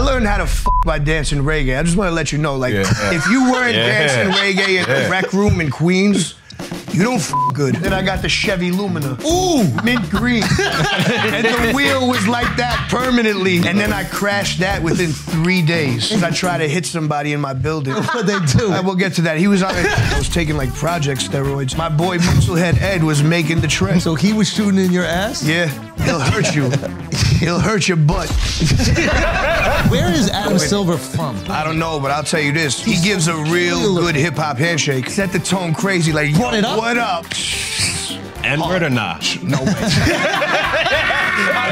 learned how to f- by dancing reggae. I just want to let you know, like, Yeah, yeah. if you weren't Yeah. dancing reggae in the Yeah. rec room in Queens, you don't f- good. Then I got the Chevy Lumina. Ooh, mint green, and the wheel was like that permanently. And then I crashed that within three days. 'Cause I tried to hit somebody in my building. What'd they do? I will get to that. He was on. I was taking like project steroids. My boy Musclehead Ed was making the trip. So he was shooting in your ass? Yeah, he'll hurt you. he'll hurt your butt. Where is Adam Silver from? I don't know, but I'll tell you this. He gives a real good hip hop handshake. Set the tone crazy, like, Brought it up? what up? N word or not? No way.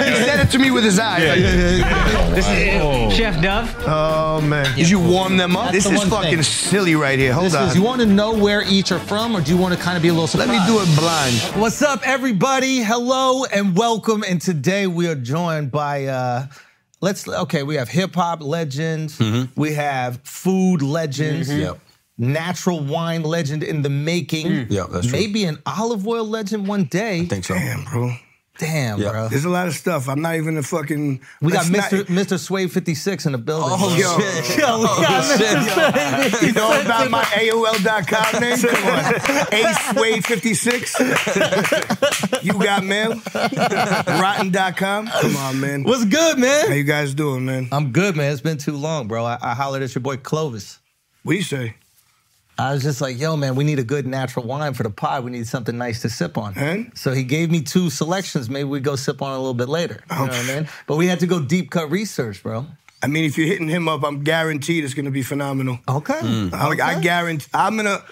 he said it to me with his eyes. like, This is Oh. Chef Dove. Oh, man. Did you warm them up? That's this the is one fucking thing. silly right here. Hold This on. is, you want to know where each are from, or do you want to kind of be a little Let surprised? me do it blind. What's up, everybody? Hello and welcome. And today we are joined by uh let's okay, we have hip hop legends, we have food legends, Yep. natural wine legend in the making. Yeah, that's true. Maybe an olive oil legend one day. Think so. Damn, bro. Damn, Yeah. bro. There's a lot of stuff. I'm not even a fucking. We got let's Mr. not- Mr. Sway 56 in the building. Oh, bro. yo. Yo, we got Oh, shit, yo. Mr. Sway. You know about my AOL.com name? Come on. Ace Wade 56. You got mail. Rotten.com. Come on, man. What's good, How man? you guys doing, man? I'm good, man. It's been too long, bro. I, I hollered at your boy Clovis. We say. I was just like, yo, man, we need a good natural wine for the pod. We need something nice to sip on. And? So he gave me two selections. Maybe we go sip on a little bit later. You know what I mean? But we had to go deep cut research, bro. I mean, if you're hitting him up, I'm guaranteed it's going to be phenomenal. Okay. Uh, I, I guarantee. I'm gonna.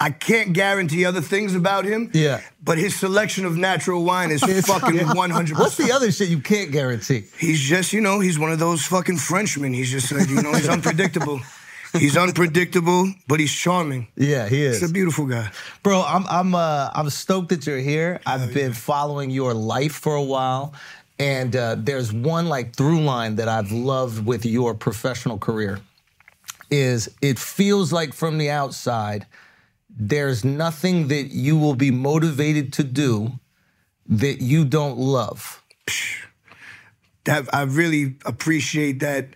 I can't guarantee other things about him. Yeah. But his selection of natural wine is fucking 100. What's the other shit you can't guarantee? He's just, you know, he's one of those fucking Frenchmen. He's just like, you know, he's unpredictable. He's unpredictable, but he's charming. Yeah, he He's a is. beautiful guy. Bro, I'm I'm uh, I'm stoked that you're here. I've been following your life for a while. And uh, there's one like through line that I've loved with your professional career is it feels like from the outside there's nothing that you will be motivated to do that you don't love. That I really appreciate that.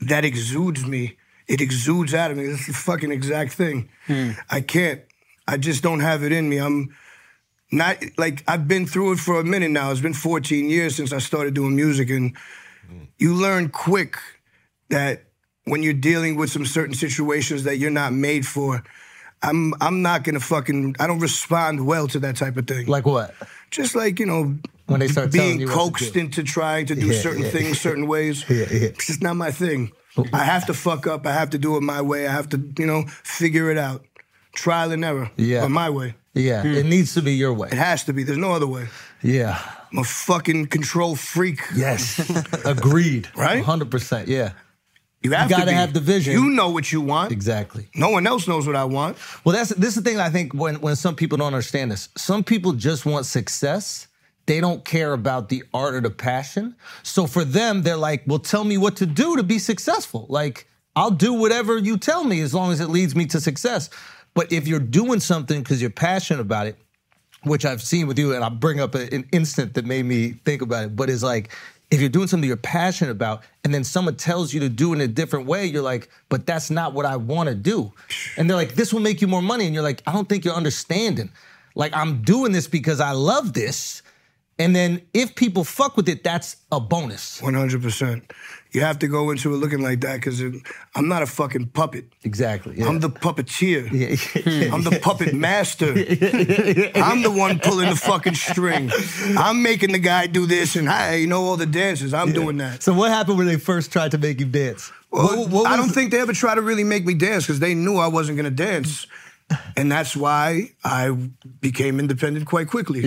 That exudes me. It exudes out of me. That's the fucking exact thing. I can't. I just don't have it in me. I'm not like I've been through it for a minute now. It's been 14 years since I started doing music, and you learn quick that when you're dealing with some certain situations that you're not made for. I'm I'm not gonna fucking I don't respond well to that type of thing. Like what? just like you know When they start telling being you what to coaxed do. into trying to do Yeah, certain yeah. things certain ways Yeah, yeah. it's just not my thing i have to fuck up i have to do it my way i have to you know figure it out trial and error Yeah. but my way Yeah, it needs to be your it way. has to be there's no other way Yeah. i'm a fucking control freak Yes. Agreed. Right? 100%. Yeah. you have gotta to be. have the vision. you know what you want Exactly. no one else knows what i want Well, that's this is the thing I think when when some people don't understand this. Some people just want success. They don't care about the art or the passion. So for them, they're like, "Well, tell me what to do to be successful. Like, I'll do whatever you tell me as long as it leads me to success." But if you're doing something because you're passionate about it, which I've seen with you, and I'll bring up a- an instant that made me think about it, but it's like, if you're doing something you're passionate about and then someone tells you to do it in a different way, you're like, but that's not what I want to do. And they're like, this will make you more money. And you're like, I don't think you're understanding. Like, I'm doing this because I love this. And then if people fuck with it, that's a bonus. One hundred percent. You have to go into it looking like that because I'm not a fucking puppet. Exactly. I'm the puppeteer. I'm the puppet master. I'm the one pulling the fucking string. I'm making the guy do this, and I, you know all the dances. I'm doing that. So what happened when they first tried to make you dance? Well, What- what I was- don't think they ever tried to really make me dance because they knew I wasn't gonna dance. And that's why I became independent quite quickly.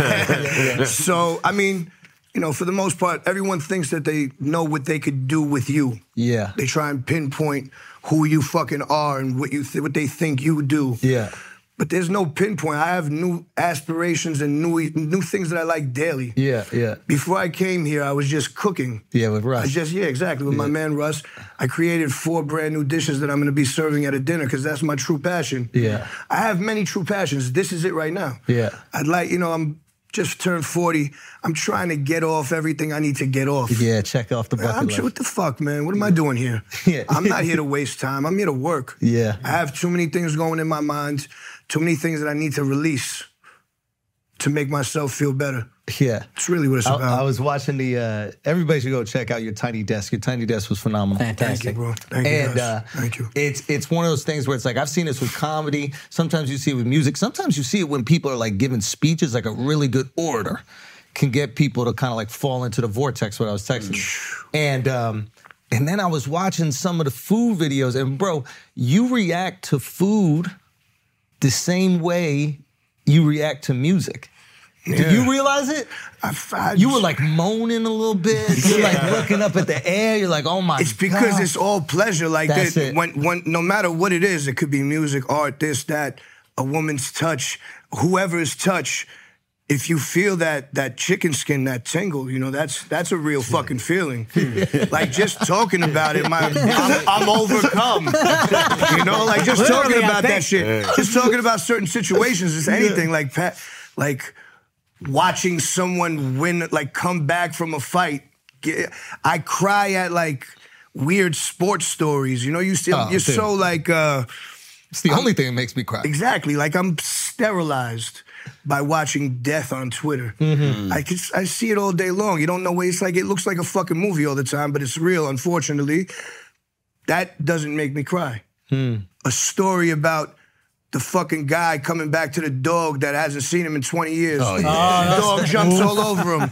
So, I mean, you know, for the most part, everyone thinks that they know what they could do with you. Yeah. They try and pinpoint who you fucking are and what you th- what they think you do. Yeah. But there's no pinpoint. I have new aspirations and new new things that I like daily. Yeah. Yeah. Before I came here, I was just cooking. Yeah. With I Rush. just yeah, exactly. With my man Russ, I created four brand new dishes that I'm going to be serving at a dinner because that's my true passion. Yeah. I have many true passions. This is it right now. Yeah. I'd like you know I'm just turned 40. I'm trying to get off everything I need to get off. Yeah, check off the bucket I'm list. sure, what the fuck, man? What am I doing here? Yeah. I'm not here to waste time. I'm here to work. Yeah. I have too many things going in my mind, too many things that I need to release to make myself feel better. Yeah. It's really what it's I, about. I was watching the. Uh, everybody should go check out your tiny desk. Your tiny desk was phenomenal. Thank you, Fantastic. bro. Thank you. and guys. uh, Thank you. It's it's one of those things where it's like I've seen this with comedy. Sometimes you see it with music. Sometimes you see it when people are like giving speeches. Like a really good orator can get people to kind of like fall into the vortex. What I was texting, you. and um, and then I was watching some of the food videos. And bro, you react to food the same way you react to music. Do you realize it? I, I You just- were like moaning a little bit. You're like Yeah. looking up at the air. You're like, oh my It's because God. it's all pleasure. Like That's that, it. when when no matter what it is, it could be music, art, this, that, a woman's touch, whoever's touch. If you feel that that chicken skin, that tingle, you know that's that's a real fucking feeling. Hmm. like just talking about it, my I'm, I'm overcome. you know, like just talking Literally, I about that shit, think. just talking about certain situations, just anything. Like Pat, like watching someone win, like come back from a fight. Get- I cry at like weird sports stories. You know, you still, Oh, you're dude. so like uh, It's the only thing that makes me cry. exactly like I'm sterilized by watching death on Twitter. Mm-hmm. I can, I see it all day long. You don't know what it's like. It looks like a fucking movie all the time, but it's real. Unfortunately, that doesn't make me cry. Hmm. A story about. The fucking guy coming back to the dog that hasn't seen him in 20 years. Oh, yeah. The dog jumps all over him.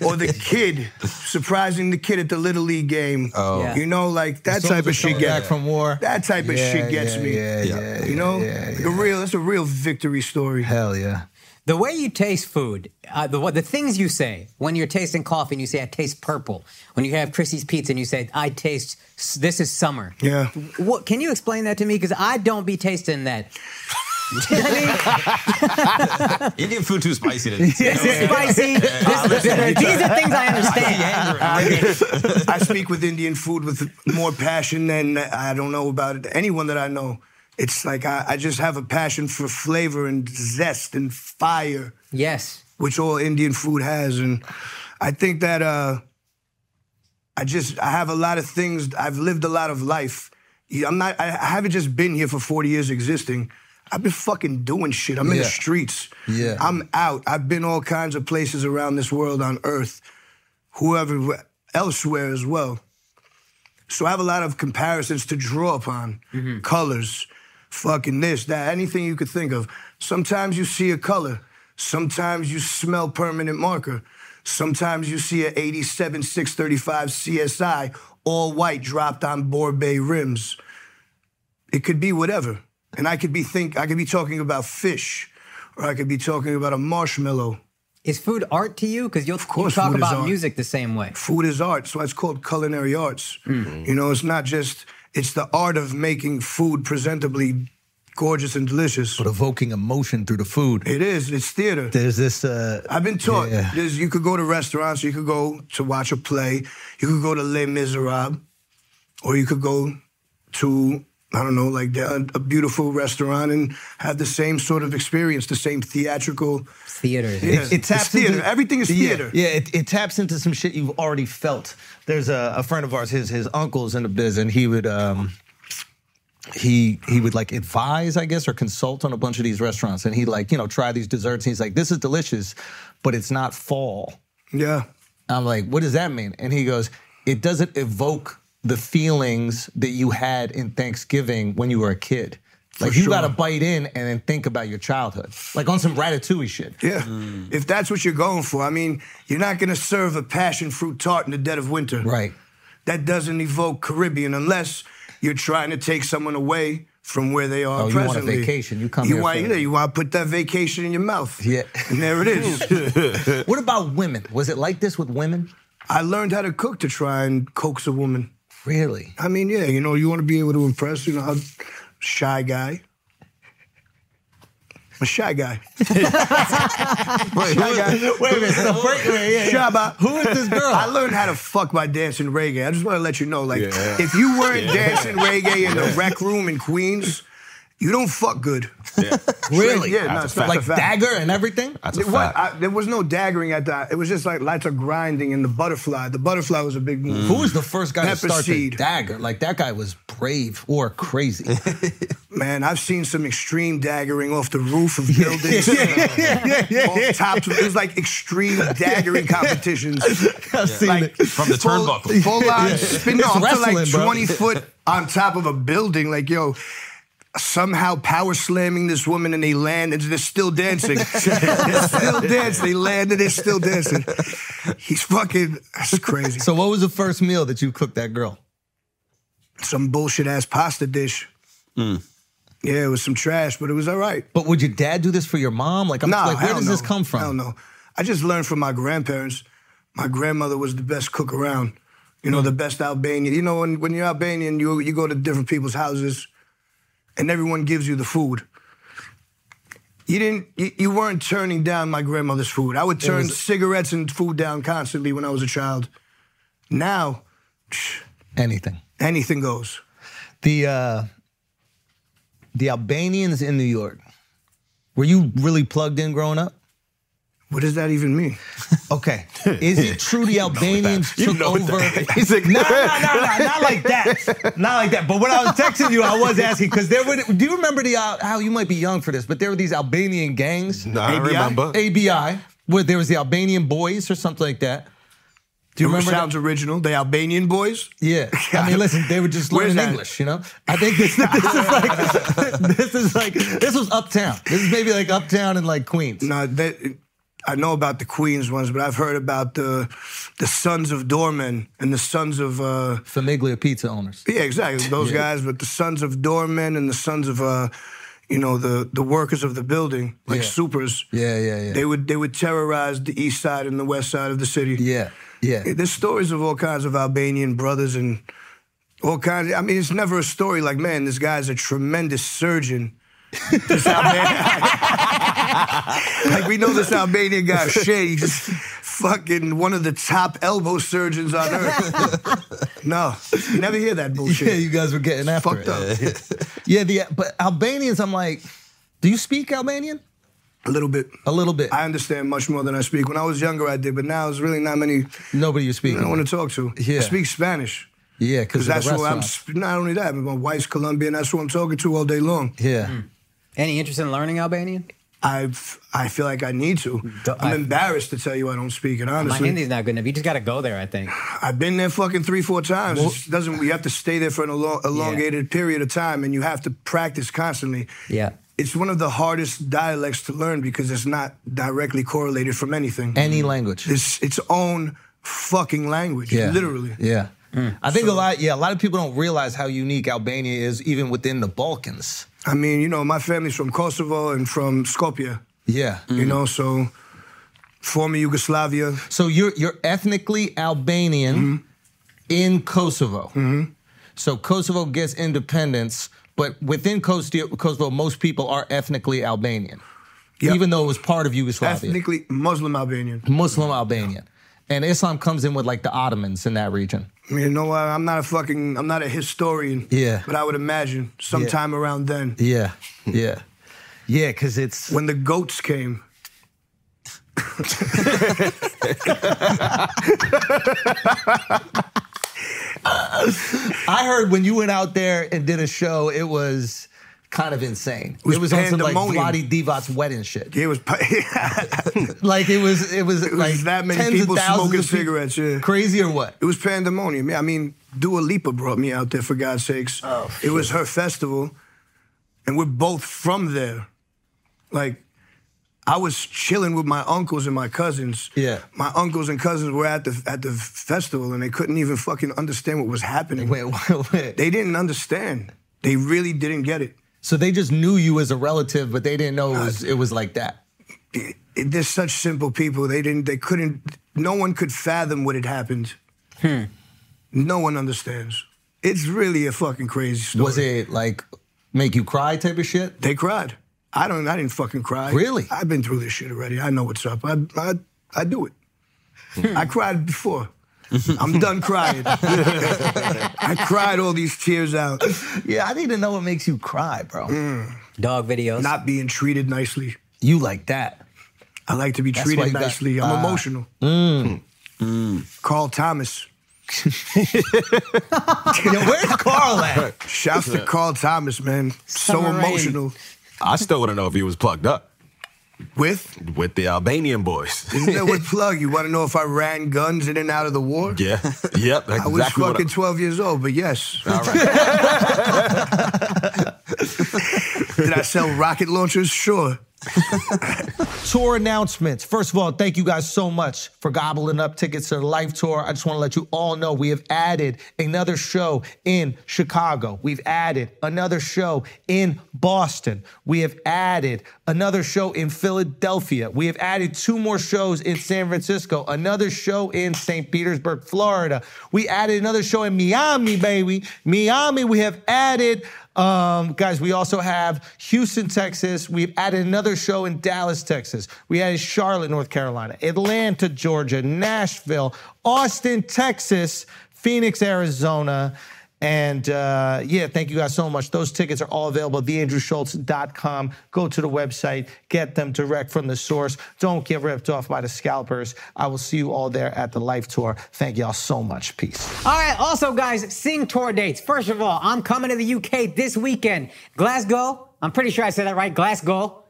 Or the kid, surprising the kid at the Little League game. Oh. Yeah. You know, like that Soldiers type of shit coming gets back from war. That type of Yeah, shit gets yeah, me. yeah, yeah, you know, yeah, Like a real. That's a real victory story. Hell yeah. The way you taste food, uh, the, what- the things you say when you're tasting coffee and you say, I taste purple. When you have Chrissy's pizza and you say, I taste, s- this is summer. Yeah. What, can you explain that to me? Because I don't be tasting that. I mean, Indian food too spicy. To Ah, this is spicy. This- these are things I understand. I speak with Indian food with more passion than I don't know about anyone that I know. It's like I, I just have a passion for flavor and zest and fire, Yes. which all Indian food has, and I think that uh, I just I have a lot of things. I've lived a lot of life. Yeah, I'm not. I I haven't just been here for 40 years existing. I've been fucking doing shit. I'm in the Yeah. streets. Yeah. I'm out. I've been all kinds of places around this world on earth, whoever elsewhere as well. So I have a lot of comparisons to draw upon. Colors, fucking this, that, anything you could think of. Sometimes you see a color. Sometimes you smell permanent marker. Sometimes you see an 87 635 CSI, all white, dropped on Borbay rims. It could be whatever. And I could be think I could be talking about fish, or I could be talking about a marshmallow. Is food art to you? Because you'll you course talk food is about art. music the same way. food is art so it's called culinary arts you know it's not just it's the art of making food presentably gorgeous and delicious But evoking emotion through the food. it is it's theater There's this. Uh, i've been taught Yeah. there's, you could go to restaurants you could go to watch a play you could go to les miserables or you could go to i don't know like the, a beautiful restaurant and have the same sort of experience the same theatrical Theater. Yeah. it taps It's theater. into- Everything is Yeah, theater. Yeah, it, it taps into some shit you've already felt. There's a, a friend of ours, his his uncle's in the biz, and he would um, he he would like advise, I guess, or consult on a bunch of these restaurants, and he like you know try these desserts, and he's like, this is delicious, but it's not fall. yeah I'm like, what does that mean? And he goes, it doesn't evoke the feelings that you had in Thanksgiving when you were a kid. Like you sure. gotta bite in and then think about your childhood. Like on some ratatouille shit. Yeah. Mm. If that's what you're going for, I mean, you're not going to serve a passion fruit tart in the dead of winter. Right. That doesn't evoke Caribbean unless you're trying to take someone away from where they are Oh, you want a presently. vacation. You come you here Want, for- yeah, you want to put that vacation in your mouth. Yeah. And there it is. What about women? Was it like this with women? I learned how to cook to try and coax a woman. Really? I mean, yeah, you know, you want to be able to impress, you know, I'm a shy guy. I'm a shy guy. shy guy. Wait a minute. So first, wait, yeah, yeah. Shabba. Who is this girl? I learned how to fuck by dancing reggae. I just want to let you know, like, if you weren't dancing reggae in the rec room in Queens, You don't fuck good. Yeah. Really? Yeah, no, That's a it's not fact. like a fact. dagger and everything. That's a It wa- fact. I- there was no daggering at that. It was just like lots of grinding and the butterfly. The butterfly was a big move. Mm. Who was the first guy to Pepper start the seed. dagger? Like that guy was brave or crazy. Man, I've seen some extreme daggering off the roof of buildings. yeah, Off tops. It was like extreme daggering competitions. I've seen Like it. From the full- turnbuckle. Full on spin no, up to like wrestling, bro. 20 foot on top of a building. Like, yo, somehow power slamming this woman and they land and they're still dancing. they're still dancing. They land and they're still dancing. He's fucking, that's crazy. So what was the first meal that you cooked that girl? Some bullshit ass pasta dish. Mm. Yeah, it was some trash, but it was all right. But would your dad do this for your mom? Like, I'm No, just like, where hell does this no. come from? I don't know. I just learned from my grandparents. My grandmother was the best cook around. You know, the best Albanian. You know, when, when you're Albanian, you you go to different people's houses, and everyone gives you the food. You didn't. You, you weren't turning down my grandmother's food. I would turn cigarettes and food down constantly when I was a child. Now, Anything. anything goes. The uh, the Albanians in New York. Were you really plugged in growing up? What does that even mean? Okay. Is it true the Albanians took over? He's like, No, no, no, no, not like that. Not like that. But when I was texting you, I was asking because there were. Do you remember the uh, how you might be young for this? But there were these Albanian gangs. No, I ABI? remember. ABI, where there was the Albanian boys or something like that. Do you It remember? that? sounds original. The Albanian boys. Yeah. I mean, listen, they were just Where's learning that? English, you know? I think this, this is like, this is like, this was uptown. This is maybe like uptown in like Queens. No, that I know about the Queens ones, but I've heard about the the sons of doormen and the sons of uh, Famiglia pizza owners. yeah, exactly those guys, but the sons of doormen and the sons of uh, you know the the workers of the building, like Yeah. supers. Yeah, yeah, yeah. They would they would terrorize the east side and the west side of the city. yeah, yeah. Eh, There's stories of all kinds of Albanian brothers and all kinds. I mean, it's never a story like, man, this guy's a tremendous surgeon. This Albanian- like we know this Albanian guy shit. He's fucking one of the top elbow surgeons on earth. no, you never hear that bullshit. Yeah, you guys were getting after Fucked it. up. Yeah, the, but Albanians, I'm like, do you speak Albanian? A little bit. A little bit. I understand much more than I speak. When I was younger, I did, but now there's really not many Nobody you speak. I want to talk to. Yeah. I speak Spanish. yeah, because Because that's who I'm. sp- Not only that, but my wife's Colombian. That's who I'm talking to all day long. Yeah. Any interest in learning Albanian? I I feel like I need to. Don't- I'm I- embarrassed to tell you I don't speak it. My Honestly, Hindi's not good enough. You just got to go there, I think. I've been there fucking three, four times. it doesn't you have to stay there for an elo- elongated period of time, and you have to practice constantly. Yeah. It's one of the hardest dialects to learn because it's not directly correlated from anything. Any language. it's its own fucking language, Yeah. literally. Yeah. Mm. I think a lot, yeah, a lot of people don't realize how unique Albania is even within the Balkans. I mean, you know, my family's from Kosovo and from Skopje. Yeah. You know, so former Yugoslavia. So you're you're ethnically Albanian Mm-hmm. in Kosovo. So Kosovo gets independence, but within Kosovo, Kosovo, most people are ethnically Albanian, Yeah. even though it was part of Yugoslavia, ethnically Muslim Albanian. Muslim Albanian, and Islam comes in with like the Ottomans in that region. You know what? I'm not a fucking. I'm not a historian. Yeah. But I would imagine sometime around then Yeah, yeah, yeah, because it's when the goats came. I heard when you went out there and did a show, it was kind of insane. It was, was on some like Vladi pandemonium. Divac's wedding shit. It was. pa- Like it was, it was, was like that many tens of people thousands smoking of people. cigarettes, yeah. Crazy or what? it was pandemonium. Yeah, I mean, Dua Lipa brought me out there for God's sakes. Oh, it was her festival, and we're both from there. Like, I was chilling with my uncles and my cousins. Yeah. My uncles and cousins were at the at the festival, and they couldn't even fucking understand what was happening. Wait, wait, wait. They didn't understand. They really didn't get it. So they just knew you as a relative, but they didn't know it was, it was like that. it, it- they're such simple people. They didn't. They couldn't. No one could fathom what had happened. No one understands. It's really a fucking crazy story. Was it like make you cry type of shit? They cried. I don't. I didn't fucking cry. Really? I've been through this shit already. I know what's up. I I, I do it. I cried before. I'm done crying. I I cried all these tears out. Yeah, I need to know what makes you cry, bro. Dog videos. Not being treated nicely. You like that. I like to be That's why treated you got- nicely. I'm ah. Mm. emotional. Mm. Carl Thomas. Yo, where's Carl at? Shouts to Carl Thomas, man. So Summer Rae. emotional. I still want to know if he was plugged up With? with the Albanian boys. Isn't that what plug? You want to know if I ran guns in and out of the war? yeah. Yep. That's I was exactly what fucking 12 years old, but yes. All right. Did I sell rocket launchers? Sure. Tour announcements. First of all, thank you guys so much for gobbling up tickets to the live tour. I just want to let you all know we have added another show in Chicago. We've added another show in Boston. We have added another show in Philadelphia. We have added two more shows in San Francisco, another show in St. Petersburg, Florida. We added another show in Miami, baby. Miami, we have added um, guys, we also have Houston, Texas. We've added another show in Dallas, Texas. We added Charlotte, North Carolina, Atlanta, Georgia, Nashville, Austin, Texas, Phoenix, Arizona. And uh, yeah, thank you guys so much. Those tickets are all available at theandrewschultz.com. Go to the website, get them direct from the source. Don't get ripped off by the scalpers. I will see you all there at the Life Tour. Thank y'all so much. Peace. All right, also, guys, sing tour dates. First of all, I'm coming to the UK this weekend. Glasgow, I'm pretty sure I said that right. Glasgow.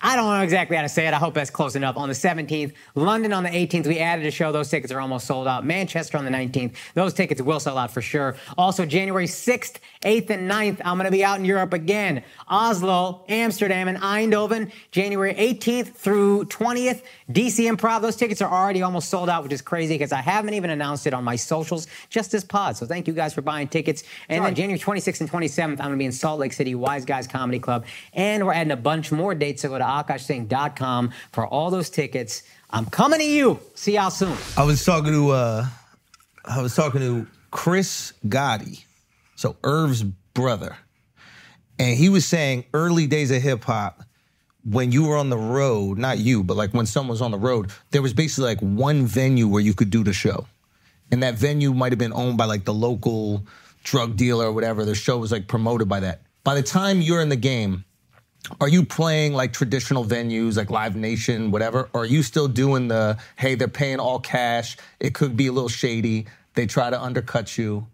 I don't know exactly how to say it. I hope that's close enough. On the 17th, London on the 18th, we added a show. Those tickets are almost sold out. Manchester on the 19th, those tickets will sell out for sure. Also, January 6th, 8th, and 9th, I'm going to be out in Europe again. Oslo, Amsterdam, and Eindhoven, January 18th through 20th. DC Improv, those tickets are already almost sold out, which is crazy because I haven't even announced it on my socials, just this pod. So thank you guys for buying tickets. And then January 26th and 27th, I'm going to be in Salt Lake City, Wise Guys Comedy Club. And we're adding a bunch more dates, so go to akashsing.com for all those tickets. I'm coming to you. See y'all soon. I was talking to uh, I was talking to Chris Gotti, so Irv's brother, and he was saying early days of hip hop, when you were on the road, not you, but like when someone was on the road, there was basically like one venue where you could do the show, and that venue might have been owned by like the local drug dealer or whatever. The show was like promoted by that. By the time you're in the game, are you playing like traditional venues like Live Nation, whatever? Or are you still doing the hey, they're paying all cash? It could be a little shady. They try to undercut you.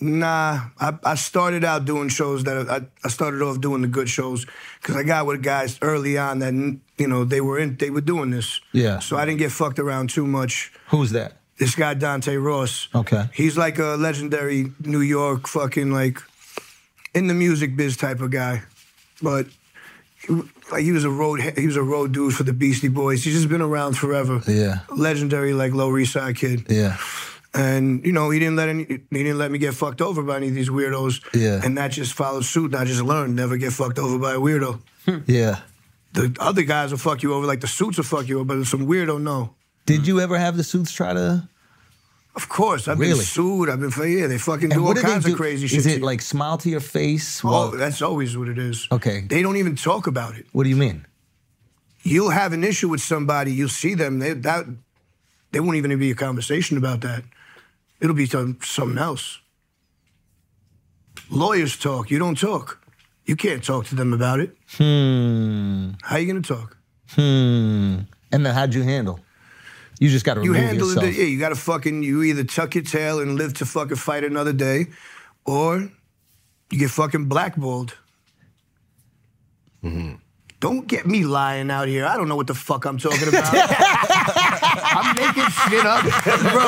Nah, I, I started out doing shows that I, I started off doing the good shows because I got with guys early on that you know they were in they were doing this. Yeah. So I didn't get fucked around too much. Who's that? This guy Dante Ross. Okay. He's like a legendary New York fucking like in the music biz type of guy, but he- like he was a road he was a road dude for the Beastie Boys. He's just been around forever. Yeah. Legendary like Lower East Side kid. Yeah. And you know, he didn't let any, he didn't let me get fucked over by any of these weirdos. Yeah. And that just followed suit. And I just learned never get fucked over by a weirdo. Yeah. The other guys will fuck you over, like the suits will fuck you over, but some weirdo no. Did you ever have the suits try to? Of course, I've Really? been sued. I've been yeah, they fucking do all what kinds they of crazy Is shit. to it you. like smile to your face? Oh, Well, that's always what it is. Okay. They don't even talk about it. what do you mean? You'll have an issue with somebody, you'll see them, they that they won't even be a conversation about that. It'll be some, something else. Lawyers talk, you don't talk. You can't talk to them about it. How you gonna talk? And then how'd you handle? You just got to You remove handle yourself. it. Yeah, you gotta fucking you either tuck your tail and live to fucking fight another day, or you get fucking blackballed. Mm-hmm. Don't get me lying out here. I don't know what the fuck I'm talking about. I'm making shit up, bro.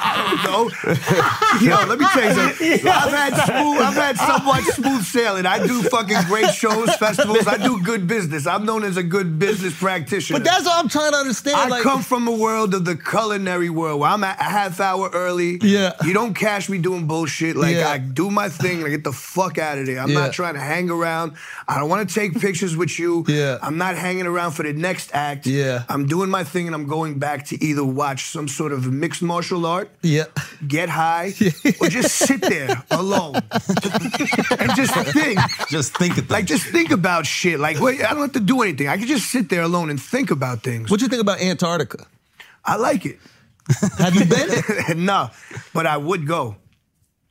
I don't know. Yo, let me tell you something. I've had smooth, I've had somewhat smooth sailing. I do fucking great shows, festivals. I do good business. I'm known as a good business practitioner. But that's what I'm trying to understand. I like, come from a world of the culinary world where I'm at a half hour early. Yeah. You don't catch me doing bullshit. Like Yeah. I do my thing and I get the fuck out of there. I'm Yeah. not trying to hang around. I don't want to take pictures with you. Yeah. I'm not hanging around for the next act. Yeah. I'm doing my thing and I'm going back to either watch some sort of mixed martial art yeah. get high, or just sit there alone and just think. Just think of Like, things. just think about shit. Like, wait, I don't have to do anything. I can just sit there alone and think about things. What you think about Antarctica? I like it. Have you been? no, but I would go.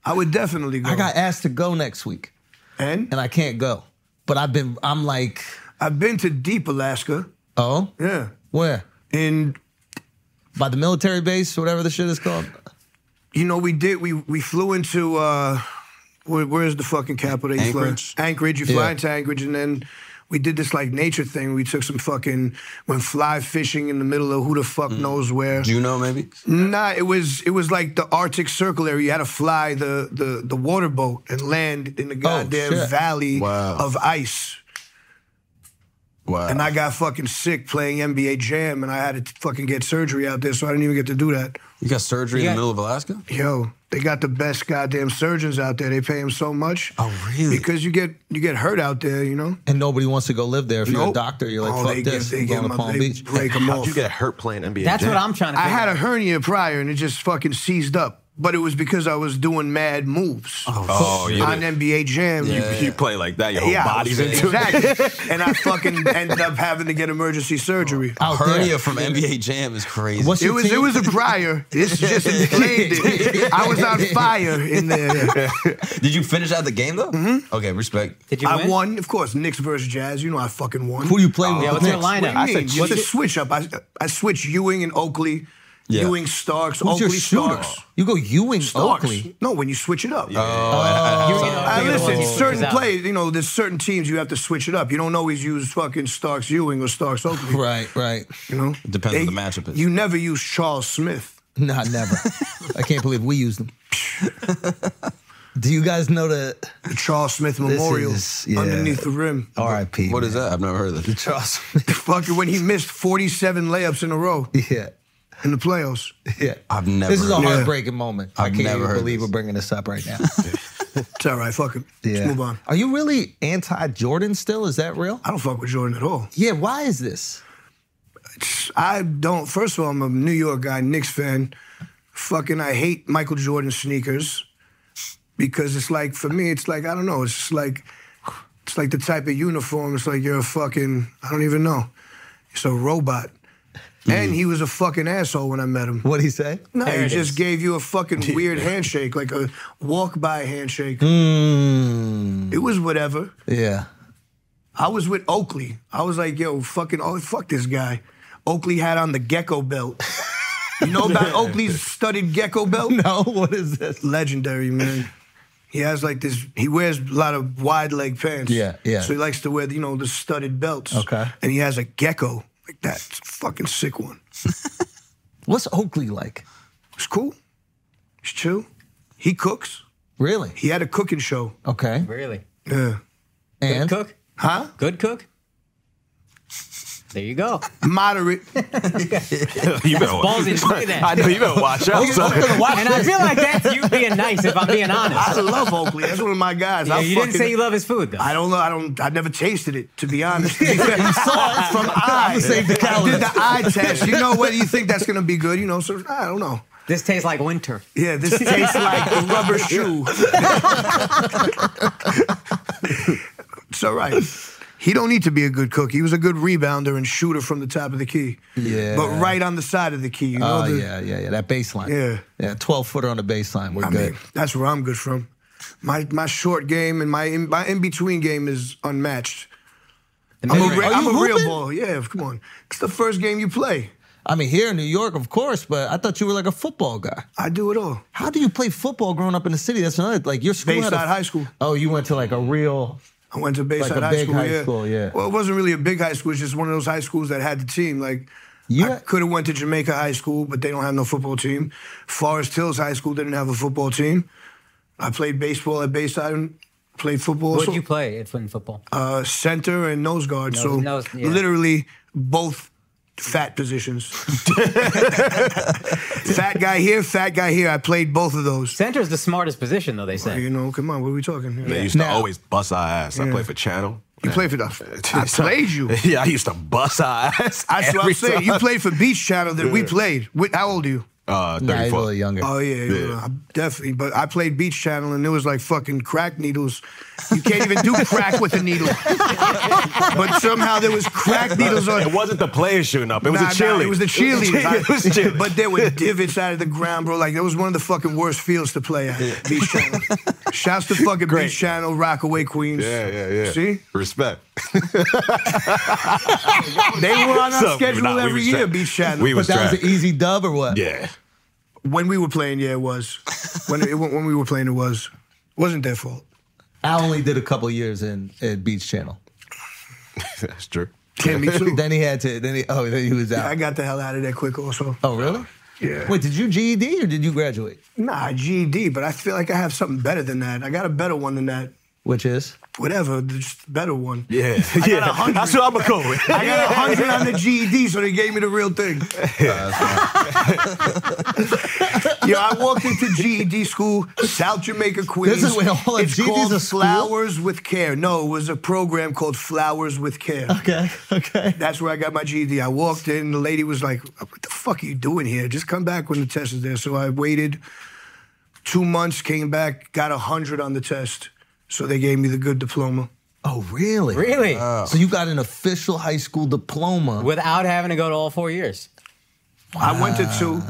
I would definitely go. I got asked to go next week, and, and I can't go. But I've been, I'm like, I've been to deep Alaska. oh, Yeah. where? And By the military base, whatever the shit is called. you know, we did. We we flew into uh, where, where's the fucking capital? You fly- Anchorage. Anchorage. You fly Yeah. into Anchorage, and then we did this like nature thing. We took some fucking went fly fishing in the middle of who the fuck Mm. knows where. Juno, maybe? Nah, it was it was like the Arctic Circle area. You had to fly the the the water boat and land in the goddamn Oh, shit. valley Wow. of ice. Wow. And I got fucking sick playing NBA Jam, and I had to fucking get surgery out there, so I didn't even get to do that. you got surgery in You got- the middle of Alaska? Yo, they got the best goddamn surgeons out there. They pay them so much. Oh, really? Because you get you get hurt out there, you know. And nobody wants to go live there. If you're a Nope. doctor, you're like, Oh, fuck they this. Give, they I'm give going to 'em- Palm they Beach. break 'em How'd off. you get hurt playing NBA? That's Jam? what I'm trying to. I figure had a out. hernia prior, and it just fucking seized up. But it was because I was doing mad moves Oh, you on did. NBA Jam. You, you play like that, your whole Yeah, body's into it. exactly. and I fucking ended up having to get emergency surgery. Out there. Hernia from NBA Jam is crazy. What's It your was it team? was a prior. This just explained it. I was on fire in there. Did you finish out the game though? Mm-hmm. Okay, respect. Did you I win? won, of course. Knicks versus Jazz. You know I fucking won. Who you play with? Yeah, what's the your Knicks? lineup? I said What's just a your- switch up. I I switch Ewing and Oakley. Yeah. Ewing Starks, Who's your Oakley shooter? Starks. You go Ewing, Starks. Oakley. No, when you switch it up. You were the- I you're the one Uh, listen, who switches certain out. plays, you know, there's certain teams you have to switch it up. You don't always use fucking Starks Ewing or Starks Oakley. Right, right. You know? Depends on the matchup is. You never use Charles Smith. Nah, never. I can't believe we used them. Do you guys know the The Charles Smith Memorial is- yeah. underneath the rim. R.I.P. What is that? I've never heard of that. Charles? Fucking when he missed 47 layups in a row yeah, in the playoffs. yeah. I've never This is a heard- heartbreaking moment. I I've can't never even heard believe this. we're bringing this up right now. It's all right. Fuck it. yeah. Let's move on. Are you really anti Jordan still? Is that real? I don't fuck with Jordan at all. Yeah. Why is this? I don't. First of all, I'm a New York guy, Knicks fan. Fucking, I hate Michael Jordan sneakers because it's like for me, it's like I don't know. It's just like it's like the type of uniform. It's like you're a fucking I don't even know. It's a robot. And he was a fucking asshole when I met him. What would he say? No, Hmm. There he it just is. gave you a fucking weird handshake, like a walk by handshake. Hmm. Mm, It was whatever. yeah. I was with Oakley. I was like, yo, fucking, oh, fuck this guy. Oakley had on the gecko belt. You know about Oakley's studded gecko belt? No. What is this? Legendary, man. He has like this, he wears a lot of wide leg pants. Yeah, yeah. So he likes to wear, you know, the studded belts. Okay. And he has a gecko like that. It's a fucking sick one. What's Oakley like? It's cool. It's chill. He cooks. Really? He had a cooking show. Okay. Really? Yeah. And Cook? Huh? Good cook? There you go. Moderate. you better watch. Ballsy to say I that. know you better watch Oh, out. son. And I feel like that's you being nice if I'm being honest. I love Oakley. That's one of my guys. Yeah, I you fucking, didn't say you love his food though. I don't know. I don't. I never tasted it, to be honest. you saw it from eye. I'ma save the I calories. did the eye test. You know whether you think that's gonna be good. You know, so I don't know. This tastes like winter. Yeah, this tastes like a rubber shoe. it's all right. He don't need to be a good cook. He was a good rebounder and shooter from the top of the key. Yeah. But right on the side of the key. You know Oh the- yeah, yeah, yeah. That baseline. Yeah. Yeah. Twelve footer on the baseline. We're I good. mean, that's where I'm good from. My my short game and my in, my in between game is unmatched. The I'm a, mid-range. re- I'm a you real hooping? ball. Yeah, come on. It's the first game you play. I mean, here in New York, of course, but I thought you were like a football guy. I do it all. How do you play football growing up in the city? That's another like your school. had a- Bayside High School. Oh, you went to like a real. I went to Bayside a High big School. high yeah. school, yeah. Well, it wasn't really a big high school. It's just one of those high schools that had the team. Like, You I could have went to Jamaica High School, but they don't have no football team. Forest Hills High School didn't have a football team. I played baseball at Bayside and played football. What'd so- you play at in football? uh, center and nose guard. Nose- so nose- yeah. literally both fat positions. fat guy here, fat guy here. I played both of those. Center is the smartest position though. They say. You know, come on, what are we talking? here? They used to Now- always bust our ass. I Yeah. played for Channel. You played for the. I played you. Yeah, I used to bust our ass. That's what I'm every saying. You time. played for Beach Channel that we played. Wh- How old are you? Uh, Nah, he's a 34. little younger. Oh yeah, yeah. Yeah. I definitely. But I played Beach Channel, and it was like fucking crack needles. You can't even do crack with a needle. but somehow there was crack needles on. It wasn't the players shooting up. It was Nah, the nah, cheerleaders. it was the cheerleaders. it was cheerleaders. But there were divots out of the ground, bro. Like, that was one of the fucking worst fields to play at. Beach Channel. Shouts to fucking Great. Beach Channel, Rockaway, Queens. yeah, yeah, yeah. See? Respect. They were on our So, schedule nah, we every was year, trapped. Beach Channel. We but was that trapped. was e- an easy dub or what? Yeah. when we were playing, yeah, it was. When, it, when we were playing, it was. It wasn't their fault. I only did a couple years in at Beach Channel. That's true. Can't be true. Then he had to. Then he. Oh, then he was out. I got the hell out of there quick also. oh, really? Yeah. Wait, did you GED or did you graduate? Nah, GED, but I feel like I have something better than that. I got a better one than that. Which is? Whatever, just a better one. Yeah. I got yeah. a hundred. That's what I'm going to go with. I got a hundred on the GED, so they gave me the real thing. Yo, I walked into GED school, South Jamaica, Queens. This is where all the it's GEDs called are school? Flowers with Care. No, it was a program called Flowers with Care. Okay. Okay. That's where I got my GED. I walked in, the lady was like, What the fuck are you doing here? Just come back when the test is there. So I waited two months, came back, got 100 on the test. So they gave me the good diploma. Oh, really? Really? Oh. So you got an official high school diploma. Without having to go to all four years. I went to two,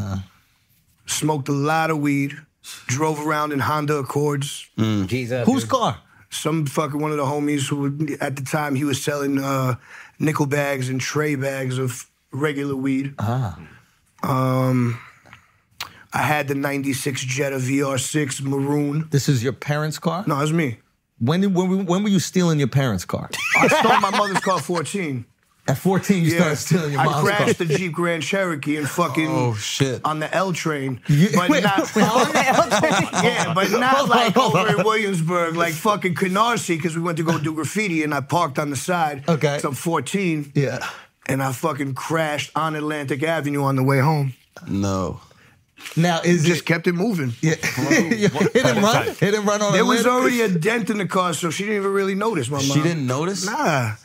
smoked a lot of weed, drove around in Honda Accords. Jesus. Whose dude. car? Some fucking one of the homies who, would- at the time, he was selling uh, nickel bags and tray bags of regular weed. Um, Ah. I had the 96 Jetta VR6 maroon. This is your parents' car? No, it was me. When did, when, were- when were you stealing your parents' car? I stole my mother's car at 14. At 14, you started stealing your I mom's car. crashed the Jeep Grand Cherokee and fucking Oh, shit. on the L train. You- but wait, not wait, What the hell? yeah, but not Hold on, like hold over on. in Williamsburg, like fucking Canarsie, because we went to go do graffiti and I parked on the side. Okay. So I'm 14 Yeah. and I fucking crashed on Atlantic Avenue on the way home. No. Now, is Just it. kept it moving. Yeah. hit and run? Hit and run on There was Atlantic? already a dent in the car, so she didn't even really notice. My mom. She didn't notice? Nah.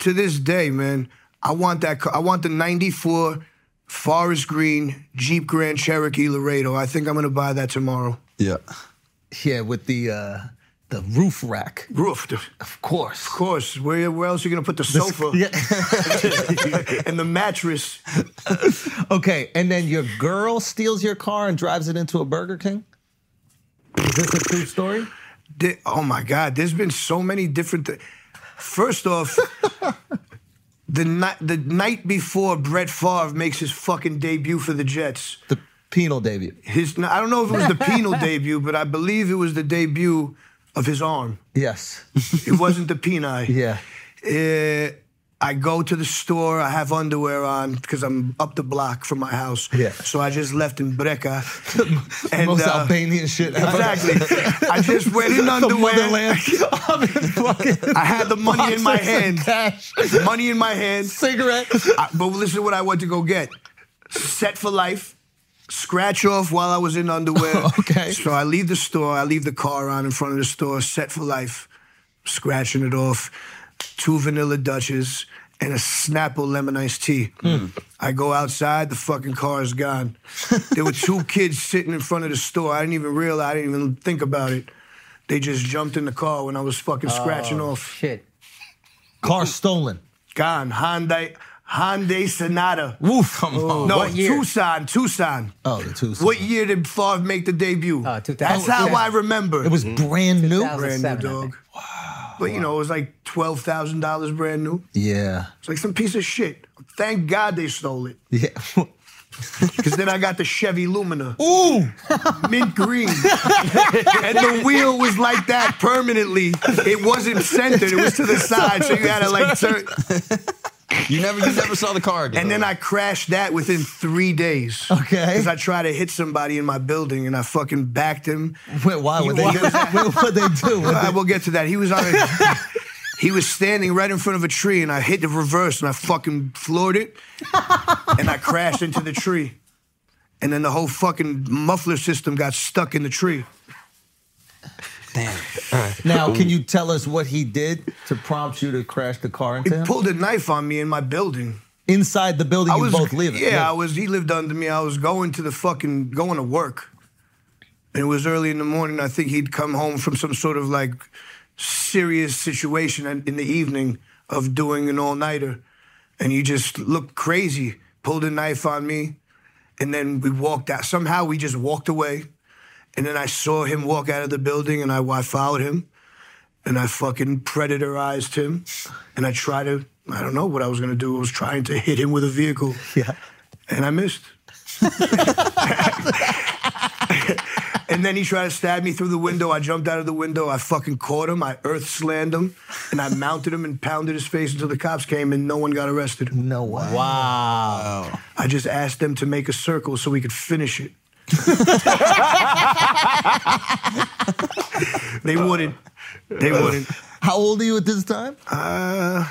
To this day, man, I want that. Car. I want the '94 Forest Green Jeep Grand Cherokee Laredo. I think I'm gonna buy that tomorrow. Yeah. Yeah, with the uh, the roof rack. Roofed, of Of course. course. Where, where else are you gonna put the sofa Yeah. and the mattress? Okay, and then your girl steals your car and drives it into a Burger King? Is this a true story? Di- oh my God! There's been so many different. Th- First off. The night, the night before Brett Favre makes his fucking debut for the Jets, The penal debut. his I don't know if it was the penal debut, but I believe it was the debut of his arm. Yes. It wasn't the peni. Yeah. Uh, I go to the store. I have underwear on because I'm up the block from my house. Yeah. So I just left in Breka. And, and Most uh, Albanian shit ever. exactly. I just went in the underwear. motherland. I'm in fucking I had the money in my boxers hand. and Cash, Money in my hand. cigarette. I, but listen to what I went to go get. Set for life. Scratch off while I was in underwear. Okay. So I leave the store. I leave the car on in front of the store. Set for life. Scratching it off. Two vanilla Dutches and a Snapple lemon iced tea. I go outside. The fucking car is gone. There were two kids sitting in front of the store. I didn't even realize. I didn't even think about it. They just jumped in the car when I was fucking scratching off. Shit. Car stolen. Gone. Hyundai. Hyundai Sonata. Woof. Come on. No, What year? Tucson, Tucson. Oh, the two. What year did Favre make the debut? Uh, 2000. That's how Yeah. I remember. It was brand new. 2000. brand new, 2007, I dog. But you know, it was like twelve thousand dollars brand new. Yeah. It's like some piece of shit. Thank God they stole it, Yeah. because then I got the Chevy Lumina, Ooh. mint green, and the wheel was like that permanently. It wasn't centered; it was to the side, so you had to like turn. You never you never saw the car again. And then I crashed that within three days. Okay. Because I tried to hit somebody in my building, and I fucking backed him. Wait, why would they? Why? What would they do? Would I they- will get to that. He was on. A, he was standing right in front of a tree, and I hit the reverse, and I fucking floored it, and I crashed into the tree, and then the whole fucking muffler system got stuck in the tree. Now, can you tell us what he did to prompt you to crash the car into He him? pulled a knife on me in my building. inside the building I you was both live in. Yeah, I was. He lived under me. I was going to the fucking going to work, and it was early in the morning. I think he'd come home from some sort of like serious situation and- in the evening of doing an all nighter, and he just looked crazy. Pulled a knife on me, and then we walked out. Somehow we just walked away, and then I saw him walk out of the building, and I, I followed him, and I fucking predatorized him, and I tried to. I don't know what I was gonna do. I was trying to hit him with a vehicle Yeah. and I missed. and then he tried to stab me through the window. I jumped out of the window. I fucking caught him. I earth slammed him, and I mounted him and pounded his face until the cops came, and no one got arrested. No way. Wow. I just asked them to make a circle so we could finish it. they wouldn't. They wouldn't. How old are you at this time? Uh,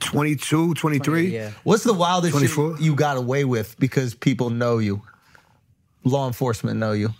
22, 23. Yeah. What's the wildest 24? shit you got away with because people know you? Law enforcement know you.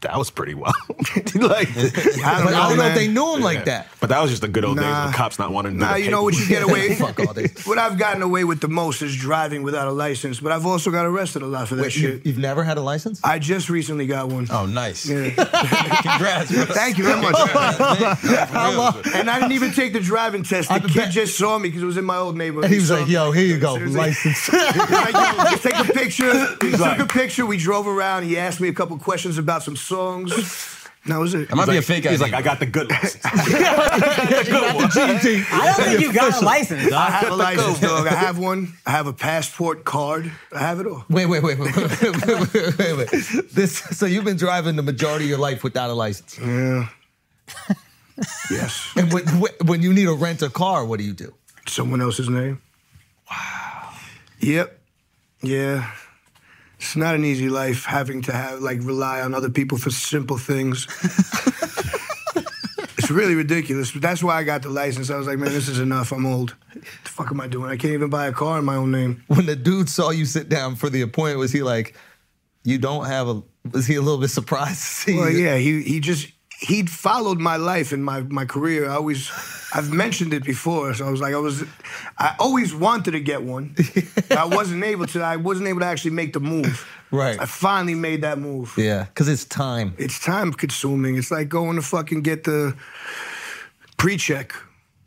That was pretty wild. like, I don't But know, I don't know man. if they knew him like yeah. that. But that was just the good old days Nah. of the cops not wanting to. do Nah, the you know what you paperwork. get away. Fuck all this. What I've gotten away with the most is driving without a license, but I've also got arrested a lot for that Wait, you, shit. you've never had a license? I just recently got one. Oh, nice. Yeah. Congrats. bro. Thank you very much. How long? and I didn't even take the driving test. The I kid bet- just saw me because it was in my old neighborhood. And he was saw like, me. yo, here you go, Seriously. license. He's like, "Yo, just take a picture. He like- took a picture. We drove around. He asked me a couple questions about some songs. And that was it. I might be a Like, fake He's ID. like, I got the good license. I don't think you got a license, I dog. have a license, dog. I have one. I have a passport card. I have it all. Wait, wait, wait, wait, wait, wait, wait, wait, wait, wait. This, so you've been driving the majority of your life without a license. Yeah. yes. And when, when you need to rent a car, what do you do? someone else's name. Wow. Yep. Yeah. It's not an easy life having to have like rely on other people for simple things. it's really ridiculous. But that's why I got the license. I was like, man, this is enough. I'm old. What the fuck am I doing? I can't even buy a car in my own name. When the dude saw you sit down for the appointment, was he like, you don't have a, was he a little bit surprised to see Well, you? yeah, he he just he'd followed my life and my my career. I always I've mentioned it before, so I was like I was I always wanted to get one. but I wasn't able to. I wasn't able to actually make the move. Right. I finally made that move. Yeah, because it's time. It's time consuming. It's like going to fucking get the pre-check.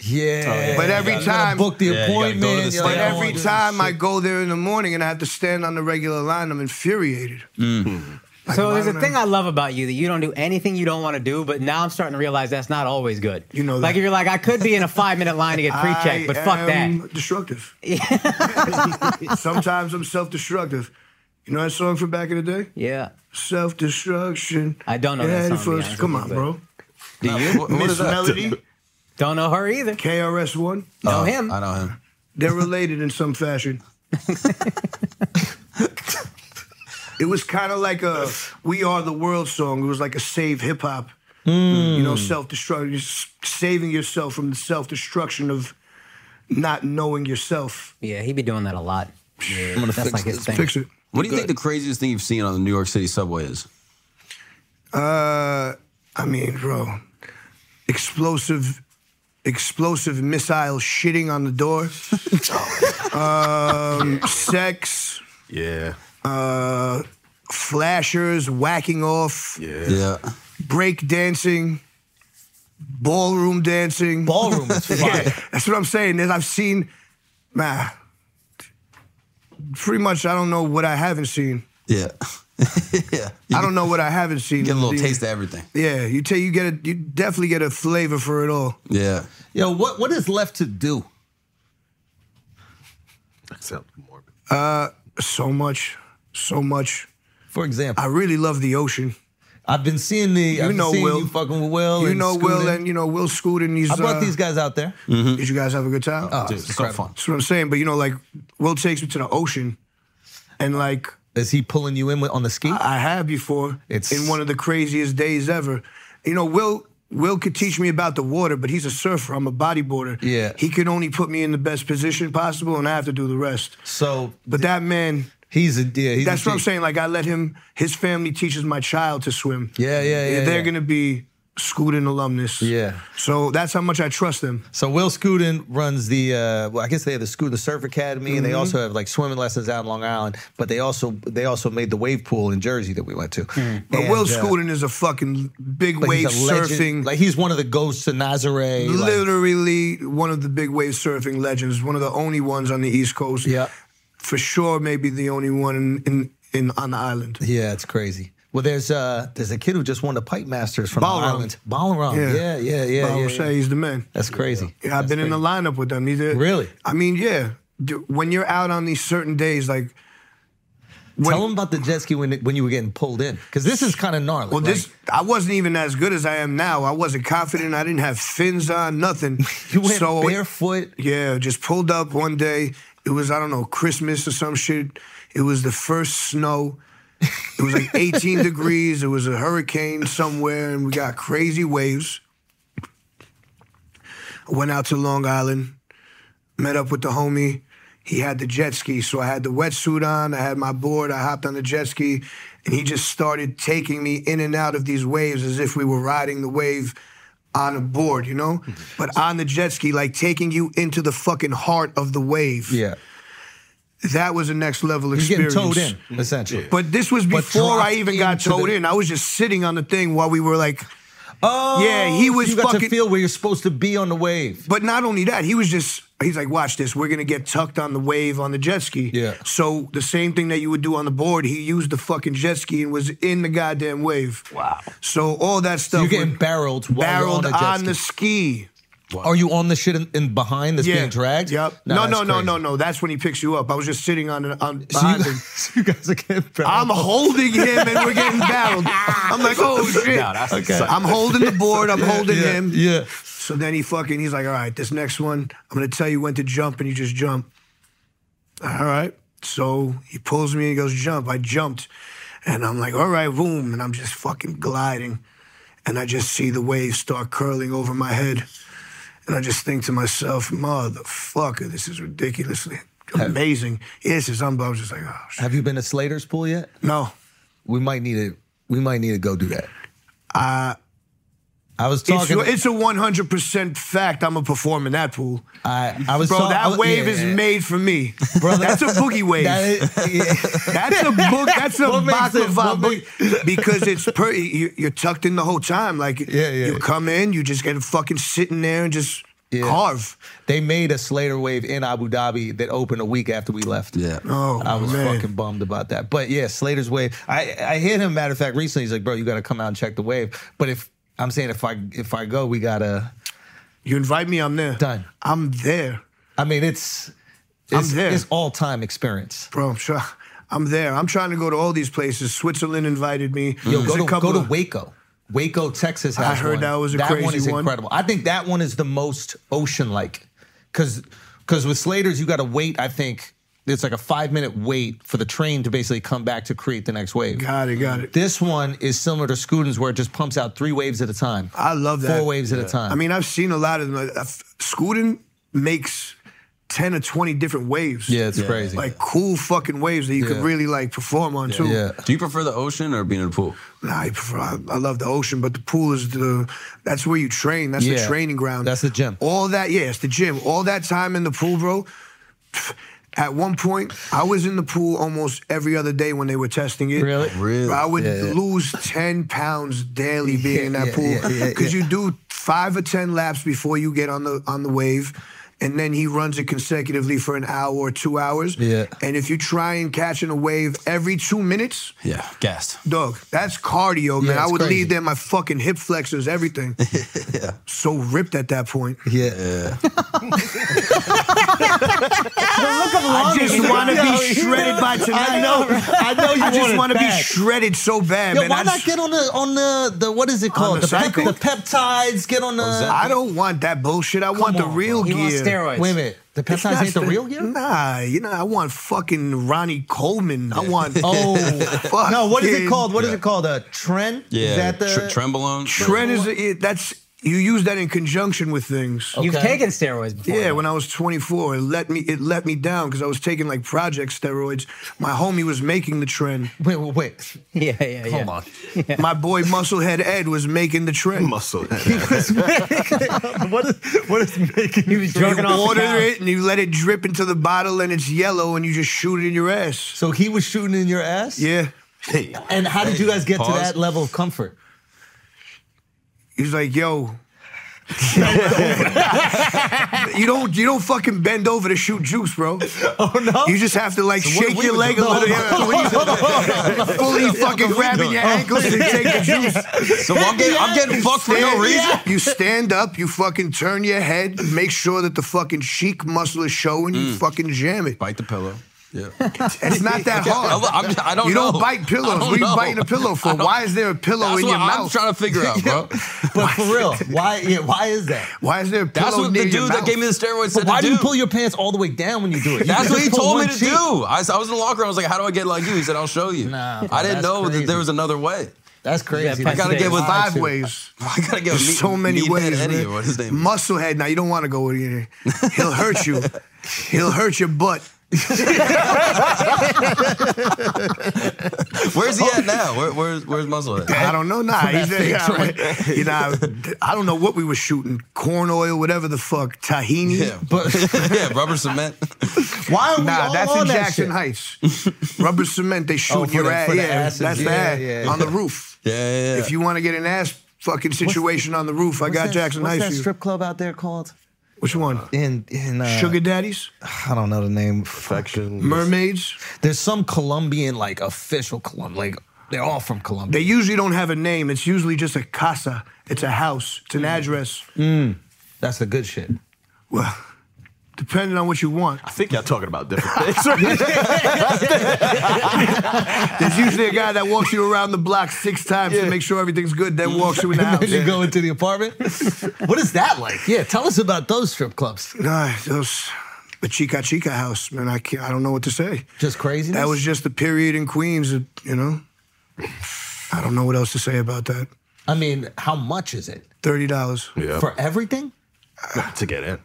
Yeah. But every You gotta time- book the Yeah, you gotta go to the appointment. you're store. But like, "Oh, I don't every wanna do time I go there in the morning and I have to stand on the regular line, I'm infuriated. So Mm. why there's a would thing I- I love about you that you don't do anything you don't want to do, but now I'm starting to realize that's not always good. You know Like that. you're like, I could be in a five minute line to get pre checked, but fuck I that. am Destructive. Sometimes I'm self-destructive. You know that song from back in the day? Yeah. Self-destruction. I don't know that Yeah, song, the to be first- honest Come with on, you, bro. Do you? What- what is Miss that? Melody, Don't know her either. KRS One. Know Oh, him. I know him. They're related in some fashion. it was kind of like a "We Are the World" song. It was like a save hip hop, you know, Hmm. self destruction, saving yourself from the self destruction of not knowing yourself. Yeah, he be doing that a lot. Yeah, that's like his thing. Fix it. What do you think the craziest thing you've seen on the New York City subway is? Uh, I mean, bro, explosive, explosive missile shitting on the door. um, sex, yeah. uh, flashers whacking off. Yeah. Yeah. break dancing, ballroom dancing. Ballroom is fire. Yeah, that's what I'm saying. Is I've seen, man, pretty much I don't know what I haven't seen. Yeah. yeah. You I don't know what I haven't seen. get a little taste of everything. Yeah, you tell you get a you definitely get a flavor for it all. Yeah. Yo, what, what is left to do? That sounds morbid. So much, so much. For example, I really love the ocean. I've been seeing the. You I've been know seeing Will. You fucking with Will. You and know Will Scooter. and you know Will Scoot and these. I brought uh, these Oh, guys out there. Mm. Did you guys have a good time? Dude, it's so fun. That's what I'm saying. But you know, like Will takes me to the ocean, and like Is he pulling you in with, on the ski? I have before. It's- in one of the craziest days ever. You know, Will Will could teach me about the water, but he's a surfer. I'm a bodyboarder. Yeah. He can only put me in the best position possible, and I have to do the rest. so But that man, he's a yeah. He's that's a what I'm G. saying. Like I let him. His family teaches my child to swim. Yeah, yeah, yeah, They're yeah. gonna be Scootin alumnus. Yeah. So that's how much I trust them. So Will Scooten runs the, uh, well, I guess they have the Scooten Surf Academy, and they also have like swimming lessons out in Long Island. But they also they also made the wave pool in Jersey that we went to. But And, Will uh, Scootin is a fucking big like, wave he's a legend. surfing. like he's one of the ghosts of Nazare. like- literally one of the big wave surfing legends, one of the only ones on the East Coast. Yeah. For sure, maybe the only one in, in, in on the island. yeah, it's crazy. Well, there's uh there's a kid who just won the Pipe Masters from Balaram. Long Island. Balaram. Yeah, yeah, yeah, yeah. But I would yeah. say he's the man. That's crazy. Yeah, I've been in the lineup with them. He's a- Really? I mean, yeah. D- When you're out on these certain days, like Tell them about the jet ski when when you were getting pulled in, because this is kind of gnarly. Well, like- this I wasn't even as good as I am now. I wasn't confident. I didn't have fins on, nothing. you went So- barefoot. Yeah, just pulled up one day. It was I don't know Christmas or some shit. It was the first snow. It was like 18 degrees. It was a hurricane somewhere, and we got crazy waves. I went out to Long Island, met up with the homie. He had the jet ski, so I had the wetsuit on. I had my board. I hopped on the jet ski, and he just started taking me in and out of these waves as if we were riding the wave on a board, you know? But on the jet ski, like taking you into the fucking heart of the wave. Yeah, That was a next level you're getting experience. towed in essentially. But this was But before I dropped even got into the- towed in. I was just sitting on the thing while we were like, Oh, Yeah, he was You got to fucking- feel where you're supposed to be on the wave. But not only that, he was just he's like, watch this, we're gonna get tucked on the wave on the jet ski. Yeah. So the same thing that you would do on the board, he used the fucking jet ski and was in the goddamn wave. Wow. So all that stuff You're getting went- barreled while you're barreled on a jet on ski. the ski. Are you on the shit in, in behind that's being dragged? Yep. No, no, that's no, crazy. no, no. That's when he picks you up. I was just sitting on an on So you, behind him. guys, you guys are getting I'm barreled. holding him and we're getting barreled. I'm like, oh shit. No, that's okay. I'm holding the board, I'm holding yeah, him. Yeah. So then he fucking he's like, all right, this next one, I'm gonna tell you when to jump, and you just jump. All right. So he pulls me and he goes, jump. I jumped. And I'm like, all right, boom. And I'm just fucking gliding. And I just see the waves start curling over my head. And I just think to myself, motherfucker, this is ridiculously amazing. Yes, it's unbelievable. I was just like, oh, shit. Have you been to Slater's pool yet? No. We might need to. We might need to go do that. Uh, I was it's, talking. it's a 100% fact I'm going to perform in that pool. I, I was Bro, talk- I that was- wave yeah, is yeah. made for me. Bro, that's a boogie wave. That is- yeah. That's a book. That's a What makes it- baklava what book because it's per, you, you're tucked in the whole time. Like Yeah, yeah. you come in, you just get fucking sitting there and just Yeah. carve. They made a Slater wave in Abu Dhabi that opened a week after we left. Yeah. Oh, I was man. fucking bummed about that. But yeah, Slater's wave. I I hit him. Matter of fact, recently he's like, "Bro, you got to come out and check the wave." But if I'm saying if I if I go, we gotta. You invite me, I'm there. Done. I'm there, I mean, it's I'm it's, there. it's all time experience. bro. I'm sure. I'm there. I'm trying to go to all these places. Switzerland invited me. Yo, There's go a to couple go to of- Waco. Waco, Texas has I heard one. that was a that one crazy is one. incredible. I think that one is the most ocean like, because because with Slater's you got to wait. I think it's like a five minute wait for the train to basically come back to create the next wave. Got it. Got it. This one is similar to Scootin's, where it just pumps out three waves at a time. I love that. Four waves at a time. I mean, I've seen a lot of them. Uh, Scooting makes ten or twenty different waves. yeah, it's crazy. Like cool fucking waves that you could Yeah. really like perform on too. yeah. Do you prefer the ocean or being in a pool? Nah, I, prefer, I, I love the ocean, but the pool is the that's where you train. That's the Yeah. training ground. That's the gym. All that, yeah, it's the gym. All that time in the pool, bro. pff, At one point, I was in the pool almost every other day when they were testing it. Really? Really? Bro, I would Yeah, yeah. lose ten pounds daily being in that yeah, pool yeah, because yeah, you do five or ten laps before you get on the on the wave, and then he runs it consecutively for an hour or two hours. Yeah. And if you try and catching a wave every two minutes, Yeah. Gassed. Dog, that's cardio, man. Yeah, I it's would crazy. leave there my fucking hip flexors, everything. So ripped at that point. Yeah. I just want to be shredded by tonight. I know. I know you I just want want it to be back. shredded so bad, Yo, man. why I, not just- get on the on the the what is it called? the The, pep- cycle? the peptides. Get on the. I don't want that bullshit. I want the on, real He gear. wants steroids. Wait a minute. The It's peptides not ain't the st- real gear? Nah, you know, I want fucking Ronnie Coleman. I want Oh. no, what is it fucking- called? What is it called? A trend? Yeah. Is that the Tre- trembolone? Trent is it, that's you use that in conjunction with things. You've Okay. taken steroids before. Yeah, when I was 24, it let me it let me down because I was taking like project steroids. My homie was making the trend. Wait, wait, wait. yeah, yeah, yeah. Hold on. My boy Musclehead Ed was making the trend. Muscle. what is what is making He was You jerking off. the order couch. it and you let it drip into the bottle and it's yellow and you just shoot it in your ass. So he was shooting in your ass? Yeah. And how did you guys get to Pause. that level of comfort? He's like, yo. you don't you don't fucking bend over to shoot juice, bro. Oh no. You just have to like shake your leg a little. yeah, fully fucking grabbing your ankles and take the juice. So I'm getting, I'm getting fucked for no Stand- reason. You stand up, you fucking turn your head, make sure that the fucking cheek muscle is showing, you Mm. fucking jam it. Bite the pillow. Yeah. It's not that hard. I'm- I'm- I don't you know. don't bite pillows. I don't what are you know. biting a pillow for? Why is there a pillow That's in what your I'm mouth? trying to figure out, bro. but for real, why yeah, why is that? Why is there a pillow That's what near the your dude that mouth? gave me the steroids But said why to do do. you pull your pants all the way down when you do it? You That's can what he just pull told me one to cheek. do. I, was- I was in the locker room. I was like, how do I get like you? He said, I'll show you. Nah, bro, I didn't that's know crazy. that there was another way. That's crazy. I gotta That's get with wild, five too. ways. I gotta get There's meat, so many meathead ways. Eddie, man. or what his name is. Musclehead. Now you don't want to go in there. He'll hurt you. He'll hurt your butt. Where's he at now? Where, where's where's Muzzle at? I don't know. Nah, he's that there. You know, I don't know what we were shooting. Corn oil, whatever the fuck, tahini. Yeah, But yeah, rubber cement. why are we Nah, all that's on in that Jackson shit? Heights. Rubber cement, they shoot Oh, for your the- ass. for the yeah, asses, that's yeah, that yeah, on the roof. Yeah, yeah, yeah. If you want to get an ass fucking situation on the roof, I What's got that- Jackson what's Heights. that for you. strip club out there called? Which one? In in uh, Sugar daddies, I don't know the name. Perfection. mermaids. There's some Colombian like official Colombian. Like they're all from Colombia. They usually don't have a name. It's usually just a casa. It's a house. It's an Mm. address. That's the good shit. Well, depending on what you want, I think y'all talking about different things. right? there's usually a guy that walks you around the block six times to make sure everything's good. Then walks you in the house. As you go into the apartment, what is that like? Yeah, tell us about those strip clubs. Nah, those the Chica Chica house, man. I can't, I don't know what to say. Just craziness. That was just the period in Queens, you know. I don't know what else to say about that. I mean, how much is it Thirty dollars. yeah. for everything? to get in.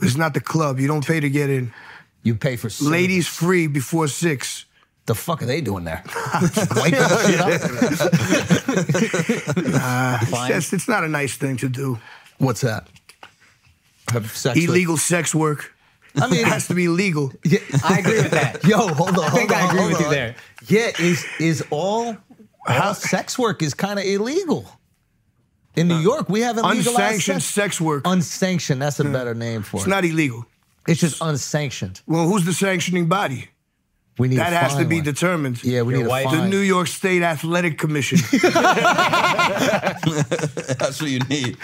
It's not the club. You don't pay to get in. You pay for service. Ladies free before six. The fuck are they doing there? Wipe that shit up? Fine. That's it's not a nice thing to do. What's that? Have sex with- Illegal sex work. I mean, It has to be legal. yeah, I agree with that. yo, hold on. I think I agree hold with you on. there. Yeah, is is all, all sex work is kind of illegal. In New York, we haven't legalized Unsanctioned sex. sex work. Hmm. Unsanctioned. That's a better name for It's it. not illegal. it's just unsanctioned. Well, who's the sanctioning body? We need That to has to find be one. determined. Yeah, we Your need to wife- find The New York State Athletic Commission. That's what you need.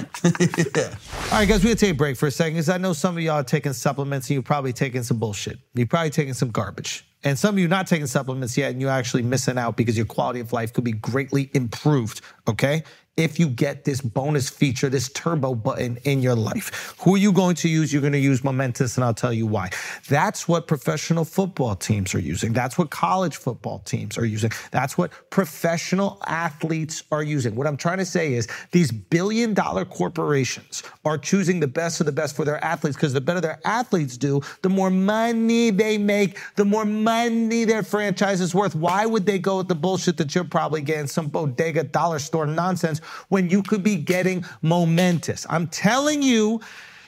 All right, guys, we're gonna take a break for a second because I know some of y'all are taking supplements and you're probably taking some bullshit. You're probably taking some garbage. And some of you not taking supplements yet and you're actually missing out because your quality of life could be greatly improved, okay? If you get this bonus feature, this turbo button in your life, who are you going to use? You're going to use Momentous, and I'll tell you why. That's what professional football teams are using. That's what college football teams are using. That's what professional athletes are using. What I'm trying to say is these billion dollar corporations are choosing the best of the best for their athletes because the better their athletes do, the more money they make, the more money their franchise is worth. Why would they go with the bullshit that you're probably getting some bodega dollar store nonsense when you could be getting momentous? I'm telling you,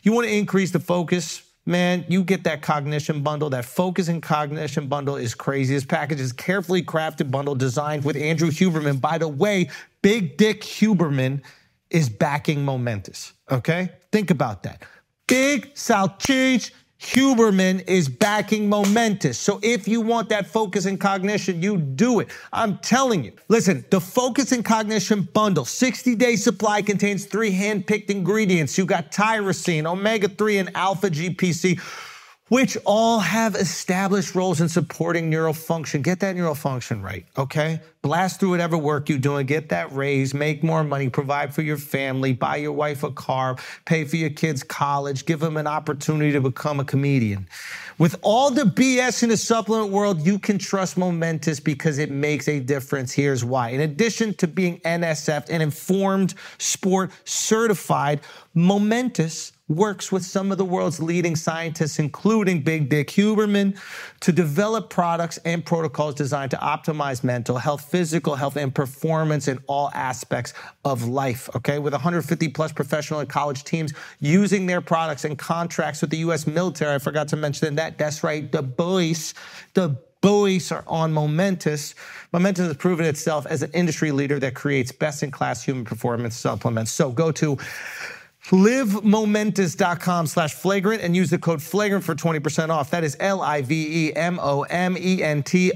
you want to increase the focus. Man, you get that cognition bundle. That focus and cognition bundle is crazy. This package is carefully crafted bundle designed with Andrew Huberman. By the way, Big Dick Huberman is backing Momentous. Okay? Think about that. Big Salchich Huberman is backing Momentous. So if you want that focus and cognition, you do it. I'm telling you. Listen, the focus and cognition bundle, 60 day supply contains three hand picked ingredients. You got tyrosine, omega 3, and alpha GPC. which all have established roles in supporting neural function. Get that neural function right, okay? Blast through whatever work you're doing, get that raise, make more money, provide for your family, buy your wife a car, pay for your kids' college, give them an opportunity to become a comedian. With all the BS in the supplement world, you can trust Momentous because it makes a difference. Here's why. In addition to being NSF, an informed sport certified, Momentous works with some of the world's leading scientists, including Big Dick Huberman, to develop products and protocols designed to optimize mental health, physical health, and performance in all aspects of life. Okay, with 150 plus professional and college teams using their products and contracts with the U.S. military. I forgot to mention that. That's right, the boys, the Buoys are on Momentous. Momentous has proven itself as an industry leader that creates best in class human performance supplements. So go to livemomentous.com slash flagrant and use the code flagrant for 20% off. That is L I V E M O M E N T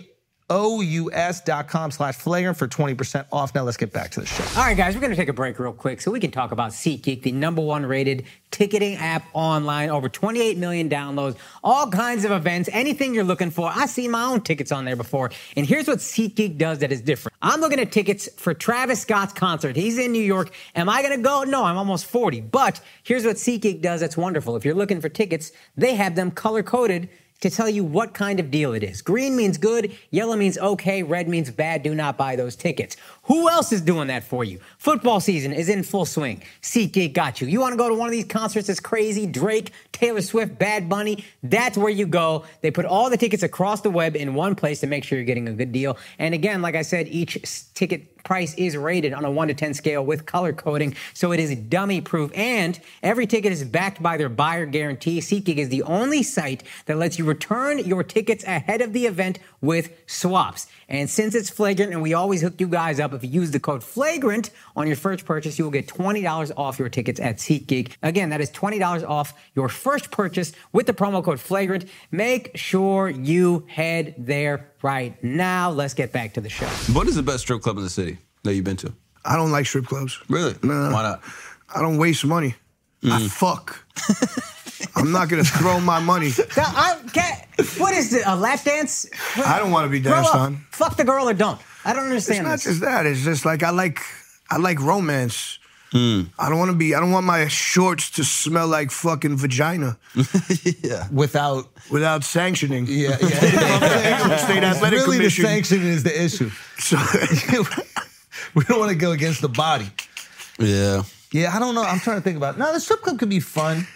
O U S dot com slash flagrant for 20% off. Now let's get back to the show. All right, guys, we're going to take a break real quick so we can talk about SeatGeek, the number one rated ticketing app online. Over 28 million downloads, all kinds of events, anything you're looking for. I see my own tickets on there before. And here's what SeatGeek does that is different. I'm looking at tickets for Travis Scott's concert. He's in New York. Am I going to go? No, I'm almost 40. But here's what SeatGeek does that's wonderful. If you're looking for tickets, they have them color coded to tell you what kind of deal it is. Green means good, yellow means okay, red means bad. Do not buy those tickets. Who else is doing that for you? Football season is in full swing. SeatGeek got you. You want to go to one of these concerts that's crazy? Drake, Taylor Swift, Bad Bunny? That's where you go. They put all the tickets across the web in one place to make sure you're getting a good deal. And again, like I said, each s- ticket price is rated on a 1 to 10 scale with color coding, so it is dummy proof. And every ticket is backed by their buyer guarantee. SeatGeek E is the only site that lets you return your tickets ahead of the event with swaps. And since it's flagrant, and we always hook you guys up, if you use the code flagrant on your first purchase, you will get $20 off your tickets at SeatGeek. Again, that is $20 off your first purchase with the promo code flagrant. Make sure you head there right now. Let's get back to the show. What is the best strip club in the city that you've been to? I don't like strip clubs. Really? Nah. Why not? I don't waste money. I fuck. I'm not gonna throw my money. Now, I'm, cat, what is it? A lap dance? I don't wanna be Grow danced up. on. Fuck the girl or don't. I don't It's understand not this. just that. It's just like I like I like romance. Hmm. I don't want to be. I don't want my shorts to smell like fucking vagina Without, without sanctioning. yeah, yeah. From State Athletic really, the Commission. sanction is the issue. So- we don't want to go against the body. Yeah. Yeah, I don't know. I'm trying to think about it. No, the strip club could be fun.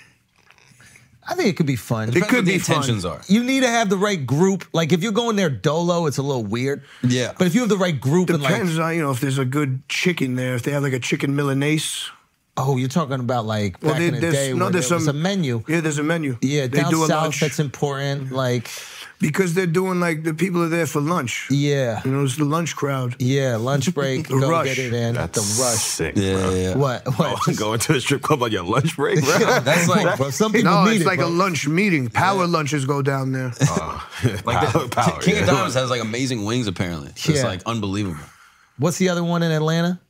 I think it could be fun. Depends could what the be fun. intentions are. you need to have the right group. Like if you're going there dolo, it's a little weird. Yeah. But if you have the right group and like, Depends on you know if there's a good chicken there. If they have like a chicken Milanese. oh, you're talking about like back there- in the day no, there's was a menu. Yeah, there's a menu. Yeah, they down do a south lunch that's important. Like, because they're doing like the people are there for lunch. yeah, You know, it's the lunch crowd. yeah, lunch break, go rush. get it in. the rush. Sick. Yeah, bro. yeah, yeah. What? What? Oh, going to a strip club on your lunch break, bro. That's like Bro, some people No, need it's it, like bro. a lunch meeting. Power lunches go down there. like power, the, power, King yeah. of Diamonds has like amazing wings apparently. It's Yeah. like unbelievable. What's the other one in Atlanta?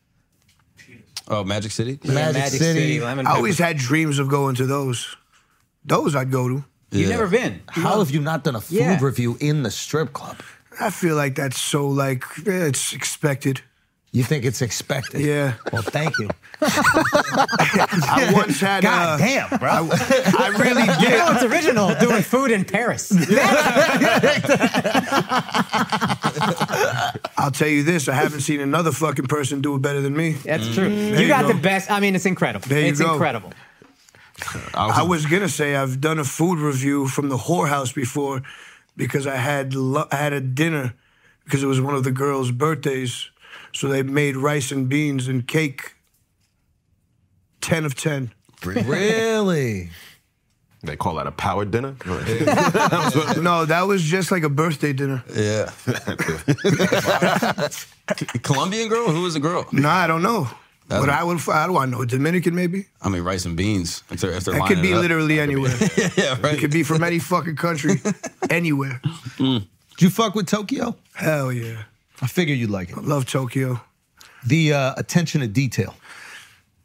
Oh, Magic City. Magic, City. Lemon I Pepper. always had dreams of going to those. Those I'd go to. You've Yeah. never been. How have you not done a food Yeah. review in the strip club? I feel like that's so like eh, it's expected. You think it's expected? Yeah. Well, thank you. I once had. God uh, damn, bro. I really You know did. it's original doing food in Paris. That- I'll tell you this. I haven't seen another fucking person do it better than me. that's true. you you got the go. best. I mean, it's incredible. There you it's go. incredible. I was gonna say I've done a food review from the whorehouse before, because I had lo- I had a dinner because it was one of the girls' birthdays, so they made rice and beans and cake. Ten of ten. really? they call that a power dinner. No, that was just like a birthday dinner. Yeah. Colombian girl? Who was the girl? No, I don't know. but I would. I don't want to know. Dominican maybe. I mean, rice and beans. If they're, if they're That lining could be it up. literally anywhere. yeah, right. It could be from any fucking country, anywhere. Do you fuck with Tokyo? Hell yeah, I figure you'd like it. love Tokyo. The uh, attention to detail.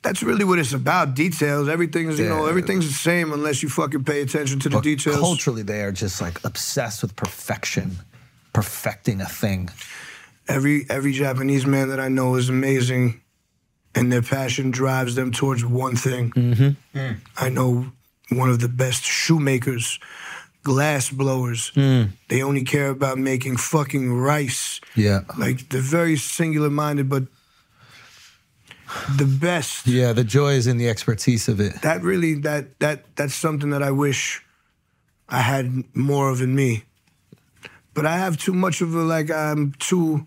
that's really what it's about. Details. Everything's you know Yeah. everything's the same unless you fucking pay attention to the But details. culturally, they are just like obsessed with perfection, perfecting a thing. Every every Japanese man that I know is amazing, and their passion drives them towards one thing. Mm. I know one of the best shoemakers, glass blowers. They only care about making fucking rice. Yeah. Like they're very singular minded, but the best. Yeah, the joy is in the expertise of it. That really that that that's something that I wish I had more of in me. But I have too much of a like I'm too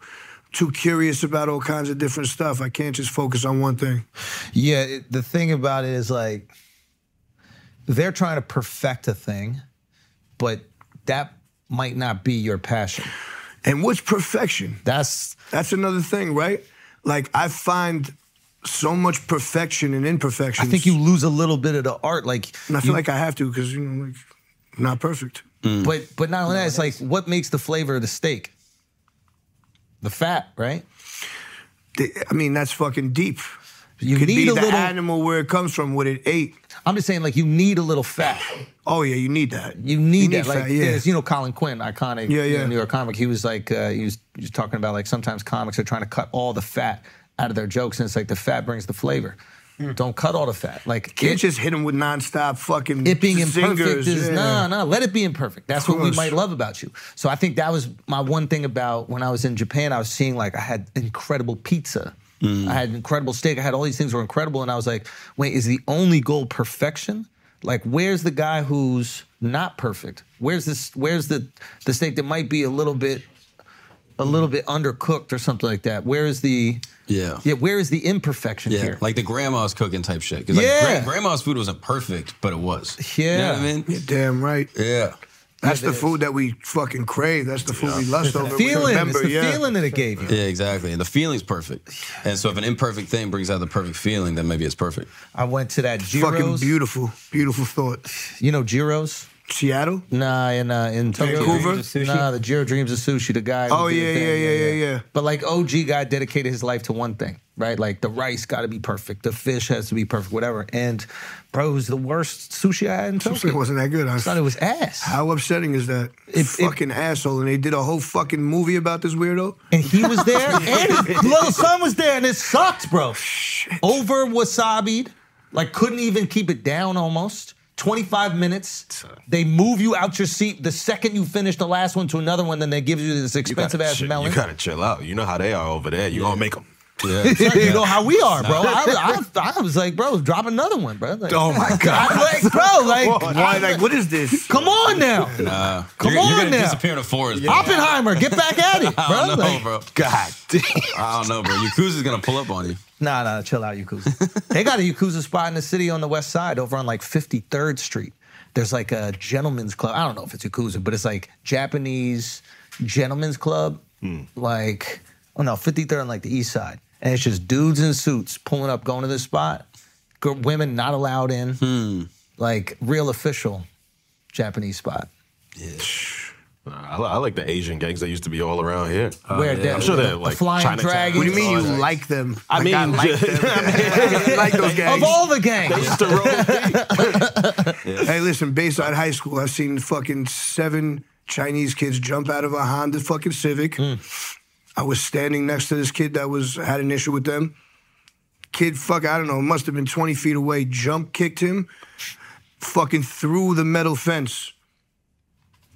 too curious about all kinds of different stuff. I can't just focus on one thing. Yeah, it, the thing about it is like they're trying to perfect a thing, but that might not be your passion. And what's perfection? That's That's another thing, right? Like I find so much perfection in I imperfections. think you lose a little bit of the art. Like and I feel like I have to because you know like I'm not perfect. But but not only that, it's like what makes the flavor of the steak? The fat, right? They- I mean that's fucking deep. You Could need be a the little. animal where it comes from, what it ate. I'm just saying, like you need a little fat. Oh yeah, you need that. You need that. like fat, yeah. there's, you know, Colin Quinn, iconic Yeah, you know, yeah. New York comic. He was like, uh, he, was, he was talking about like sometimes comics are trying to cut all the fat out of their jokes, and it's like the fat brings the flavor. Hmm. Don't cut all the fat. Like Can't it, just hit him with nonstop fucking it being zingers. imperfect is yeah. no, no. Let it be imperfect. That's what we course. might love about you. So I think that was my one thing about when I was in Japan. I was seeing like I had incredible pizza. Mm. I had incredible steak. I had all these things were incredible, and I was like, wait, is the only goal perfection? Like, where's the guy who's not perfect? Where's this? Where's the the steak that might be a little bit, a little bit undercooked or something like that? Where is the Yeah. yeah? Where is the imperfection Yeah, here? like the grandma's cooking type shit. 'Cause, like, Yeah. gra- grandma's food wasn't perfect, but it was. You know Yeah. what I mean? You're damn right. Yeah. That's the food that we fucking crave. That's the food we lust over. We feeling, remember, it's the yeah. feeling that it gave you. Yeah, exactly. And the feeling's perfect. And so if an imperfect thing brings out the perfect feeling, then maybe it's perfect. I went to that Fucking Giro's. beautiful, beautiful thought. You know Giro's? Seattle. Nah, in uh, in Tokyo. Vancouver? Dreams of Sushi? Nah, the Giro Dreams of Sushi. The guy. who Oh, did the yeah, thing, yeah, yeah, yeah, yeah. But like OG guy dedicated his life to one thing, right? Like the rice got to be perfect, the fish has to be perfect, whatever. And bro, it was the worst sushi I had in Tokyo. It wasn't that good. I I thought it was ass. How upsetting is that? It- it- fucking asshole. And they did a whole fucking movie about this weirdo. and he was there, and his little son was there, and it sucked, bro. Over wasabi'd, like couldn't even keep it down almost. 25 minutes. uh, They move you out your seat the second you finish the last one to another one, then they give you this You gotta expensive ass chill- melon. You gotta chill out. You know how they are over there. You gonna make them. Yeah. you know how we are, bro. I, I, I was like, bro, drop another one, bro. Like, Oh my god. I'm like, bro, like, Why? Like, what is this? come on now. Uh, Come you're, on you're gonna now. disappear in a forest. bro. Oppenheimer, get back at it, bro. I don't know, Like, bro. God damn. I don't know, bro. Yakuza's gonna pull up on you. Nah, nah, chill out, Yakuza. they got a Yakuza spot in the city on the west side over on like 53rd Street. There's like a gentleman's club. I don't know if it's Yakuza, but it's like Japanese gentleman's club. Hmm. Like, oh no, 53rd on like the east side. And it's just dudes in suits pulling up, going to this spot. Gr- women not allowed in. Hmm. Like, real official Japanese spot. Nah, I, li- I like the Asian gangs that used to be all around here. Oh, Where yeah. the- I'm sure the- they're the like flying Chinatown. dragons. What do you mean you Oh, like them? I mean, like, I like them. I like those guys. Of all the gangs. they used to roll deep. Hey, listen, Bayside High School, I've seen fucking seven Chinese kids jump out of a Honda fucking Civic. I was standing next to this kid that was had an issue with them. Kid, fuck, I don't know, must have been 20 feet away, jump kicked him, fucking through the metal fence.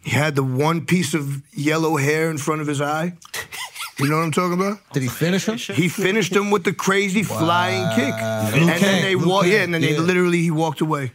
He had the one piece of yellow hair in front of his eye. You know what I'm talking about? Did he finish him? He finished him with the crazy flying kick, and Kang, then they Liu walked. Yeah, Kang, and then they yeah. literally he walked away.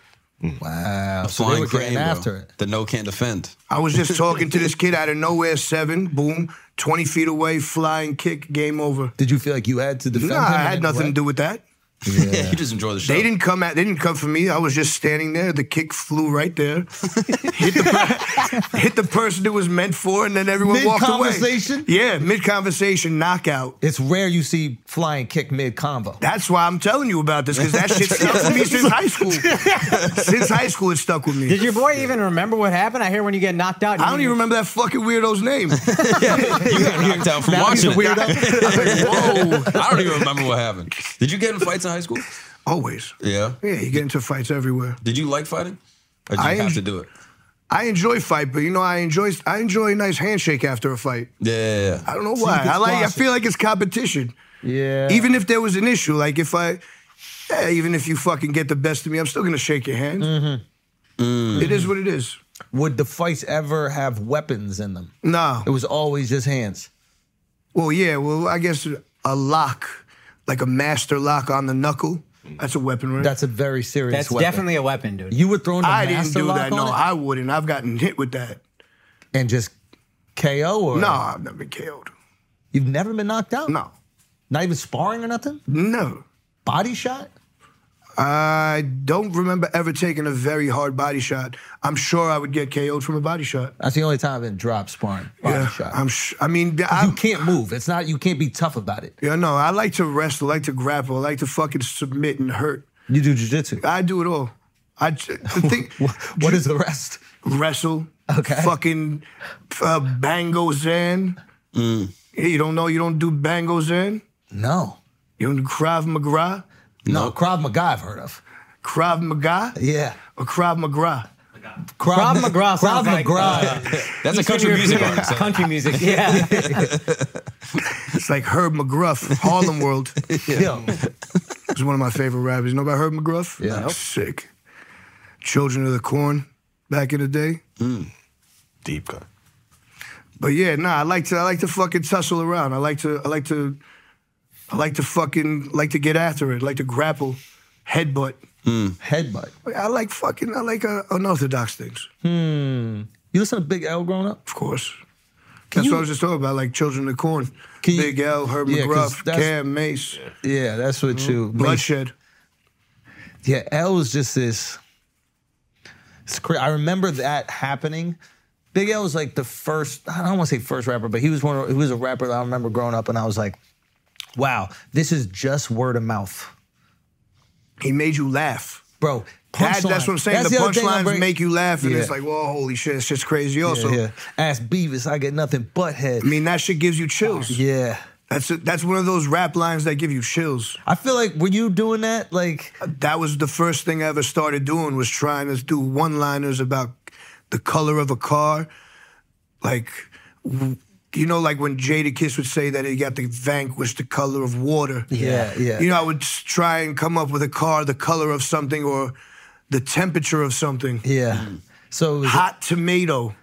Wow. So they Flying were getting crane, bro. after it. That no can't defend. I was just talking to this kid out of nowhere, seven, boom, 20 feet away, flying kick, game over. Did you feel like you had to defend Nah, him? Oh. I in had any nothing way? to do with that. Yeah. you just enjoy the show. They didn't come at, they didn't come for me. I was just standing there. The kick flew right there, hit the, per- hit the person it was meant for, and then everyone walked away. Mid-conversation? Yeah, mid conversation, knockout. It's rare you see flying kick mid combo. That's why I'm telling you about this because that shit stuck with me since high school. since high school, it stuck with me. Did your boy even remember what happened? I hear when you get knocked out. I don't even remember that fucking weirdo's name. you got knocked out from Now he's watching a it. weirdo. Whoa. I don't even remember what happened. Did you get in fights in high school? Always. Yeah. Yeah, you get into fights everywhere. Did you like fighting? Or did you I have enj- to do it? I enjoy fight, but you know, I enjoy I enjoy a nice handshake after a fight. Yeah, yeah, yeah. I don't know why. can I like. I squash it. feel like it's competition. Yeah. Even if there was an issue, like if I, yeah, even if you fucking get the best of me, I'm still gonna shake your hand. Mm-hmm. Mm. It is what it is. Would the fights ever have weapons in them? Nah. It was always just hands. Well, yeah. Well, I guess a lock, like a master lock on the knuckle, that's a weapon, right? That's a very serious That's weapon. definitely a weapon, dude. You were throwing the I didn't master do lock that. on No, it I wouldn't. I've gotten hit with that. and just KO or No, I've never been killed. You've never been knocked out? No, Not even sparring or nothing? no. Body shot? I don't remember ever taking a very hard body shot. I'm sure I would get KO'd from a body shot. That's the only time I've been dropped sparring. Body shot. I'm. Sh- I mean, you I'm, can't move. It's not you can't be tough about it. Yeah, no, I like to wrestle, I like to grapple, I like to fucking submit and hurt. You do jujitsu. I do it all. I j- the thing, Wh- what is the rest? wrestle, Okay. fucking uh, bango zen. Yeah, you don't know, you don't do bango zen. No. You don't do krav maga, No, Krav Maga I've heard of. krav maga, Yeah. or krav maga. Krav Maga Krav sounds like, Maga. That's a Eastern country music European artist. Country music, yeah. It's like Herb McGruff, Harlem World. Yo, He's one of my favorite rappers. You know about Herb McGruff? Yeah. Nope. Sick. Children of the Corn, back in the day. Deep cut. But yeah, nah, I like to I like to fucking tussle around. I like to I like to I like to fucking like to get after it. Like to grapple, headbutt. Headbutt. I like fucking I like uh, unorthodox things, You listen to Big L growing up? of course. Can that's you- what I was just talking about, like Children of the Corn, Can you- Big L, Herb Yeah, 'cause McGruff, that's- Cam Mace, Yeah, that's what Mm-hmm. you. Bloodshed. Yeah, L was just this. It's cra I remember that happening. Big L was like the first. I don't want to say first rapper, but he was one. Of, he was a rapper that I remember growing up, and I was like, "Wow, this is just word of mouth, He made you laugh. bro." That, punchline. that's what I'm saying. That's the other thing I'm punchlines bringing- make you laugh, and Yeah. it's like, well, holy shit, it's just crazy. Also, Yeah, yeah. Ask Beavis, I get nothing but head. I mean, that shit gives you chills. yeah. That's a, that's one of those rap lines that give you chills. I feel like were you doing that? Like that was the first thing I ever started doing was trying to do one-liners about the color of a car, like w- you know, like when Jada Kiss would say that he got the vanquish the color of water. Yeah, yeah. You know, I would s- try and come up with a car the color of something or the temperature of something. yeah. So it was, Hot tomato,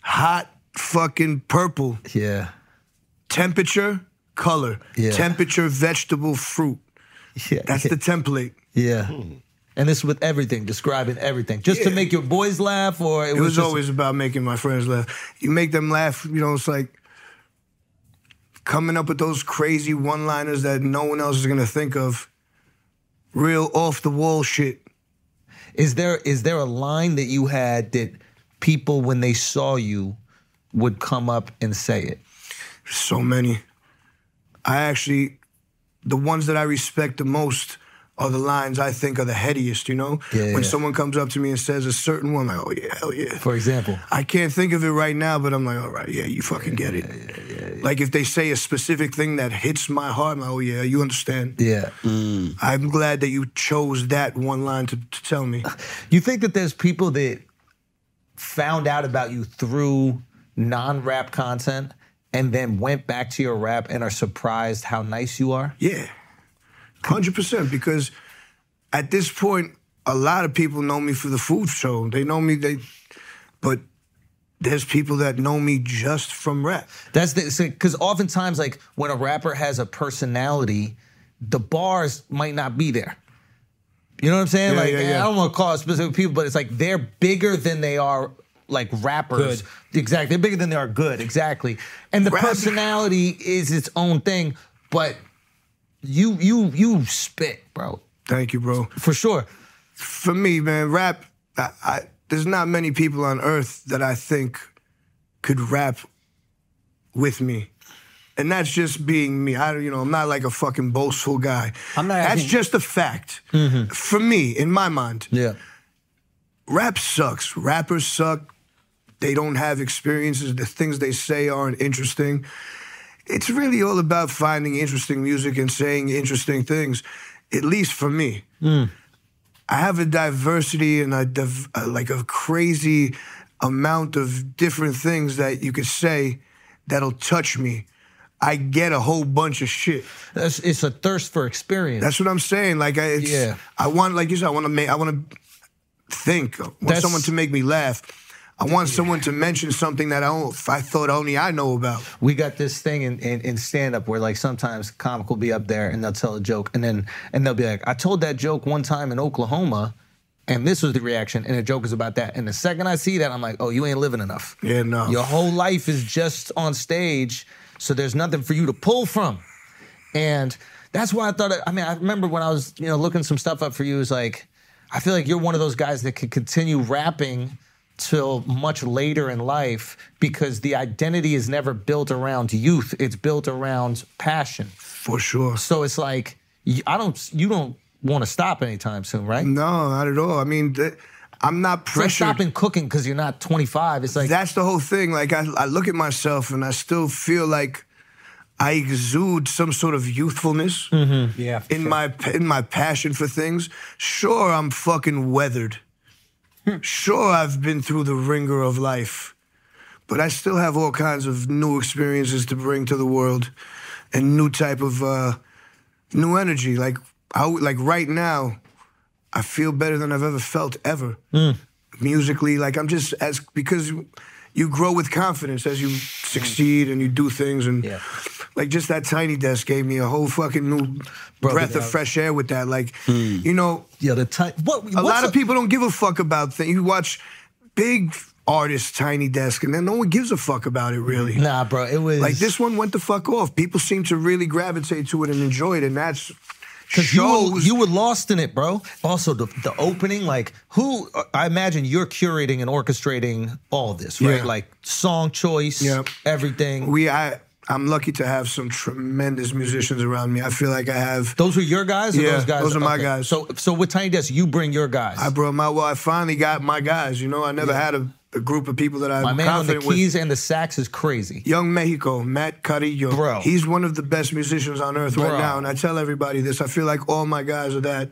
hot fucking purple. yeah. Temperature, color. Yeah. Temperature, vegetable, fruit. Yeah. That's the template. Yeah. And this with everything, describing everything, just Hmm. to Yeah. make your boys laugh, or it, It was just, always about making my friends laugh. You make them laugh, you know, it's like coming up with those crazy one liners that no one else is gonna think of. Real off the wall shit. Is there is there a line that you had that people when they saw you would come up and say it? So many. I actually, the ones that I respect the most are the lines I think are the headiest, you know? Yeah, when yeah. someone comes up to me and says a certain one, I'm like, oh yeah, hell yeah. For example, I can't think of it right now, but I'm like, all right, yeah, you fucking get it. Like if they say a specific thing that hits my heart, I'm like, oh yeah, you understand. yeah. I'm glad that you chose that one line to, to tell me. You think that there's people that found out about you through non-rap content and then went back to your rap and are surprised how nice you are? Yeah, hundred percent. Because at this point, a lot of people know me for the food show. They know me. They, but there's people that know me just from rap. That's the because oftentimes, like when a rapper has a personality, the bars might not be there. You know what I'm saying? Yeah, like yeah, yeah. I don't want to call out specific people, but it's like they're bigger than they are like rappers. Exactly, they're bigger than they are good. Exactly, and the Rap- personality is its own thing. But you, you, you spit, bro, Thank you, bro. for sure. for me, man, rap. I, I, there's not many people on earth that I think could rap with me, and that's just being me. I, don't- you know, I'm not like a fucking boastful guy. I'm not That's asking- Mm-hmm. just a fact for me, in my mind. Yeah, Rap sucks. Rappers suck. They don't have experiences. The things they say aren't interesting. it's really all about finding interesting music and saying interesting things, at least for me. I have a diversity and a div- uh, like a crazy amount of different things that you could say that'll touch me. I get a whole bunch of shit. That's, it's a thirst for experience. That's what I'm saying. Like I, it's, Yeah. I want, like you said, I want to make, I want to think. I want That's- someone to make me laugh. I want someone to mention something that I don't, I thought only I know about. we got this thing in, in, in stand up where like sometimes comic will be up there and they'll tell a joke and then and they'll be like, I told that joke one time in Oklahoma and this was the reaction and the joke is about that. And the second I see that, I'm like, oh, you ain't living enough. Yeah, no. Your whole life is just on stage, so there's nothing for you to pull from. And that's why I thought. I mean, I remember when I was, you know, looking some stuff up for you. Is like, I feel like you're one of those guys that could continue rapping till much later in life because the identity is never built around youth. It's built around passion. For sure. So it's like, y- I don't, you don't want to stop anytime soon, right? No, not at all. I mean, th- I'm not It's like pressured. stopping cooking because you're not 25. It's like That's the whole thing. Like I, I look at myself and I still feel like I exude some sort of youthfulness Mm-hmm. Yeah. in my in my passion for things. Sure, I'm fucking weathered. Hmm. sure, I've been through the ringer of life, but I still have all kinds of new experiences to bring to the world, and new type of uh, new energy. Like I, w- like right now, I feel better than I've ever felt ever. Mm. Musically, like I'm just as because you grow with confidence as you succeed and you do things and Mm. Yeah. like just that tiny desk gave me a whole fucking new Brother, Mm. breath of yeah. fresh air with that. Like you know, yeah, the time. What, a lot of people don't give a fuck about things. You watch big artists, tiny desk, and then no one gives a fuck about it really. Nah, bro, it was Like this one went the fuck off. People seem to really gravitate to it and enjoy it, and that's Because you were, shows. you were lost in it, bro. Also, the, the opening, like, who, I imagine you're curating and orchestrating all this, right? Yeah. Like, song choice, Yep. everything. we, I, I'm lucky to have some tremendous musicians around me. I feel like I have. those were your guys? Or Yeah, those guys? those are my okay. guys. So, so with Tiny Desk, you bring your guys. I brought my. Well, I finally got my guys. You know, I never had a, a group of people that I'm my man on the confident with. keys and the sax is crazy. Young Mexico, Matt Carrillo. Bro. He's one of the best musicians on earth Bro. right now, and I tell everybody this. I feel like all my guys are that.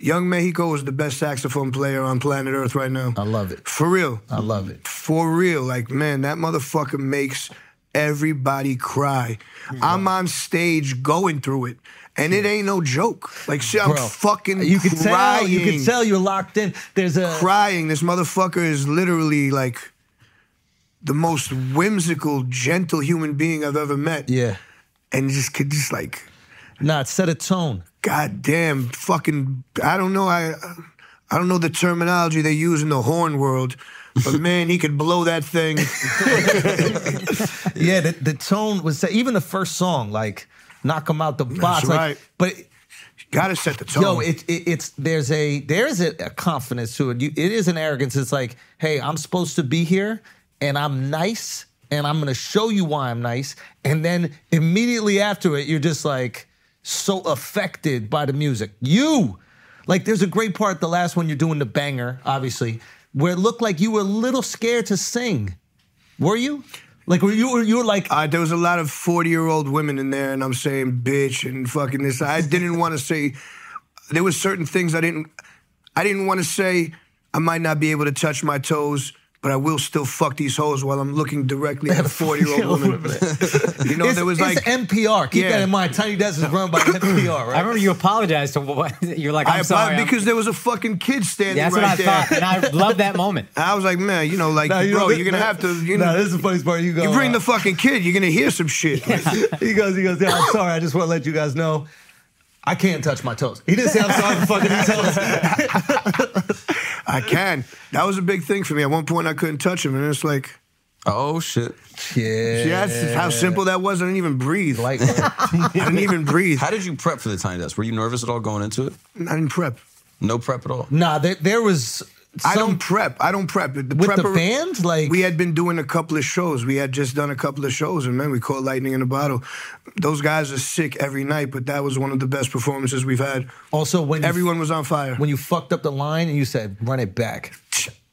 Young Mexico is the best saxophone player on planet Earth right now. I love it. For real. I love it. For real. Like, man, that motherfucker makes everybody cry. I'm on stage going through it, and it ain't no joke. Like, shit, I'm Bro, fucking you could crying. tell. You could tell you're locked in. There's a. Crying. This motherfucker is literally like the most whimsical, gentle human being I've ever met Yeah. and just could just like Nah, it set a tone. goddamn fucking I don't know I I don't know the terminology they use in the horn world, but man, he could blow that thing. Yeah, the, the tone was set. Even the first song, like, knock them out the box. like, right. But Gotta set the tone. Yo, it, it, it's there's a there is a, a confidence to it. You, it is an arrogance. It's like, hey, I'm supposed to be here, and I'm nice, and I'm gonna show you why I'm nice. And then immediately after it, you're just like so affected by the music. You, like, there's a great part. The last one you're doing the banger, obviously, where it looked like you were a little scared to sing. Were you? Like, were you? Were you were like, Uh, there was a lot of 40 year old women in there, and I'm saying bitch and fucking this. I didn't want to say, there was certain things I didn't, I didn't want to say, I might not be able to touch my toes, but I will still fuck these hoes while I'm looking directly at a 40 year old woman. you know, it's, there was it's like, NPR. Keep Yeah. that in mind. Tiny Desk is run by NPR, I right? remember you apologized to what you're like. I'm I sorry. applied because there was a fucking kid standing that's right what I there. thought, and I love that moment. I was like, man, you know, like, Nah, you bro, know, you're gonna nah, have to, you nah, know, this is the funny part. You go. you bring uh, the fucking kid, you're gonna hear some shit. He goes. He goes. Yeah, I'm sorry. I just want to let you guys know. I can't touch my toes. He didn't say I'm sorry for fucking these toes. I can. That was a big thing for me. At one point, I couldn't touch him, and it's like, Oh shit! Yeah. see, that's how simple that was. I didn't even breathe. Like, I didn't even breathe. How did you prep for the tiny desk? Were you nervous at all going into it? I didn't prep. No prep at all. nah. There, there was. Some, I don't prep. I don't prep. The with the prepar- band. Like, We had been doing a couple of shows. We had just done a couple of shows, and man, we caught lightning in a bottle. Those guys are sick every night, but that was one of the best performances we've had. also when you- Everyone was on fire. when you fucked up the line and you said run it back,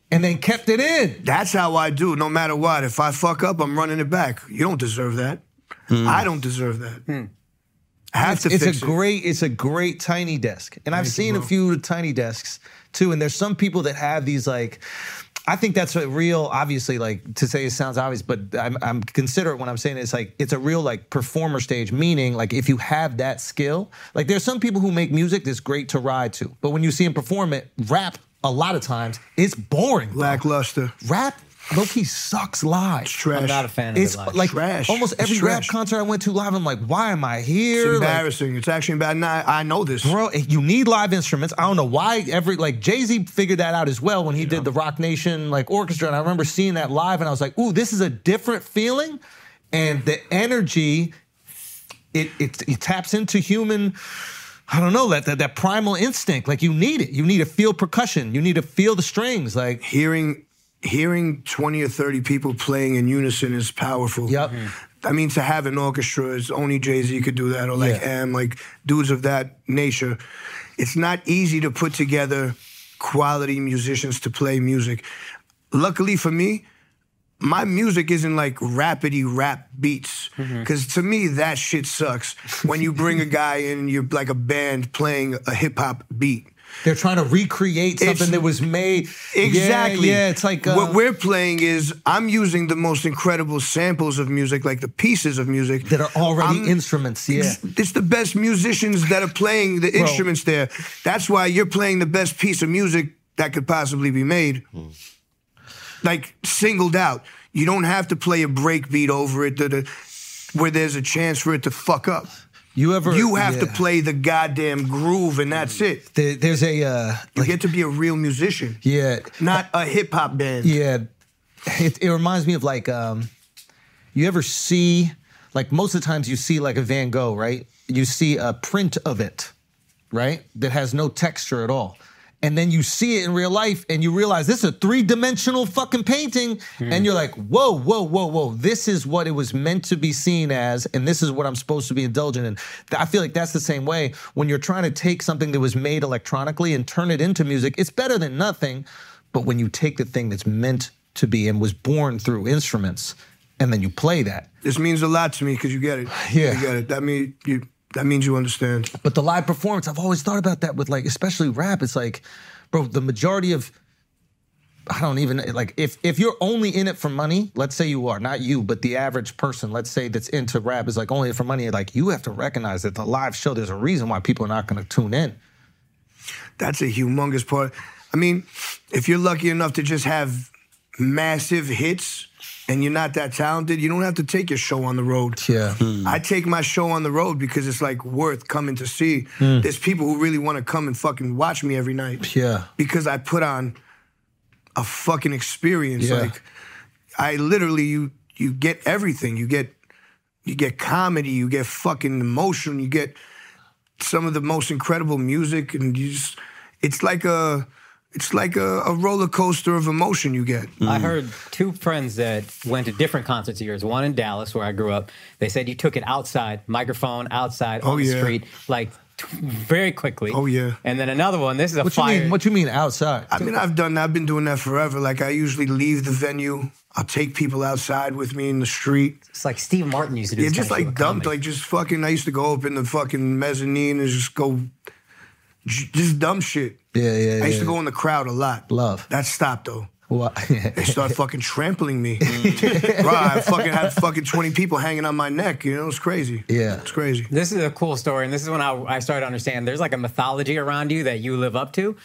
and then kept it in. That's how I do, no matter what. If I fuck up, I'm running it back. You don't deserve that. I don't deserve that. I have to Hmm. it's fix a it. great it's a great tiny desk and i've seen a few of the tiny desks too and there's some people that have these like i think that's a real obviously like to say it sounds obvious but i'm, I'm considerate when i'm saying it. it's like it's a real like performer stage meaning like if you have that skill like there's some people who make music that's great to ride to but when you see them perform it rap a lot of times it's boring lackluster. rap low-key sucks live Trash. I'm not a fan of it's it. Like, like Trash. almost It's every rap trash. concert I went to live. I'm like, why am I It's here? Like, embarrassing. It's actually bad. Now I I know this. bro, eh, you need live instruments. I don't know why every like Jay Z figured that out as well when he did the Rock Nation like orchestra, and I remember seeing that live, and I was like, ooh, this is a different feeling, and the energy, it it, it taps into human. I don't know that, that that primal instinct. Like you need it. You need to feel percussion. You need to feel the strings. Like hearing hearing 20 or 30 people playing in unison is powerful. Yep. Mhm. I mean, to have an orchestra is only Jay Z could do that, or like Yeah. Am, like dudes of that nature. It's not easy to put together quality musicians to play music. Luckily for me, my music isn't like rapidy rap beats. Because to me, that shit sucks. When you bring a guy in and you're like a band playing a hip hop beat. they're trying to recreate something It's- that was made Yeah, Exactly. Yeah, it's like uh, what we're playing is I'm using the most incredible samples of music, like the pieces of music that are already I'm- instruments. Yeah. It's the best musicians that are playing the instruments there. That's why you're playing the best piece of music that could possibly be made. Hmm. Like singled out. You don't have to play a break beat over it. da- da- where there's a chance for it to fuck up. You ever You have to yeah. play the goddamn groove, and that's it. There, there's a uh, You like, get to be a real musician, yeah, not a hip hop band. yeah. It, it reminds me of like um, you ever see like most of the times you see like a Van Gogh, right? You see a print of it, right? That has no texture at all. And then you see it in real life and you realize this is a three dimensional fucking painting. And you're like, whoa, whoa, whoa, whoa. This is what it was meant to be seen as. And this is what I'm supposed to be indulgent in. Th- I feel like that's the same way when you're trying to take something that was made electronically and turn it into music, it's better than nothing. But when you take the thing that's meant to be and was born through instruments and then you play that, This means a lot to me because you get it. Yeah. you get it. That mean you. That means you understand. But the live performance, I've always thought about that with like, especially rap. It's like, bro, the majority of I don't even like if if you're only in it for money, let's say you are, not you, but the average person, let's say that's into rap is like only for money, like you have to recognize that the live show, there's a reason why people are not gonna tune in. That's a humongous part. I mean, if you're lucky enough to just have massive hits and you're not that talented, you don't have to take your show on the road. Yeah. I take my show on the road because it's like worth coming to see. There's people who really want to come and fucking watch me every night. Hmm. Yeah. Because I put on a fucking experience. Yeah. Like I literally you you get everything. You get you get comedy, you get fucking emotion, you get some of the most incredible music and you just it's like a it's like a, a roller coaster of emotion you get. I heard two friends that went to different concerts of yours, one in Dallas, where I grew up. They said you took it outside, microphone outside Oh, on the yeah. street, like t- very quickly. Oh, yeah. And then another one, this is a What you fire. mean what you mean outside? I mean, I've done. I've been doing that forever. Like I usually leave the venue. I'll take people outside with me in the street. it's like Steve Martin used to do Yeah, this just kind of like shit with dumped. comedy. Like just fucking. I used to go up in the fucking mezzanine and just go, j- just dumb shit. Yeah, yeah, I used yeah. to go in the crowd a lot. Love. That stopped though. Well, They started fucking trampling me. Mm. Bro, I fucking had fucking twenty people hanging on my neck. You know, it's crazy. Yeah. it's crazy. This is a cool story, and this is when I, I started to understand there's like a mythology around you that you live up to.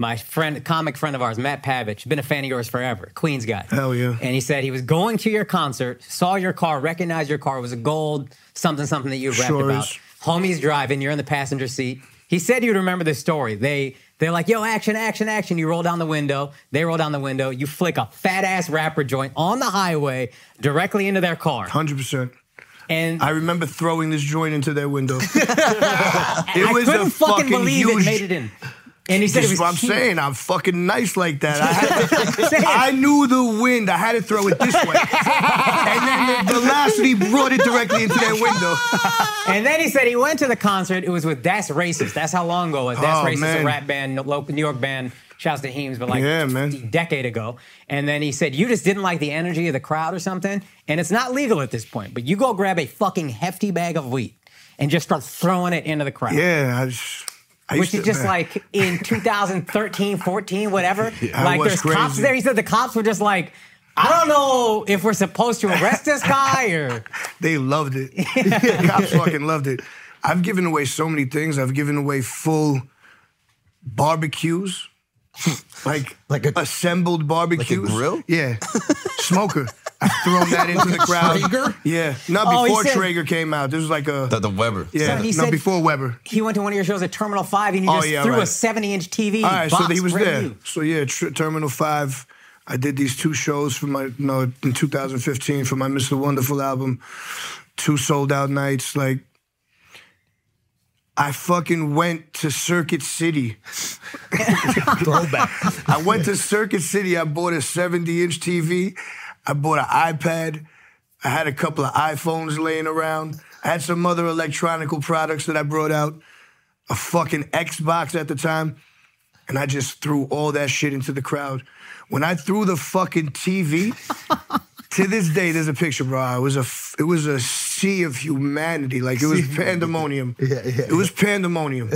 My friend, comic friend of ours, Matt Pavich, been a fan of yours forever, Queens guy. Hell yeah. And he said he was going to your concert, saw your car, recognized your car, it was a gold, something, something that you rapped Sure about. is. Homie's driving, you're in the passenger seat. He said you'd remember this story. They they're like, yo, action, action, action. You roll down the window, they roll down the window, you flick a fat ass rapper joint on the highway directly into their car. Hundred percent. And I remember throwing this joint into their window. it I couldn't fucking, believe huge it made it in. And he said That's it was what I'm huge. saying. I'm fucking nice like that. I, had to- Say it. I knew the wind. I had to throw it this way. and then the velocity brought it directly into that window. And then he said he went to the concert. It was with That's Racist. That's how long ago it was. That's Oh, Racist, man. a rap band, no- local New York band Shouts to Heems, but like Yeah, man. a decade ago. And then he said, You just didn't like the energy of the crowd or something. And it's not legal at this point, but you go grab a fucking hefty bag of wheat and just start throwing it into the crowd. Yeah, I just. I used Which is to- just man. like in 2013, 14, whatever. I like was there's cops crazy. there. He said the cops were just like, I don't know if we're supposed to arrest this guy or They loved it. Cops fucking loved it. I've given away so many things. I've given away full barbecues, like Like a- assembled barbecues. grill? Yeah, smoker. I've thrown that into the crowd. Traeger? Yeah, not Oh, he before said- Traeger came out. This was like a The, the Weber. yeah, So he not said- before Weber. he went to one of your shows at Terminal 5 and you Oh, just yeah, threw a right. 70 inch TV. All right, box so he was right at there. you. So yeah, tr- Terminal Five. I did these two shows for my no in 2015 for my Mr. Wonderful album. Two sold out nights. Like I fucking went to Circuit City. Throwback. I went to Circuit City. I bought a 70 inch TV. I bought an iPad. I had a couple of iPhones laying around. I had some other electronical products that I brought out. A fucking Xbox at the time. And I just threw all that shit into the crowd. When I threw the fucking TV, to this day, there's a picture, bro. It was a f- it was a sea of humanity. Like it was pandemonium. Yeah, yeah, It was pandemonium.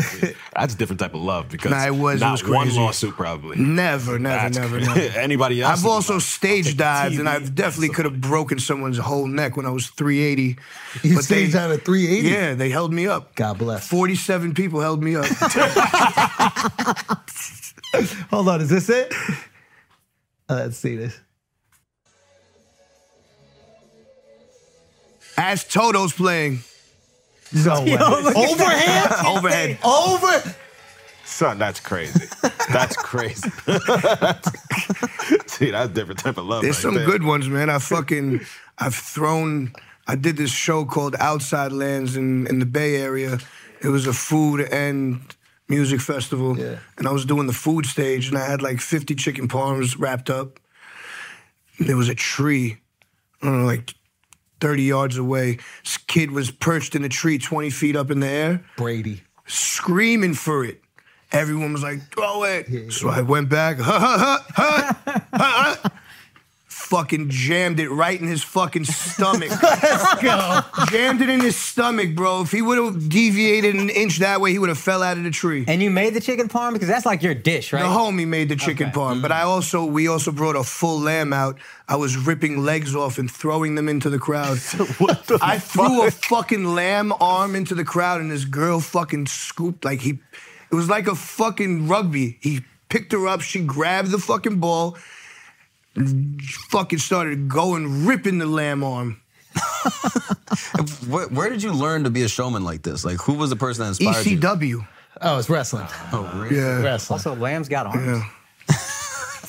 That's a different type of love because Nah, it was- it not was one crazy. lawsuit probably. Never, never, That's never, crazy. never. Anybody else? I've also Like, stage take dived, TV and I've and definitely somebody. could have broken someone's whole neck when I was 380. You stage dive at 380? Yeah, they held me up. God bless. 47 people held me up. Hold on, is this it? Uh, let's see this. As Toto's playing No way. Overhand? overhead. Over. Son, that's crazy. That's crazy. See, that's a different type of love. There's right some there. good ones, man. I fucking, I've thrown, I did this show called Outside Lands in, in the Bay Area. It was a food and music festival. Yeah. And I was doing the food stage, and I had like 50 chicken parms wrapped up. There was a tree, I don't know, like 30 yards away. This kid was perched in a tree 20 feet up in the air Brady. screaming for it. Everyone was like, throw it. So I went back, ha ha ha ha ha, ha. Fucking jammed it right in his fucking stomach. Let's go. Jammed it in his stomach, bro. If he would have deviated an inch that way, he would have fell out of the tree. And you made the chicken parm because that's like your dish, right? The homie made the chicken Okay. parm, but I also we also brought a full lamb out. I was ripping legs off and throwing them into the crowd. what the I threw a fucking lamb arm into the crowd, and this girl fucking scooped like he. It was like a fucking rugby. He picked her up. She grabbed the fucking ball. Fucking started going ripping the lamb arm. Where, where did you learn to be a showman like this? Like, who was the person that inspired you? ECW. Oh, it's wrestling. Oh, really? E Yeah. Wrestling. also, lamb's got arms.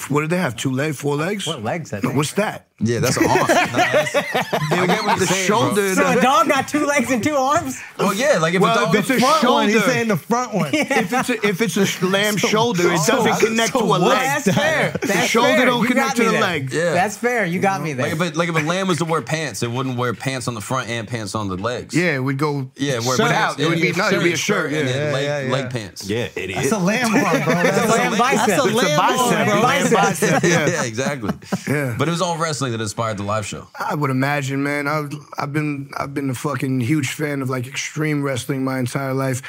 What did they have? Two legs? Four legs? What legs, I No, think. What's that? Yeah, that's an arm. Nah, that's- I get what the you're saying, bro. shoulder. So the- a dog got two legs and two arms? Well, Oh, yeah, like if Well, a dog, if it's a front one. He's shoulder. saying the front one. if it's a, if it's a lamb shoulder, it so- doesn't connect so to a what? leg. That's fair. That's shoulder fair. don't You connect got to me the there. leg. Yeah. That's fair. You got me there. like if a, like if a lamb was to wear pants, it wouldn't wear pants on the front and pants on the legs. Yeah, we'd go. yeah, wear Shirt. pants. It would be- no, it would be a shirt, and yeah. then Yeah, leg, yeah, yeah. leg pants. Yeah, idiot. That's a lamb arm, bro. That's, That's a lamb That's bicep. a It's a lamb arm, bicep. bro. Bicep. Yeah, Yeah. exactly. Yeah. But it was all wrestling that inspired the live show. I would imagine, man. I've I've been I've been a fucking huge fan of like extreme wrestling my entire life.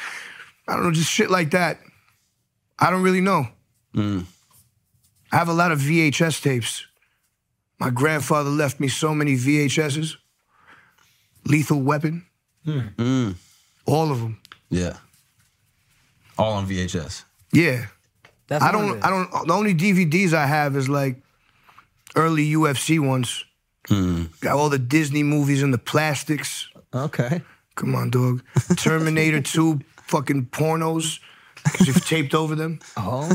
I don't know, just shit like that. I don't really know. I have a lot of VHS tapes. My grandfather left me so many VHSs. Lethal Weapon. All of them. Yeah. All on VHS. Yeah. That's I what it don't. is. I don't. The only DVDs I have is like early UFC ones. Hmm. Got all the Disney movies and the plastics. Okay. Come on, dog. Terminator Two, fucking pornos. 'cause you've taped over them. Oh.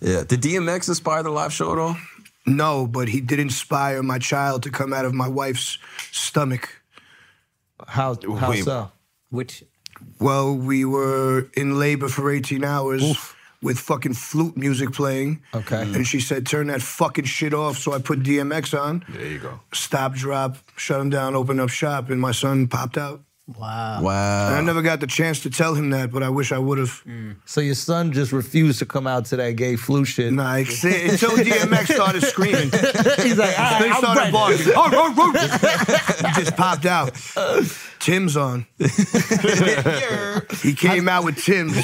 Yeah. Did DMX inspire the live show at all? No, but he did inspire my child to come out of my wife's stomach. How, how Wait. so? Which Well, we were in labor for 18 hours with fucking flute music playing. Okay. Mm. And she said, turn that fucking shit off. So I put DMX on. there you go. stop, drop, shut him down, open up shop, and my son popped out. Wow. Wow. I never got the chance to tell him that, but I wish I would have. So your son just refused to come out to that gay flu shit. Nah, I said- until DMX started screaming, He's like, "All they right, I'm started ready." barking. "Oh, oh, oh." he just popped out. Tim's on. he came out with Tim's.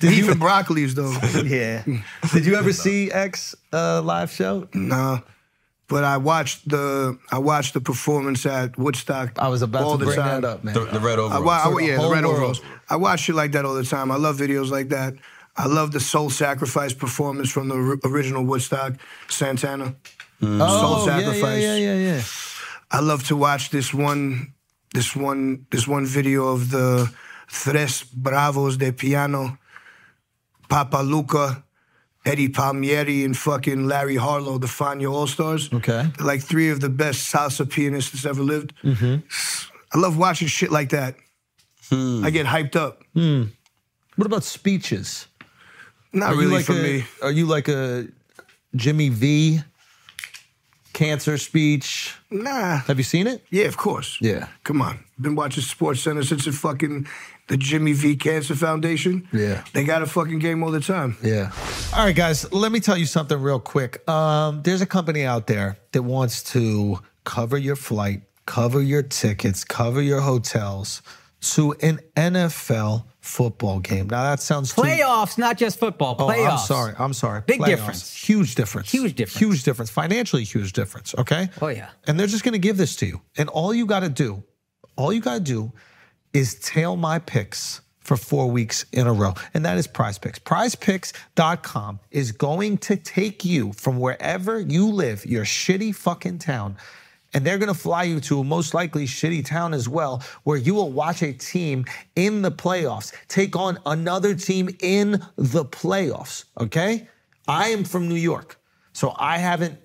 Beef and broccolis though. Yeah. Did you ever see X uh, live show? Nah. But I watched the I watched the performance at Woodstock. I was about all to the bring time. that up, man. The, the red I, overalls. wa- I For wa- the yeah, the whole red world. overalls. I watch shit like that all the time. I love videos like that. I love the soul sacrifice performance from the ri- original Woodstock Santana. oh, Soul yeah, Sacrifice. Yeah, yeah, yeah, yeah. I love to watch this one, this one, this one video of the Tres Bravos de Piano, Papa Luca, Eddie Palmieri, and fucking Larry Harlow, the Fania All Stars. Okay. like three of the best salsa pianists that's ever lived. Mm-hmm. I love watching shit like that. Hmm. I get hyped up. What about speeches? Not really like for a, me. Are you like a Jimmy V cancer speech? Nah. Have you seen it? Yeah, of course. Yeah. Come on. Been watching Sports Center since the fucking the Jimmy V Cancer Foundation. Yeah. They got a fucking game all the time. Yeah. All right, guys, let me tell you something real quick. Um, there's a company out there that wants to cover your flight, cover your tickets, cover your hotels to an NFL football game. Now, that sounds too- Playoffs, not just football. Oh, Playoffs. I'm sorry. I'm sorry. Big Playoffs. difference. Huge difference. Huge difference. Huge difference. Financially, huge difference. Okay. Oh, yeah. And they're just going to give this to you. And all you got to do, all you got to do is tail my picks for four weeks in a row. And that is prize picks. Prizepicks.com is going to take you from wherever you live, your shitty fucking town. And they're going to fly you to a most likely shitty town as well, where you will watch a team in the playoffs take on another team in the playoffs. Okay. I am from New York. So I haven't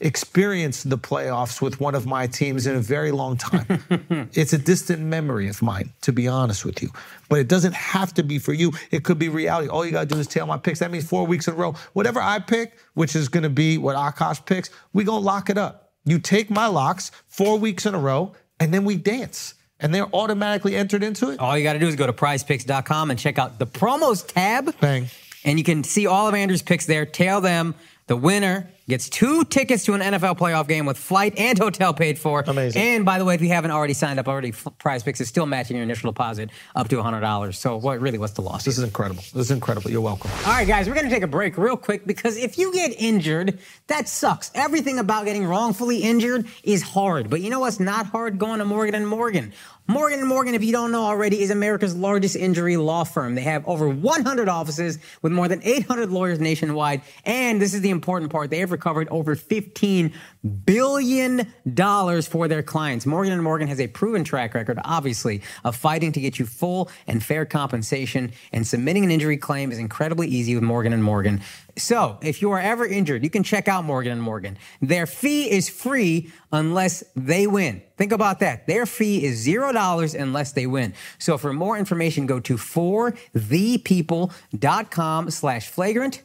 experienced the playoffs with one of my teams in a very long time. it's a distant memory of mine, to be honest with you. But it doesn't have to be for you. It could be reality. All you got to do is tail my picks. That means four weeks in a row. Whatever I pick, which is going to be what Akash picks, we going to lock it up. You take my locks four weeks in a row, and then we dance. And they're automatically entered into it. All you got to do is go to prizepicks.com and check out the promos tab. Bang. And you can see all of Andrew's picks there. Tail them. The winner gets two tickets to an NFL playoff game with flight and hotel paid for. Amazing. And by the way, if you haven't already signed up already, F- Prize Picks is still matching your initial deposit up to $100. So what really what's the loss? This is incredible. This is incredible. You're welcome. All right, guys, we're going to take a break real quick because if you get injured, that sucks. Everything about getting wrongfully injured is hard. But you know what's not hard? Going to Morgan and Morgan. Morgan and Morgan, if you don't know already, is America's largest injury law firm. They have over 100 offices with more than 800 lawyers nationwide, and this is the important part. They have recovered over 15 billion dollars for their clients. Morgan and Morgan has a proven track record, obviously, of fighting to get you full and fair compensation. And submitting an injury claim is incredibly easy with Morgan and Morgan. So, if you are ever injured, you can check out Morgan and Morgan. Their fee is free unless they win. Think about that. Their fee is zero dollars unless they win. So, for more information, go to forthepeople.com slash flagrant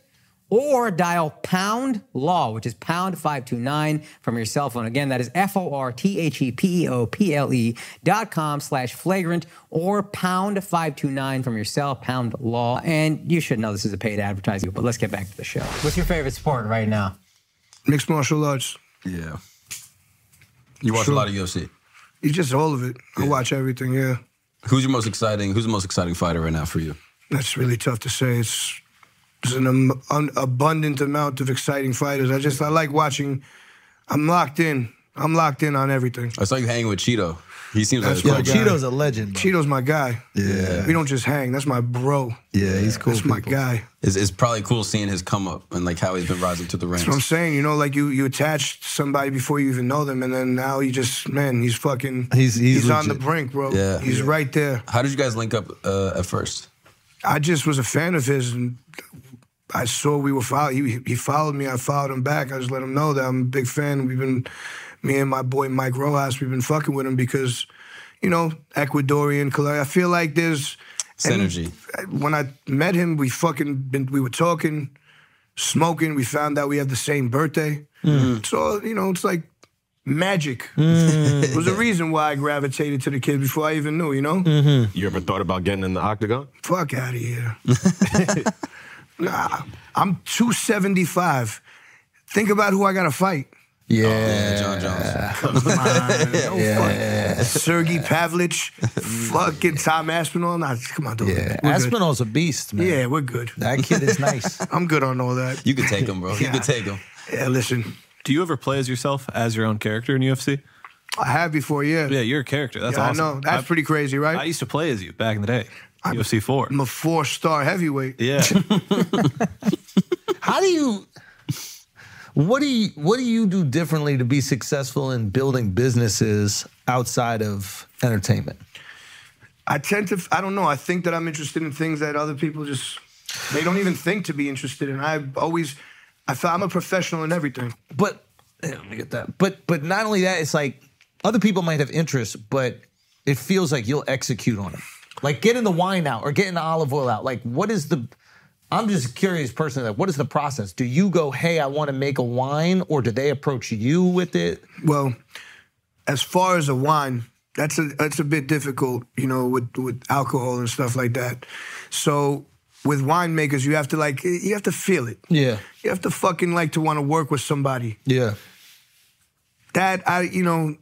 or dial pound law, which is pound 529 from your cell phone. Again, that is F O R T H E P E O P L E dot com slash flagrant or pound 529 from your cell, pound law. And you should know this is a paid advertising, but let's get back to the show. What's your favorite sport right now? Mixed martial arts. yeah. You watch a lot of UFC. It's just all of it. I watch everything, yeah. Who's your most exciting? Who's the most exciting fighter right now for you? That's really tough to say. It's there's an um, un- abundant amount of exciting fighters. I just I like watching. I'm locked in. I'm locked in on everything. I saw you hanging with Cheeto. He seems like a That's cool Yo, my guy. guy. Uh, Cheeto's a legend. bro. Cheeto's my guy. Yeah. We don't just hang. That's my bro. Yeah, he's cool. That's my people. guy. It's, it's probably cool seeing his come up and like how he's been rising to the ranks. That's what I'm saying. You know, like you you attach somebody before you even know them, and then now you just man, he's fucking. He's- he's on the legit. brink, bro. Yeah. He's Yeah. right there. How did you guys link up uh, at first? I just was a fan of his, and I saw we were followed. He, he followed me. I followed him back. I just let him know that I'm a big fan. We've been, me and my boy Mike Rojas, we've been fucking with him because, you know, Ecuadorian, Colombian. I feel like there's Synergy. And when I met him, we fucking been, we were talking, smoking. We found out we have the same birthday. So you know, it's like magic. it was the reason why I gravitated to the kids before I even knew, you know? You ever thought about getting in the octagon? Fuck out of here. nah, I'm 275. Think about who I gotta fight. Oh, Yeah. Yeah, John Jones. Come on, no fuck. Sergey Pavlich, fucking Tom Aspinall. Nah, come on, dude. Yeah. We're Aspinall's a beast, man. Good. Yeah, we're good. That kid is nice. I'm good on all that. You could take him, Oh, bro. You could take him. Yeah, listen, Do you ever play as yourself as your own character in UFC? I have before, yeah. Yeah, you're a character. That's Yeah, awesome. I know. That's I, pretty crazy, I right? used to play as you back in the day. UFC four. I'm a four star heavyweight. Yeah. How do you what do you what do you do differently to be successful in building businesses outside of entertainment? I tend to, I don't know, I think that I'm interested in things that other people just, they don't even think to be interested in. I always, I feel I'm a professional in everything. But yeah, let me get that. But but not only that, it's like other people might have interest, but it feels like you'll execute on it. Like getting the wine out or getting the olive oil out. Like what is the I'm just a curious person. Like, what is the process? Do you go, hey, I want to make a wine, or do they approach you with it? Well, as far as a wine, that's a that's a bit difficult, you know, with with alcohol and stuff like that. So with winemakers, you have to like you have to feel it. Yeah. You have to fucking like to want to work with somebody. Yeah. That I you know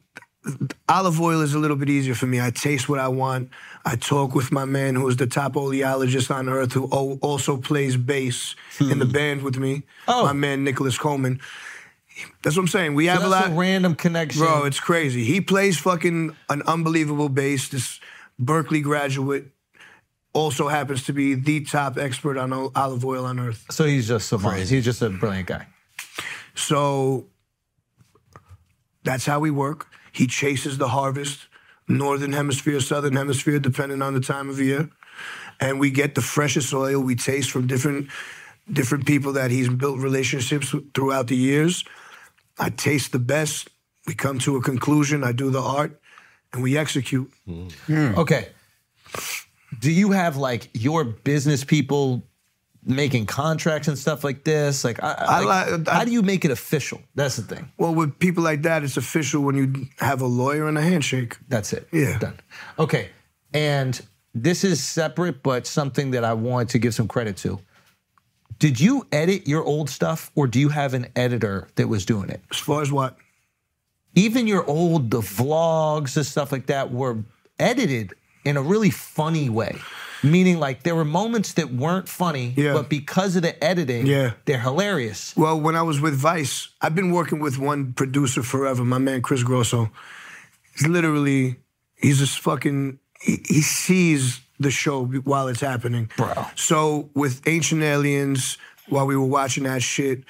olive oil is a little bit easier for me. I taste what I want. I talk with my man who is the top oleologist on earth who al- also plays bass in the band with me. Hmm. Oh. My man Nicholas Coleman. That's what I'm saying. We have That's a lot a random connection. Bro, it's crazy. He plays fucking an unbelievable bass. This Berkeley graduate also happens to be the top expert on o- olive oil on earth. so he's just savant. He's just a brilliant guy. So that's how we work. He chases the harvest, northern hemisphere, southern hemisphere, depending on the time of year. And we get the freshest oil we taste from different different people that he's built relationships with throughout the years. I taste the best. We come to a conclusion. I do the art, and we execute. Okay. Do you have like your business people making contracts and stuff like this? Like, I, I, I like, li- I- how do you make it official? That's the thing. Well, with people like that, it's official when you have a lawyer and a handshake. That's it. Yeah. Done. Okay. And this is separate, but something that I want to give some credit to. Did you edit your old stuff, or do you have an editor that was doing it? As far as what? even your old the vlogs and stuff like that were edited in a really funny way meaning like there were moments that weren't funny Yeah. but because of the editing Yeah. they're hilarious Well, when I was with Vice, I've been working with one producer forever, my man Chris Grosso. He's literally, he's just fucking, he, he sees the show while it's happening. Bro. So with Ancient Aliens, while we were watching that shit,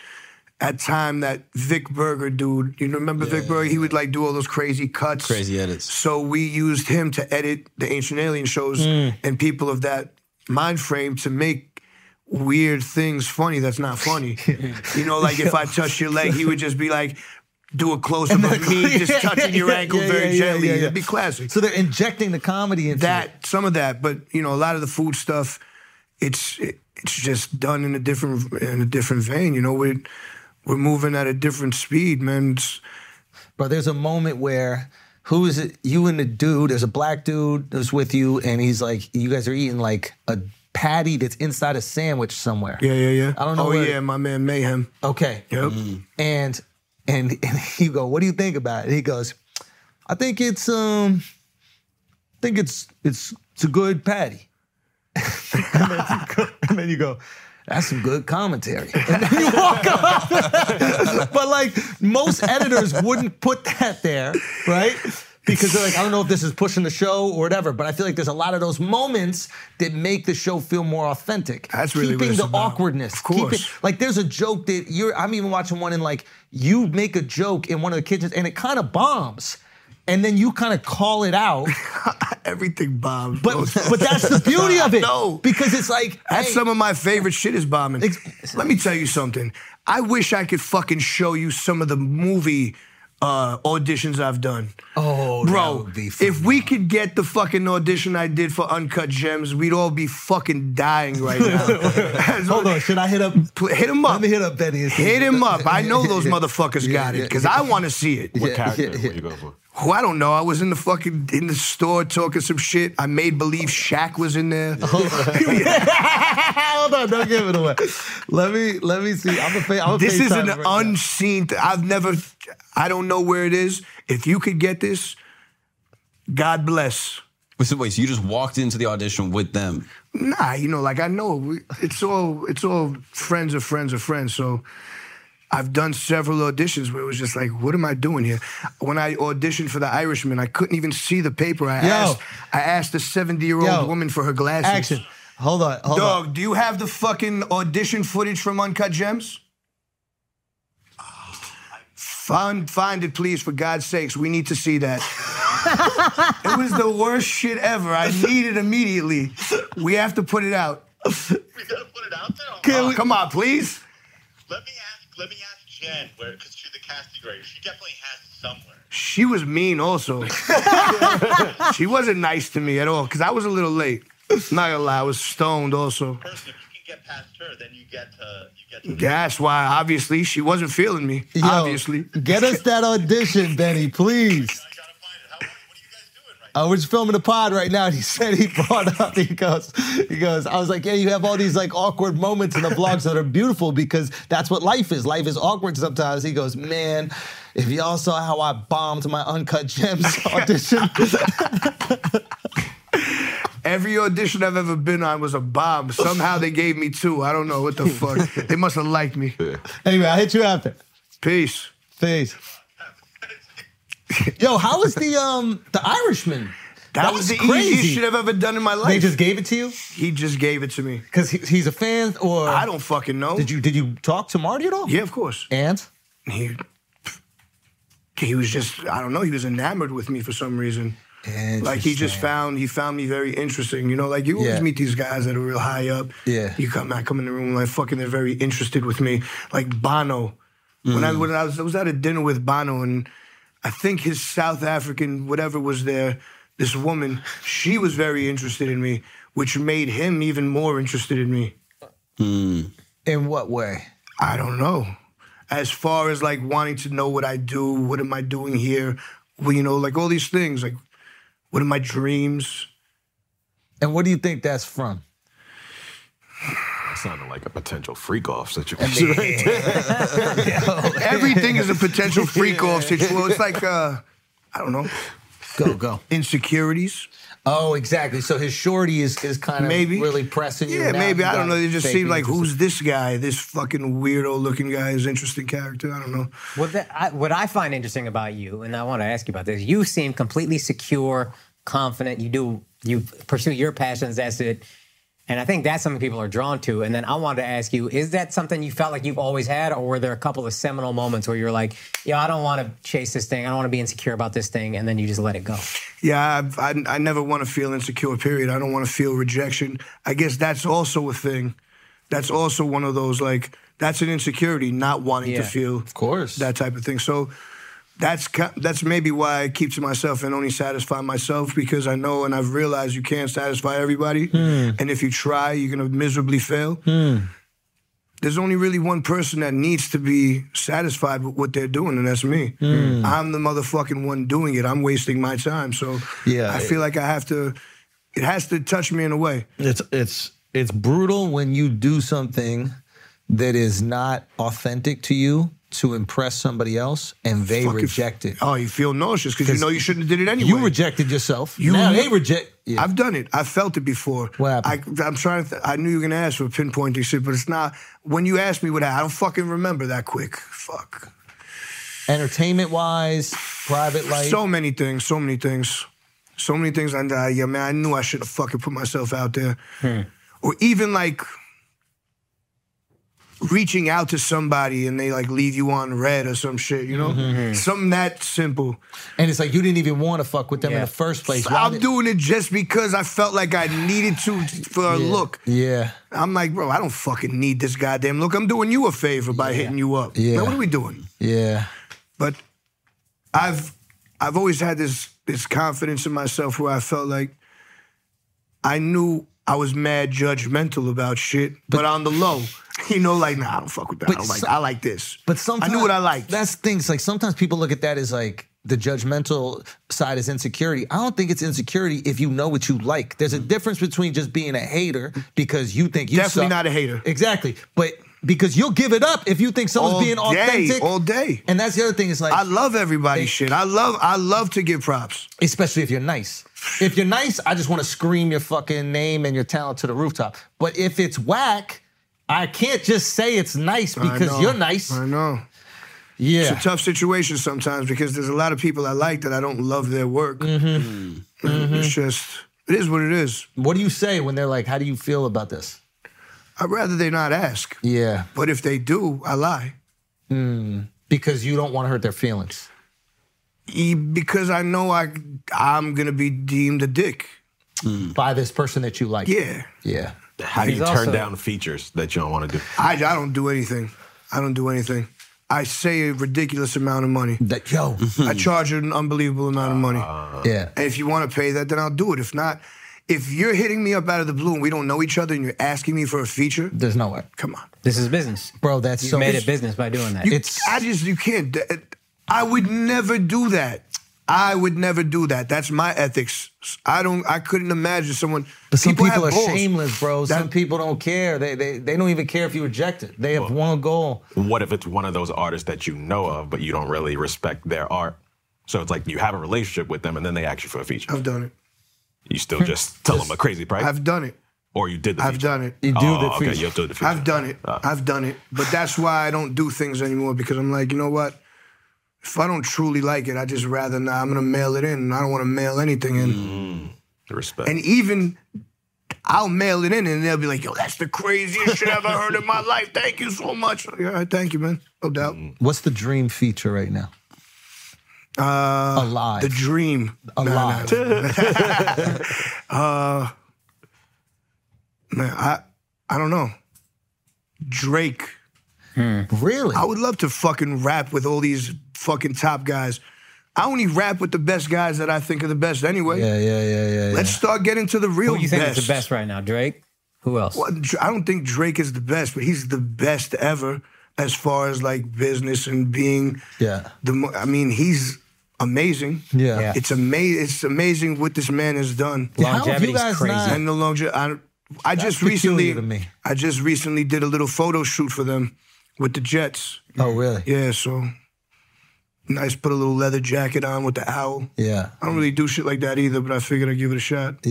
at time that Vic Berger dude, you remember Vic Berger? He would like do all those crazy cuts. Crazy edits. So we used him to edit the Ancient Alien shows Mm. and people of that mind frame to make weird things funny that's not funny. you know, like if I touch your leg, he would just be like, do a close up of me just touching your Yeah, ankle yeah, very yeah, yeah, gently. yeah, yeah. It'd be classic. so they're injecting the comedy into it. that some of that, but you know, a lot of the food stuff, it's it, it's just done in a different in a different vein. You know, we're we're moving at a different speed, man. It's- but there's a moment where who is it you and the dude there's a black dude that's with you and he's like you guys are eating like a patty that's inside a sandwich somewhere yeah, yeah, yeah. I don't know Oh where- yeah, my man Mayhem. okay Yep. Mm-hmm. and and and you go, what do you think about it? he goes, I think it's um, I think it's it's it's a good patty. and, then you go, and then you go, that's some good commentary. And then you walk off. but like most editors wouldn't put that there, right? Because they're like, I don't know if this is pushing the show or whatever, but I feel like there's a lot of those moments that make the show feel more authentic. That's really what keeping it's the about. awkwardness. Of keeping- course. like there's a joke that you're I'm even watching one in like you make a joke in one of the kitchens and it kind of bombs. And then you kind of call it out. Everything bombs. But bro. but that's the beauty of it. No. Because it's like That's hey, some of my favorite shit is bombing. Ex- Let me tell you something. I wish I could fucking show you some of the movie uh, auditions I've done. Oh, that bro, would be if we could get the fucking audition I did for Uncut Gems, we'd all be fucking dying right now. Hold on, should I hit up? Pl- hit him up. Let me hit up Benny. and see- Hit him up. I know those motherfuckers got it because I want to see it. What Yeah, character yeah, yeah. were you going for? Who I don't know. I was in the fucking in the store talking some shit. I made believe Shaq was in there. Hold on, don't give it away. Let me let me see. I'm a fa- I'm a this is FaceTime an right now. unseen. Th- I've never. I don't know where it is. If you could get this, God bless. Wait, so, wait, so you just walked into the audition with them? Nah, you know, like I know we- it's all it's all friends of friends of friends. So I've done several auditions where it was just like, what am I doing here? When I auditioned for The Irishman, I couldn't even see the paper. I Yo. asked I asked a seventy year Yo. old woman for her glasses. action. Hold on, hold on. Dog, do you have the fucking audition footage from Uncut Gems? Find, find it, please, for God's sakes. We need to see that. it was the worst shit ever. I need it immediately. We have to put it out. We gotta put it out there. Oh, come on, please. Let me ask. Let me ask Jen where, because she's the casting director. She definitely has it somewhere. She was mean, also. she wasn't nice to me at all because I was a little late. Not gonna lie, I was stoned, also. First, if you can get past her, then you get to you get to. That's why, obviously, she wasn't feeling me. Yo, obviously. Get us that audition, Benny, please. I gotta find it. How, what are you guys doing right Uh, we're just filming a pod right now. And he said he brought up. He goes, he goes. I was like, yeah, you have all these like awkward moments in the vlogs that are beautiful because that's what life is. Life is awkward sometimes. He goes, man, if y'all saw how I bombed my uncut gems audition, Every audition I've ever been on was a bomb. Somehow they gave me two. I don't know what the fuck. They must have liked me. anyway, I'll hit you after. Peace. Peace. Yo, how was the um the Irishman? That, was, the easiest shit I've ever done in my They life. just gave it to you he just gave it to me. because he, he's a fan, or I don't fucking know. Did you did you talk to Marty at all? Yeah, of course. And He he was just I don't know. He was enamored with me for some reason. Like he just Interesting. found he found me very interesting. You know, like you always Yeah. meet these guys that are real high up. Yeah. You come I come in the room like fucking they're very interested with me. Like Bono. When Mm. I when I was I was at a dinner with Bono and I think his South African whatever was there, this woman, she was very interested in me, which made him even more interested in me. in what way? I don't know. As far as like wanting to know what I do, what am I doing here? Well, you know, like all these things, like what are my dreams? And what do you think that's from? That sounded like a potential freak off situation right there. Everything is a potential freak off situation. Well, it's like uh, I don't know, Go go. insecurities. Oh, exactly. So his shorty is is kind of Maybe really pressing you. Yeah, now. maybe You I don't know. gotta They just fake seem it. like who's this guy? This fucking weirdo looking guy is interesting character. I don't know. What, that, I, what I find interesting about you, and I want to ask you about this, you seem completely secure, confident. You do you pursue your passions. That's it. And I think that's something people are drawn to. And then I wanted to ask you, is that something you felt like you've always had, or were there a couple of seminal moments where you're like, "Yo, I don't want to chase this thing. I don't want to be insecure about this thing," and then you just let it go? Yeah, I've, I I never want to feel insecure. Period. I don't want to feel rejection. I guess that's also a thing. That's also one of those like that's an insecurity, not wanting Yeah, to feel of course. that type of thing. So that's ki- that's maybe why I keep to myself and only satisfy myself because I know and I've realized you can't satisfy everybody, Hmm. and if you try, you're gonna miserably fail. There's only really one person that needs to be satisfied with what they're doing, and that's me. Hmm. I'm the motherfucking one doing it. I'm wasting my time, so Yeah, I it- feel like I have to. It has to touch me in a way. It's it's it's brutal when you do something that is not authentic to you to impress somebody else and they Fucking- reject it. Oh, you feel nauseous because you 'Cause know you shouldn't have did it anyway. You rejected yourself. You now they li- reject. Yeah. I've done it. I felt it before. What happened? I, I'm trying to. Th- I knew you were gonna ask for pinpointing shit, but it's not. When you asked me what happened, I don't fucking remember that quick. Fuck. Entertainment wise, private life. So many things. So many things. So many things. And uh, yeah, man, I knew I should have fucking put myself out there, Hmm. or even like reaching out to somebody and they like leave you on red or some shit. You know, Mm-hmm. Hmm. something that simple. and it's like you didn't even want to fuck with them in Yeah. the first place. Why I'm did- doing it just because I felt like I needed to for a look. Yeah. I'm like, bro, I don't fucking need this goddamn look. I'm doing you a favor by hitting you up. Yeah. Man, what are we doing? Yeah. But I've I've always had this this confidence in myself where I felt like I knew I was mad judgmental about shit, but, on the low, you know, like nah, I don't fuck with that. I But don't like. so- I like this. But sometimes I knew what I liked. That's things like sometimes people look at that as like the judgmental side is insecurity. I don't think it's insecurity if you know what you like. There's a difference between just being a hater because you think you Mm-hmm. Definitely suck. not a hater. Exactly, but because you'll give it up if you think someone's All being day, authentic all day. And that's the other thing is like I love everybody's shit. I love I love to give props. especially if you're nice. If you're nice, I just want to scream your fucking name and your talent to the rooftop. But if it's whack, I can't just say it's nice I because know. you're nice. I know. Yeah. It's a tough situation sometimes because there's a lot of people I like that I don't love their work. Mm-hmm. It's just it is what it is. What do you say when they're like, "How do you feel about this?" I'd rather they not ask. Yeah, But if they do, I lie. because you don't want to hurt their feelings. E- Because I know I I'm gonna be deemed a dick. By this person that you like. Yeah. Yeah. How do you He's turn also- down features that you don't want to do? I, I don't do anything. I don't do anything. I say a ridiculous amount of money. That yo. I charge an unbelievable amount of money. Mm-hmm. yeah. And if you want to pay that, then I'll do it. If not, if you're hitting me up out of the blue and we don't know each other and you're asking me for a feature, There's no way, come on. This is business. bro. That's You so. made it business by doing that. It's I just you can't. d- I would never do that. I would never do that. That's my ethics. I don't. I couldn't imagine someone. but some people, have are goals. shameless, bro. That- some people don't care. They, they they don't even care if you reject it. They have one goal. What if it's one of those artists that you know of, but you don't really respect their art? So it's like you have a relationship with them, and then they ask you for a feature. I've done it. You still just tell them a crazy price, I've done it. or you did the I've feature. done it. You do oh, the okay, feature. you have to do the feature. I've done it. I've done it. But that's why I don't do things anymore because I'm like, you know what? If I don't truly like it, I just rather not. I'm gonna mail it in. and I don't want to mail anything in. Mm. Respect. And even I'll mail it in and they'll be like, yo, that's the craziest shit I've ever heard in my life. Thank you so much. Like, All right, thank you, man. No doubt. What's the dream feature right now? Uh, Alive. The dream. Alive. Man, I I don't know. Drake. Really? I would love to fucking rap with all these fucking top guys. I only rap with the best guys that I think are the best anyway. yeah, yeah, yeah, yeah. yeah. Let's start getting to the real Who you think best. is the best right now, Drake? Who else? Well, Dr- I don't think Drake is the best, but he's the best ever as far as like business and being Yeah. the mo- I mean, he's amazing. Yeah. Yeah. It's amazing it's amazing what this man has done. How have you Longevity's guys crazy. not- And the longer I I just recently peculiar to me. I just recently did a little photo shoot for them with the Jets. Oh, really? Yeah. Yeah, so nice put a little leather jacket on with the owl. yeah. I don't really do shit like that either, but I figured I'd give it a shot.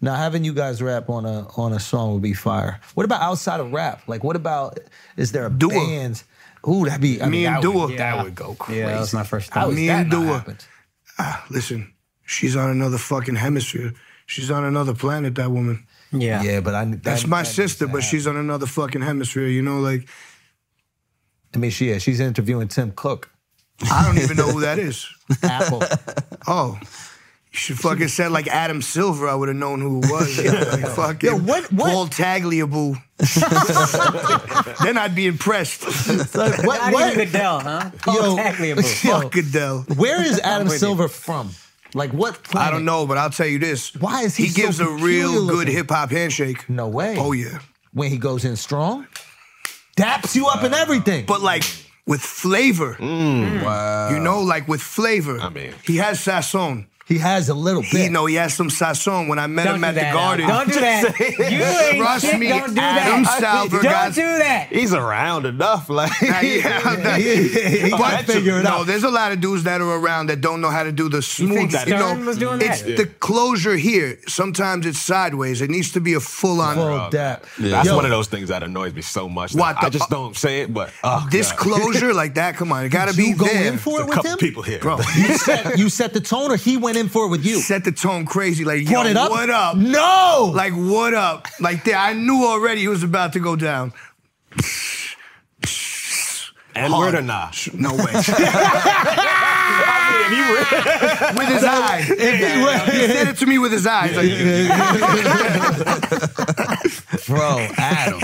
Now having you guys rap on a on a song would be fire. What about outside of rap? Like, what about is there a Dua. band? Ooh, that'd be I Me mean, and that would- Dua. that would go crazy. Yeah, that was my first How thought. has Me that and not Dua. happened? Listen, she's on another fucking hemisphere. She's on another planet, that woman. yeah. Yeah, but I that- That's my that needs sister, to but happen. she's on another fucking hemisphere, you know? Like, I mean, she is. She's interviewing Tim Cook. I don't even know who that is. Apple. Oh. You should fucking said like Adam Silver, I would have known who it was. Like, fucking what- what- Paul Tagliabue. then I'd be impressed. what? Not what? even Goodell, huh? Yo. Exactly. bro. Yo. Fuck Goodell. Where is Adam with you. Silver from? Like what planet? I don't know, but I'll tell you this. Why is he He so gives a real peculiar good looking? hip hop handshake. No way. Oh yeah. When he goes in strong, daps you up and everything. Uh, But like with flavor. Wow. You know, like with flavor. I mean- he has sazon. he has a little He, bit. you know, he has some sazon. When I met Don't him do at the that. garden, Adam. Don't do that. You ain't Trust shit. me, Don't do that. Adam Salver Don't got- do that. He's around enough. Like Yeah, he but can figure it no, out. there's a lot of dudes that are around that don't know how to do the smooth. Stern was doing it's that? the closure here. Sometimes it's sideways. It needs to be a full on. Full dap. That's Yo, one of those things that annoys me so much. What that I the- just don't say it, but oh, This God. closure like that, come on, it got to be you go there. in for There's it a with couple him, people here. Bro, You set, you set the tone, or he went in for it with you. set the tone crazy. Like, Brought yo, it up. what up? No. Like, what up? Like, there, I knew already it was about to go down. and word or not. No way. with his eye. He said it to me with his eyes. Like, bro, Adam.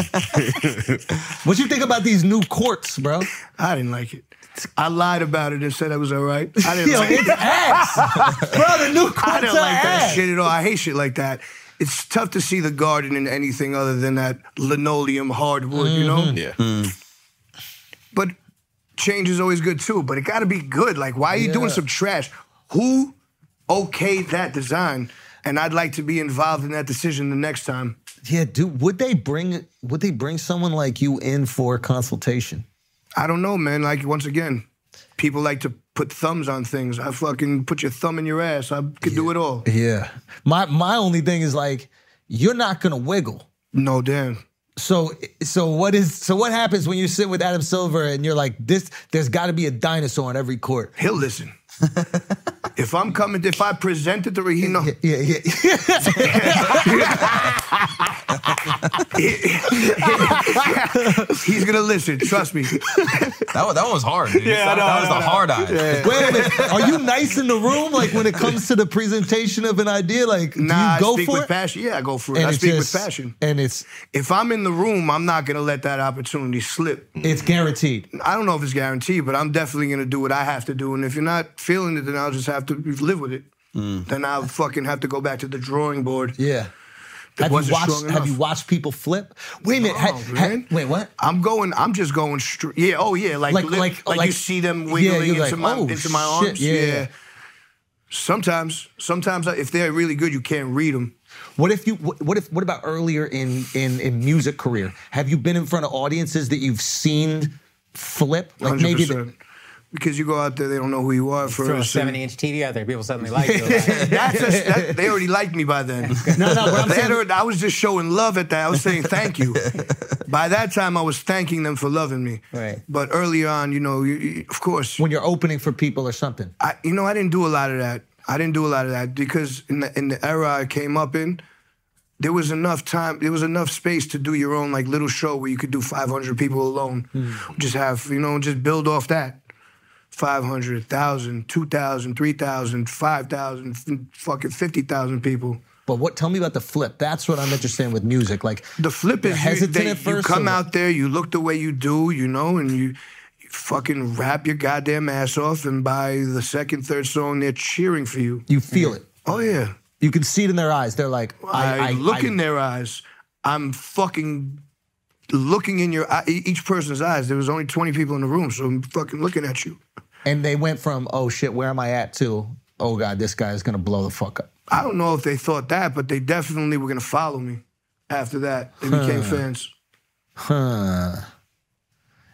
what you think about these new courts, bro? I didn't like it. I lied about it and said it was all right. I didn't Yo, like it's ass. Bro, the new I Quinta don't like that ass. shit at all. I hate shit like that. It's tough to see the garden in anything other than that linoleum hardwood, you know? Mm-hmm. Yeah. But change is always good too, but it gotta be good. Like, why are you doing Yeah. some trash? Who okayed that design? And I'd like to be involved in that decision the next time. Yeah, dude, would they bring would they bring someone like you in for a consultation? I don't know, man. Like, once again, people like to put thumbs on things. I fucking put your thumb in your ass. I could do it all. Yeah. My my only thing is like, you're not gonna wiggle. No, damn. So so what is so what happens when you sit with Adam Silver and you're like, this there's gotta be a dinosaur on every court. He'll listen. if I'm coming, if I present it to him, he know. Yeah, yeah. He's gonna listen. Trust me. That one, that one was hard, dude. Yeah, I that, know, that was I the know. hard eye. Wait a minute. Are you nice in the room? Like when it comes to the presentation of an idea, like Nah, do you go I speak for with it? passion. Yeah, I go for it. And I it's speak just- with passion. And it's If I'm in the room, I'm not gonna let that opportunity slip. it's guaranteed. I don't know if it's guaranteed, but I'm definitely gonna do what I have to do. And if you're not feeling it, then I'll just have to live with it. Mm. Then I'll fucking have to go back to the drawing board. Yeah. Have you wasn't watched strong have enough. you watched people flip? Wait a minute. ha- Oh, ha- man. wait, what? I'm going. I'm just going straight. Yeah. Oh yeah. Like Like- like, like- like, like- you see them yeah, wiggling you're into like, my oh, into my shit, arms. yeah, Yeah. yeah. Sometimes, sometimes I- if they're really good, you can't read them. What if you? What, what if? What about earlier in in in music career? Have you been in front of audiences that you've seen flip? Like Hundred maybe. the- percent. Because you go out there, they don't know who you are Throw a first. and- 70 inch TV out there, people suddenly like you. Like, That's a, that, they already liked me by then. no, no. But I'm They saying, had already- I was just showing love at that. I was saying thank you. By that time, I was thanking them for loving me. Right. But early on, you know, you, you- of course, when you're opening for people or something. I, you know, I didn't do a lot of that. I didn't do a lot of that because in the, in the era I came up in, there was enough time, there was enough space to do your own like little show where you could do 500 people alone. Hmm. Just have, you know, just build off that. 500, 1,000, 2,000, 3,000, 5,000, f- fucking 50,000 people. But what? Tell me about the flip. That's what I'm interested in with music. Like The flip They're is you, hesitant they- at you first, come or- out there, you look the way you do, you know, and you, you fucking rap your goddamn ass off, and by the second, third song, they're cheering for you. you feel it. Oh, yeah. You can see it in their eyes. They're like, I, I, look I- in their eyes. I'm fucking looking in your eye, e, each person's eyes. There was only 20 people in the room, so I'm fucking looking at you. And they went from, oh shit, where am I at? To, oh god, this guy is gonna blow the fuck up. I don't know if they thought that, but they definitely were gonna follow me. After that, they became fans. Huh.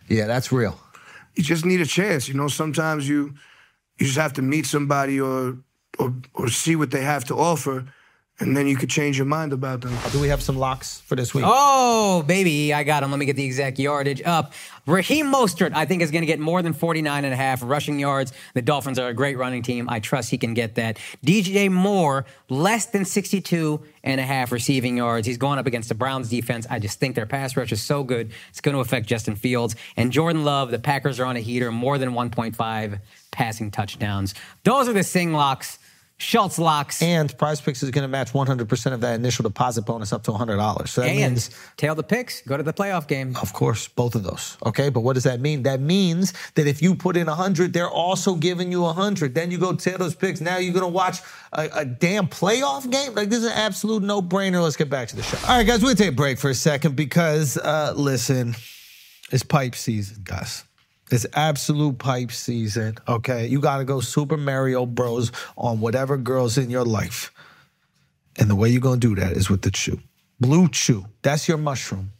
Yeah, that's real. You just need a chance, you know. Sometimes you you just have to meet somebody or or, or see what they have to offer, and then you could change your mind about them. Do we have some locks for this week? oh, baby, I got him. Let me get the exact yardage up. Raheem Mostert, I think, is going to get more than 49 and a half rushing yards. The Dolphins are a great running team. I trust he can get that. DJ Moore, less than 62 and a half receiving yards. He's going up against the Browns defense. I just think their pass rush is so good. It's going to affect Justin Fields. And Jordan Love, the Packers are on a heater, more than 1.5 passing touchdowns. Those are the sing locks. Schultz locks. And Prize Picks is going to match 100% of that initial deposit bonus up to $100. So that and means, tail the picks, go to the playoff game. of course, both of those. Okay, but what does that mean? That means that if you put in 100, they're also giving you 100. Then you go tail those picks. Now you're going to watch a, a damn playoff game. Like this is an absolute no-brainer. Let's get back to the show. All right, guys, we're going to take a break for a second because uh, listen, it's pipe season, guys. It's absolute pipe season. Okay, you got to go Super Mario Bros on whatever girls in your life. And the way you're gonna do that is with the chew. Blue chew, that's your mushroom.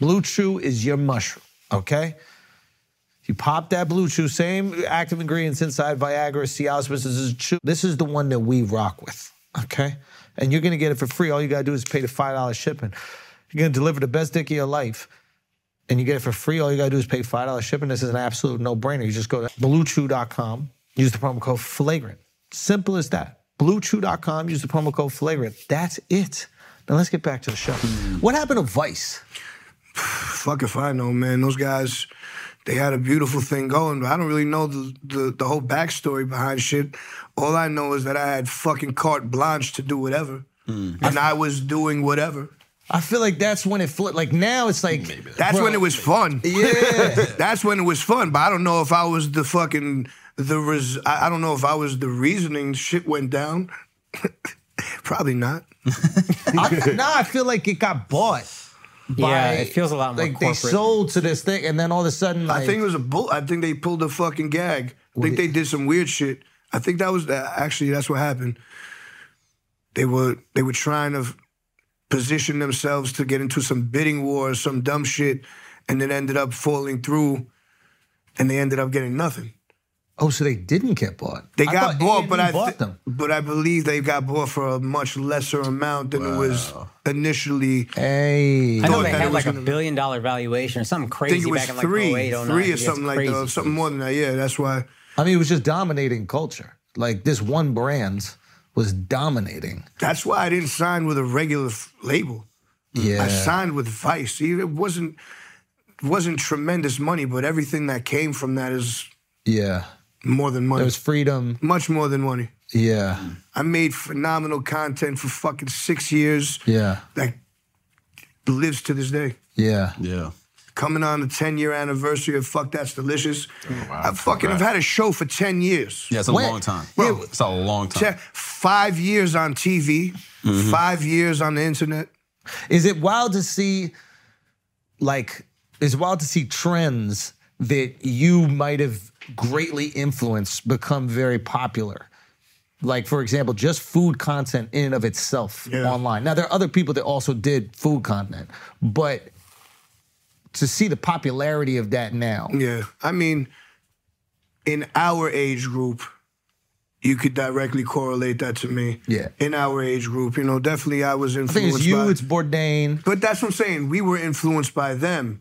Blue chew is your mushroom, okay? You pop that blue chew, same active ingredients inside Viagra, Cialis, this is chew. This is the one that we rock with, okay? And you're gonna get it for free. All you gotta do is pay the $5 shipping. You're gonna deliver the best dick of your life. And you get it for free. All you gotta do is pay $5 shipping. This is an absolute no-brainer. You just go to bluechew.com, use the promo code flagrant. Simple as that. Bluechew.com, use the promo code flagrant. That's it. Now let's get back to the show. What happened to Vice? Fuck if I know, man. Those guys, they had a beautiful thing going, but I don't really know the, the, the whole backstory behind shit. All Hmm. I know is that I had fucking carte blanche to do whatever. And I was doing whatever. I feel like that's when it flipped. Like now it's like That's bro, when it was fun. Yeah. That's when it was fun. But I don't know if I was the fucking the res. I, I don't know if I was the reasoning shit went down. Probably not. I, now I feel like it got bought. By, Yeah, it feels a lot more like corporate. they sold to this thing, and then all of a sudden, like, I think it was a bull. I think they pulled a fucking gag. I think they did some weird shit. I think that was uh, actually that's what happened. They were they were trying to f- position themselves to get into some bidding war or some dumb shit, and it ended up falling through, and they ended up getting nothing. oh, so they didn't get bought. They I got thought bought, A&E but I bought th- them. but I believe they got bought for a much lesser amount than it was initially. Hey, I know thought they that it had was like a gonna- billion dollar valuation or something I crazy think it was back in like three, 08, 09. three Yeah, or it's something like crazy. that, or something more than that. Yeah, that's why. I mean, it was just dominating culture. Like this one brand was dominating. That's why I didn't sign with a regular f- label. Yeah, Mm. I signed with Vice. It wasn't wasn't tremendous money, but everything that came from that is yeah. more than money. There was freedom. Much more than money. Yeah, I made phenomenal content for fucking six years yeah, that lives to this day. yeah. Yeah. Coming on the 10 year anniversary of Fuck That's Delicious. Oh, I fucking have had a show for 10 years. Yeah, it's a When- long time. Bro. it's a long time. Te- Five years on TV, Mm-hmm. five years on the internet. Is it wild to see, like, is it wild to see trends that you might have greatly influenced become very popular? Like, for example, just food content in and of itself Yeah. online. Now, there are other people that also did food content, but to see the popularity of that now. Yeah. I mean, in our age group, you could directly correlate that to me. Yeah. In our age group, you know, definitely I was I think influenced it's you, by it's Bourdain. But that's what I'm saying. We were influenced by them.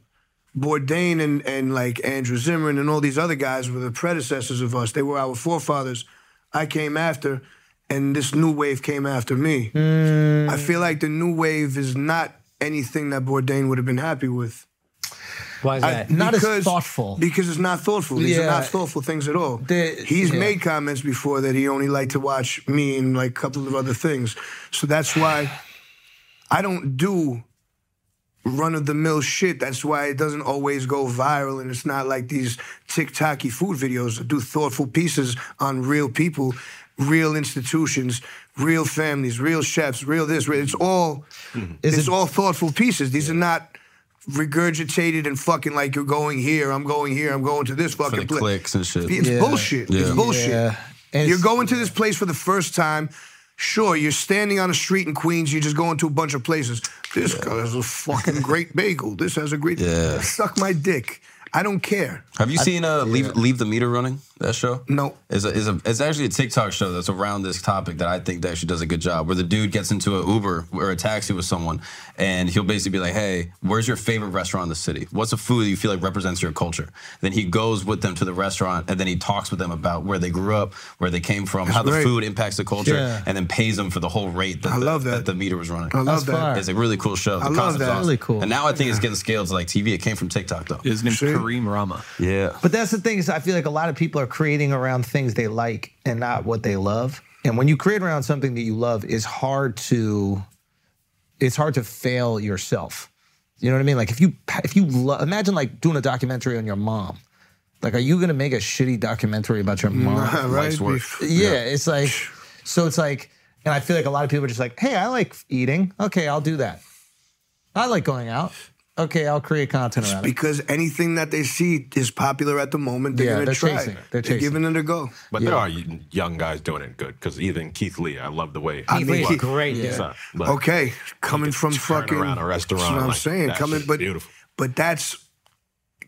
Bourdain and, and like Andrew Zimmern and all these other guys were the predecessors of us. They were our forefathers. I came after, and this new wave came after me. Hmm. I feel like the new wave is not anything that Bourdain would have been happy with. Why is I- that? Not as thoughtful. Because it's not thoughtful. These are not Yeah. thoughtful things at all. The- He's yeah. made comments before that he only liked to watch me and like a couple of other things. So that's why I don't do run of the mill shit. That's why it doesn't always go viral and it's not like these TikToky food videos. I do thoughtful pieces on real people, real institutions, real families, real chefs, real this. real- It's all Hmm. Is it's it- all thoughtful pieces. These are not regurgitated and fucking like you're going here, I'm going here, I'm going to this For the fucking place. clicks and shit. It's Yeah. bullshit. It's Yeah. bullshit. Yeah. And You're it's- going to this place for the first time. Sure, you're standing on a street in Queens. You're just going to a bunch of places. This has a fucking great bagel. This has a great. Yeah. Suck my dick. I don't care. Have you seen uh, leave leave the meter running? That show? No. Is a, is a it's actually a TikTok show that's around this topic that I think that actually does a good job. Where the dude gets into a Uber or a taxi with someone, and he'll basically be like, "Hey, where's your favorite restaurant in the city? What's a food that you feel like represents your culture?" Then he goes with them to the restaurant, and then he talks with them about where they grew up, where they came from, how the great. food impacts the culture, Yeah. and then pays them for the whole rate that, I the, love that. that the meter was running. I That's love that. fire. It's a really cool show. The I love concept's that. awesome. Really cool. And now I think it's getting scaled to like TV. It came from TikTok though. His name's See? Kareem Rama. Yeah. But that's the thing is, I feel like a lot of people are creating around things they like and not what they love. And when you create around something that you love, it's hard to, it's hard to fail yourself. You know what I mean? Like if you if you lo- imagine like doing a documentary on your mom, like are you gonna make a shitty documentary about your mom? right? Life's work. Yeah, it's like, so it's like, and I feel like a lot of people are just like, hey, I like eating. Okay, I'll do that. I like going out. Okay, I'll create content around it. Because anything that they see is popular at the moment, they're Yeah, gonna they're try. chasing. They're They're, chasing. giving it a go. But there are young guys doing it good because even Keith Lee, I love the way. I He's mean, he- great, dude. So, but Okay, coming could from turn fucking around a restaurant, That's what I'm like, saying. that coming, shit's but beautiful. but that's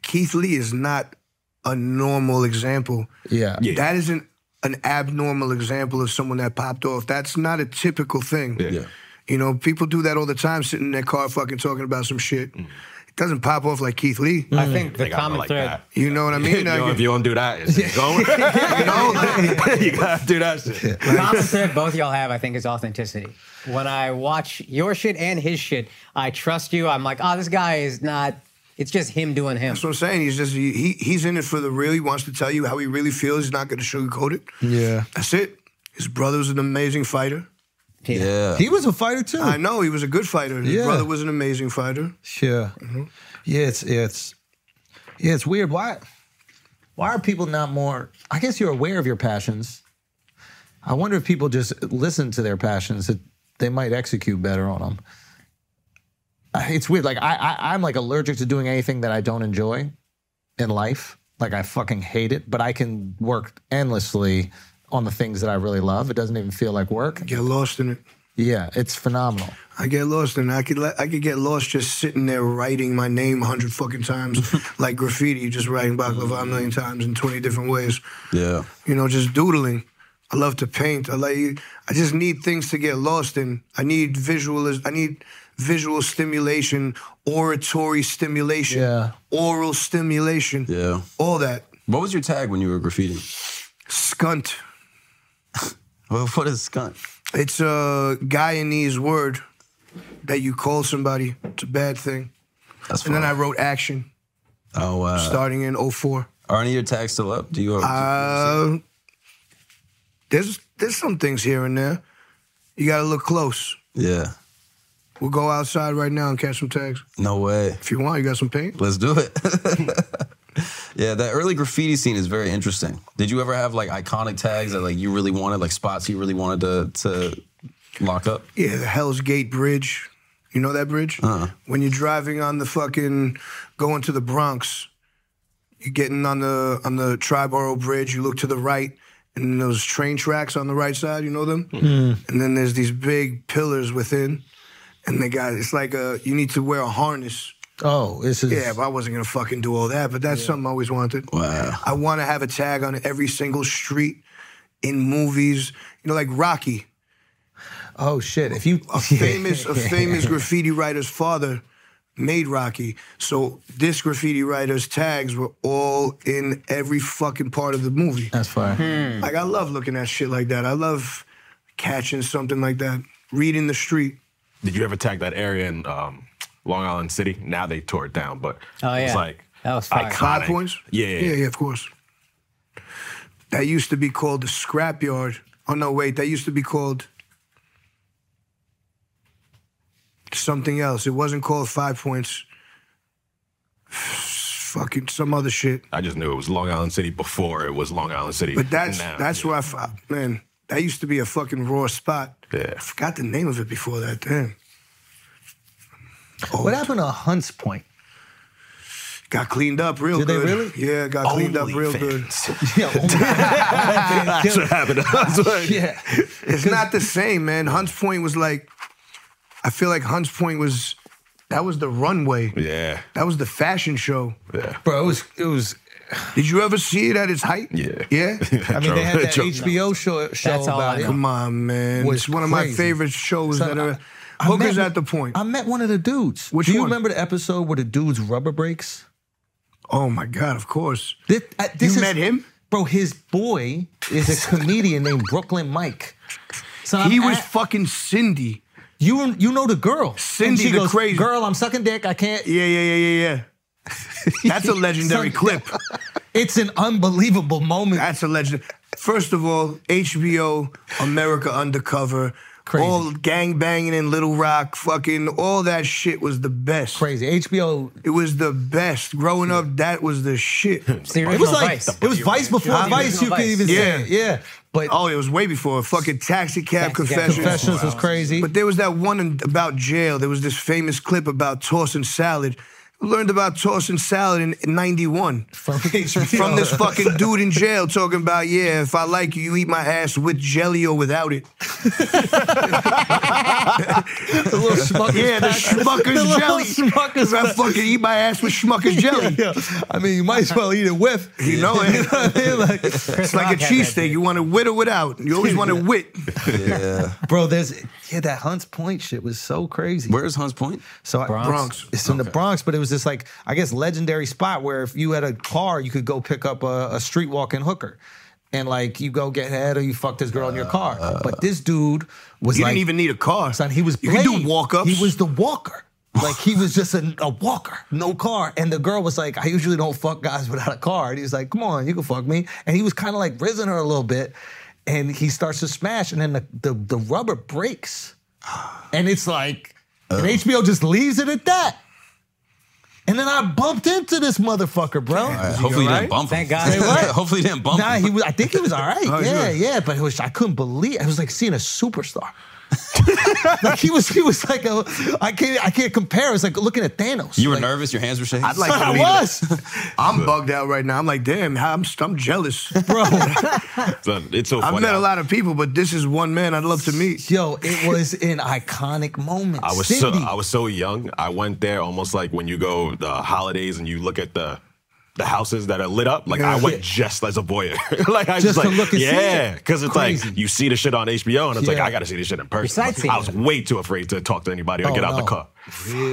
Keith Lee is not a normal example. Yeah. Yeah. That isn't an abnormal example of someone that popped off. That's not a typical thing. Yeah. Yeah. You know, people do that all the time, sitting in their car, fucking talking about some shit. Mm. It doesn't pop off like Keith Lee. I think the They got me common like thread. that. You know what I mean? You know, Like, Mm. if you don't do that, it's going. you know, you gotta do that shit. common thread both y'all have, I think, is authenticity. When I watch your shit and his shit, I trust you. I'm like, oh, this guy is not. It's just him doing him. That's what I'm saying. He's just he, he he's in it for the real. He wants to tell you how he really feels. He's not going to sugarcoat it. Yeah. That's it. His brother's an amazing fighter. Peter. Yeah. He was a fighter too. I know he was a good fighter. His Yeah. brother was an amazing fighter. Yeah. Mm-hmm. Yeah, it's it's yeah, it's weird. Why why are people not more I guess you're aware of your passions. I wonder if people just listen to their passions that they might execute better on them. It's weird. Like I, I I'm like allergic to doing anything that I don't enjoy in life. Like I fucking hate it, but I can work endlessly on the things that I really love. It doesn't even feel like work. Get lost in it. Yeah, it's phenomenal. I get lost in it. I could let, I could get lost just sitting there writing my name a hundred fucking times, like graffiti, just writing baklava a million times in twenty different ways. Yeah. You know, just doodling. I love to paint. I like. I just need things to get lost in. I need visual. I need visual stimulation, oratory stimulation, Yeah. oral stimulation. Yeah. All that What was your tag when you were graffiti? skunt. Well, what is skunt? It's a Guyanese word that you call somebody. It's a bad thing. That's And then I fine. wrote action oh, uh, starting in 04. are any of your tags still up? Do you? Uh, there's there's some things here and there. You gotta look close. yeah. We'll go outside right now and catch some tags. No way. If you want, you got some paint? Let's do it. yeah, that early graffiti scene is very interesting. Did you ever have like iconic tags that like you really wanted, like spots you really wanted to to lock up? Yeah, the Hell's Gate Bridge. You know that bridge? Uh-uh. When you're driving on the fucking going to the Bronx, you're getting on the on the Triborough Bridge, you look to the right, and those train tracks on the right side, you know them? And then there's these big pillars within. And they got it's like a you need to wear a harness. Oh, this is Yeah, but I wasn't gonna fucking do all that. But that's something I always wanted. Wow. I want to have a tag on every single street in movies. You know, like Rocky, oh shit. If you a famous a famous graffiti writer's father made Rocky. So this graffiti writer's tags were all in every fucking part of the movie. That's fire. Like I love looking at shit like that. I love catching something like that. Reading the street. Did you ever tag that area in um, Long Island City? Now they tore it down, but Oh, it's yeah. like That was fire. iconic. Five points? Yeah, yeah, yeah, of course. That used to be called the scrapyard. Oh no, wait, that used to be called something else. It wasn't called Five Points. Fucking some other shit. I just knew it was Long Island City before it was Long Island City. But that's now. that's where I fi- man. That used to be a fucking raw spot. Yeah. I forgot the name of it before that. Damn. What happened to Hunts Point? Got cleaned up real Did they good. really? Yeah, got cleaned up real good. Yeah, oh my That's what God. happened. That's what- yeah. It's not the same, man. Hunts Point was like, I feel like Hunts Point was, that was the runway. yeah, That was the fashion show. yeah. bro. It was. It was. Did you ever see it at its height? Yeah. Yeah? I mean, they had that True. HBO show, show That's all about I it. know. Come on, man. Was it's one of my crazy. favorite shows Son, that I- are. I Hooker's met- at the point. I met one of the dudes. Which Do you one? remember the episode where the dude's rubber breaks? oh my God, of course. This, uh, this You is- met him? bro. His boy is a comedian named Brooklyn Mike. So He I'm was at- fucking Cindy. you. You know the girl, And Cindy she the goes, crazy. girl. I'm sucking dick. I can't. Yeah, yeah, yeah, yeah, yeah. That's a legendary Son- clip. It's an unbelievable moment. That's a legend. First of all, HBO, America Undercover, Crazy. all gang banging in Little Rock, fucking all that shit was the best. crazy. HBO. It was the best. Growing up, that was the shit. It's the It was original like Vice. it was Vice before Yeah, Vice. You original could Vice. even say Yeah. it. yeah. But Oh, it was way before fucking taxi cab Taxi Cab confessions. Confessions was crazy. But there was that one in, about jail. There was this famous clip about tossing salad. Learned about tossing salad in '91 from HBO. from this fucking dude in jail talking about, yeah, if I like you, you eat my ass with jelly or without it. the little schmuckers. Yeah, the pack. schmucker's The little jelly. schmucker's I pack. fucking eat my ass with schmucker's jelly. Yeah, I mean, you might as well eat it with. You know You know it. what I mean? Like, It's like a Rock had that cheesesteak. You want it with or without. You always want it with. Yeah. bro, there's yeah, that Hunts Point shit was so crazy. Where is Hunts Point? so I- Bronx. It's in the Bronx, but it was this like I guess legendary spot where if you had a car, you could go pick up a, a street walking hooker. And like you go get head or you fuck this girl in your car. But this dude was You like didn't even need a car. son, he was You could Blade. do walk ups. He was the walker. Like he was just a, a walker, no car. And the girl was like, I usually don't fuck guys without a car. And he was like, Come on, you can fuck me. And he was kind of like rizzing her a little bit. and he starts to smash, and then the, the, the rubber breaks. And it's like, Oh. and HBO just leaves it at that. And then I bumped into this motherfucker, bro. Hopefully, he right? didn't bump him. Thank God. Say what? Hopefully, he didn't bump Nah, him. he was. I think he was all right. yeah, good. yeah. But it was, I couldn't believe. It was like seeing a superstar. like he was, he was like a. I can't, I can't compare. It's like looking at Thanos. you were Like, nervous. Your hands were shaking. I'd like to I leave it. was, I'm bugged out right now. I'm like, damn, how- I'm, I'm jealous. bro. So it's so funny. I've met a lot of people, but this is one man I'd love to meet. Yo, it was an iconic moment. I was so Cindy. I was so young. I went there almost like when you go the holidays and you look at the the houses that are lit up. Like I went just as a voyeur. like I Just just, to like look and see yeah, it. because it's Crazy. like you see the shit on HBO and it's like Yeah. I got to see this shit in person. sightseeing I was it. way too afraid to talk to anybody or Oh, get out no. the car.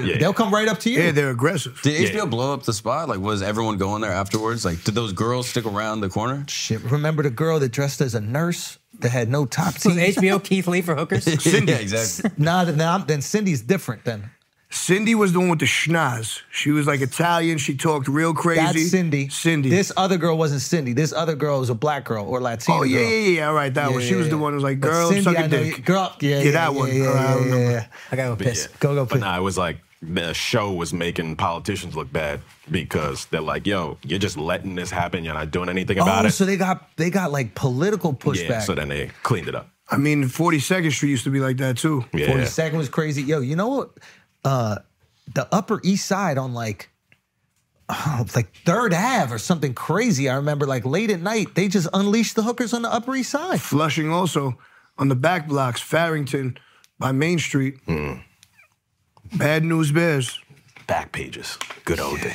Yeah. They'll come right up to you. Yeah, they're aggressive. Did HBO Yeah. blow up the spot? Like, was everyone going there afterwards? Like, did those girls stick around the corner? Shit, remember the girl that dressed as a nurse that had no top Was teeth? HBO Keith Lee for hookers? yeah, exactly. nah, then, I'm- then Cindy's different. Then Cindy was the one with the schnoz. She was like Italian. She talked real crazy. that's Cindy. Cindy. This other girl wasn't Cindy. This other girl was a black girl or Latina. oh, yeah, girl. yeah, yeah. All right, that one. Oh, She was the one who was like, But girl, suck I a know dick. you- Girl, yeah, Yeah, yeah, that yeah, one. Yeah, All right, I yeah, yeah, remember. yeah. I gotta go piss. Go, go, But piss. nah, it was like the show was making politicians look bad because they're like, "Yo, you're just letting this happen. You're not doing anything about oh, it." so they got they got like political pushback. yeah. So then they cleaned it up. I mean, 42nd Street used to be like that, too. Yeah. 42nd was crazy. Yo, you know what? Uh, the Upper East Side on like, oh, it's like Third Ave or something crazy. I remember like late at night, they just unleashed the hookers on the Upper East Side. Flushing also on the back blocks, Farrington by Main Street. Bad News Bears. Back pages. Good old days.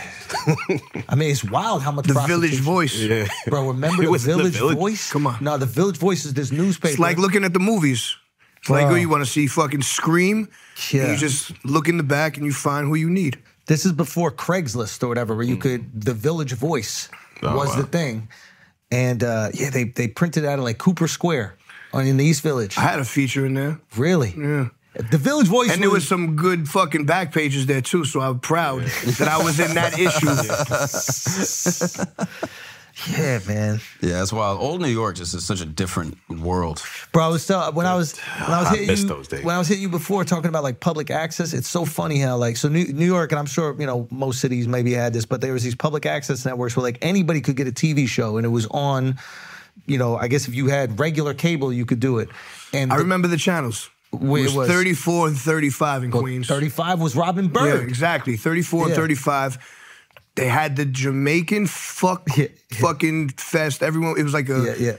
I mean, it's wild how much The prostitution- Village Voice. Bro, remember It the was the village, Village? Voice? Come on. No, the Village Voice is this newspaper. It's like looking at the movies. It's like, Wow. oh, you want to see fucking Scream? Yeah. And you just look in the back and you find who you need. This is before Craigslist or whatever, where you could the Village Voice Oh, was wow. the thing, and uh, yeah, they they printed out of like Cooper Square on in the East Village. I had a feature in there. really? Yeah. The Village Voice. And there was some good fucking back pages there too, so I'm proud that I was in that issue. yeah, man. Yeah, that's wild. Old New York just is such a different world. Bro, I was tell, when I was when I was I hitting miss you, those days. when I was hitting you before talking about like public access. It's so funny how like so New, New York and I'm sure you know most cities maybe had this, but there was these public access networks where like anybody could get a TV show and it was on. You know, I guess if you had regular cable, you could do it. And I the- remember the channels. Wait, it was it was- 34 and 35 in Well, Queens. 35 was Robin Yeah, Bird. exactly. 34 and Yeah. 35. They had the Jamaican fuck Yeah, yeah. fucking fest. Everyone, it was like a, Yeah, yeah.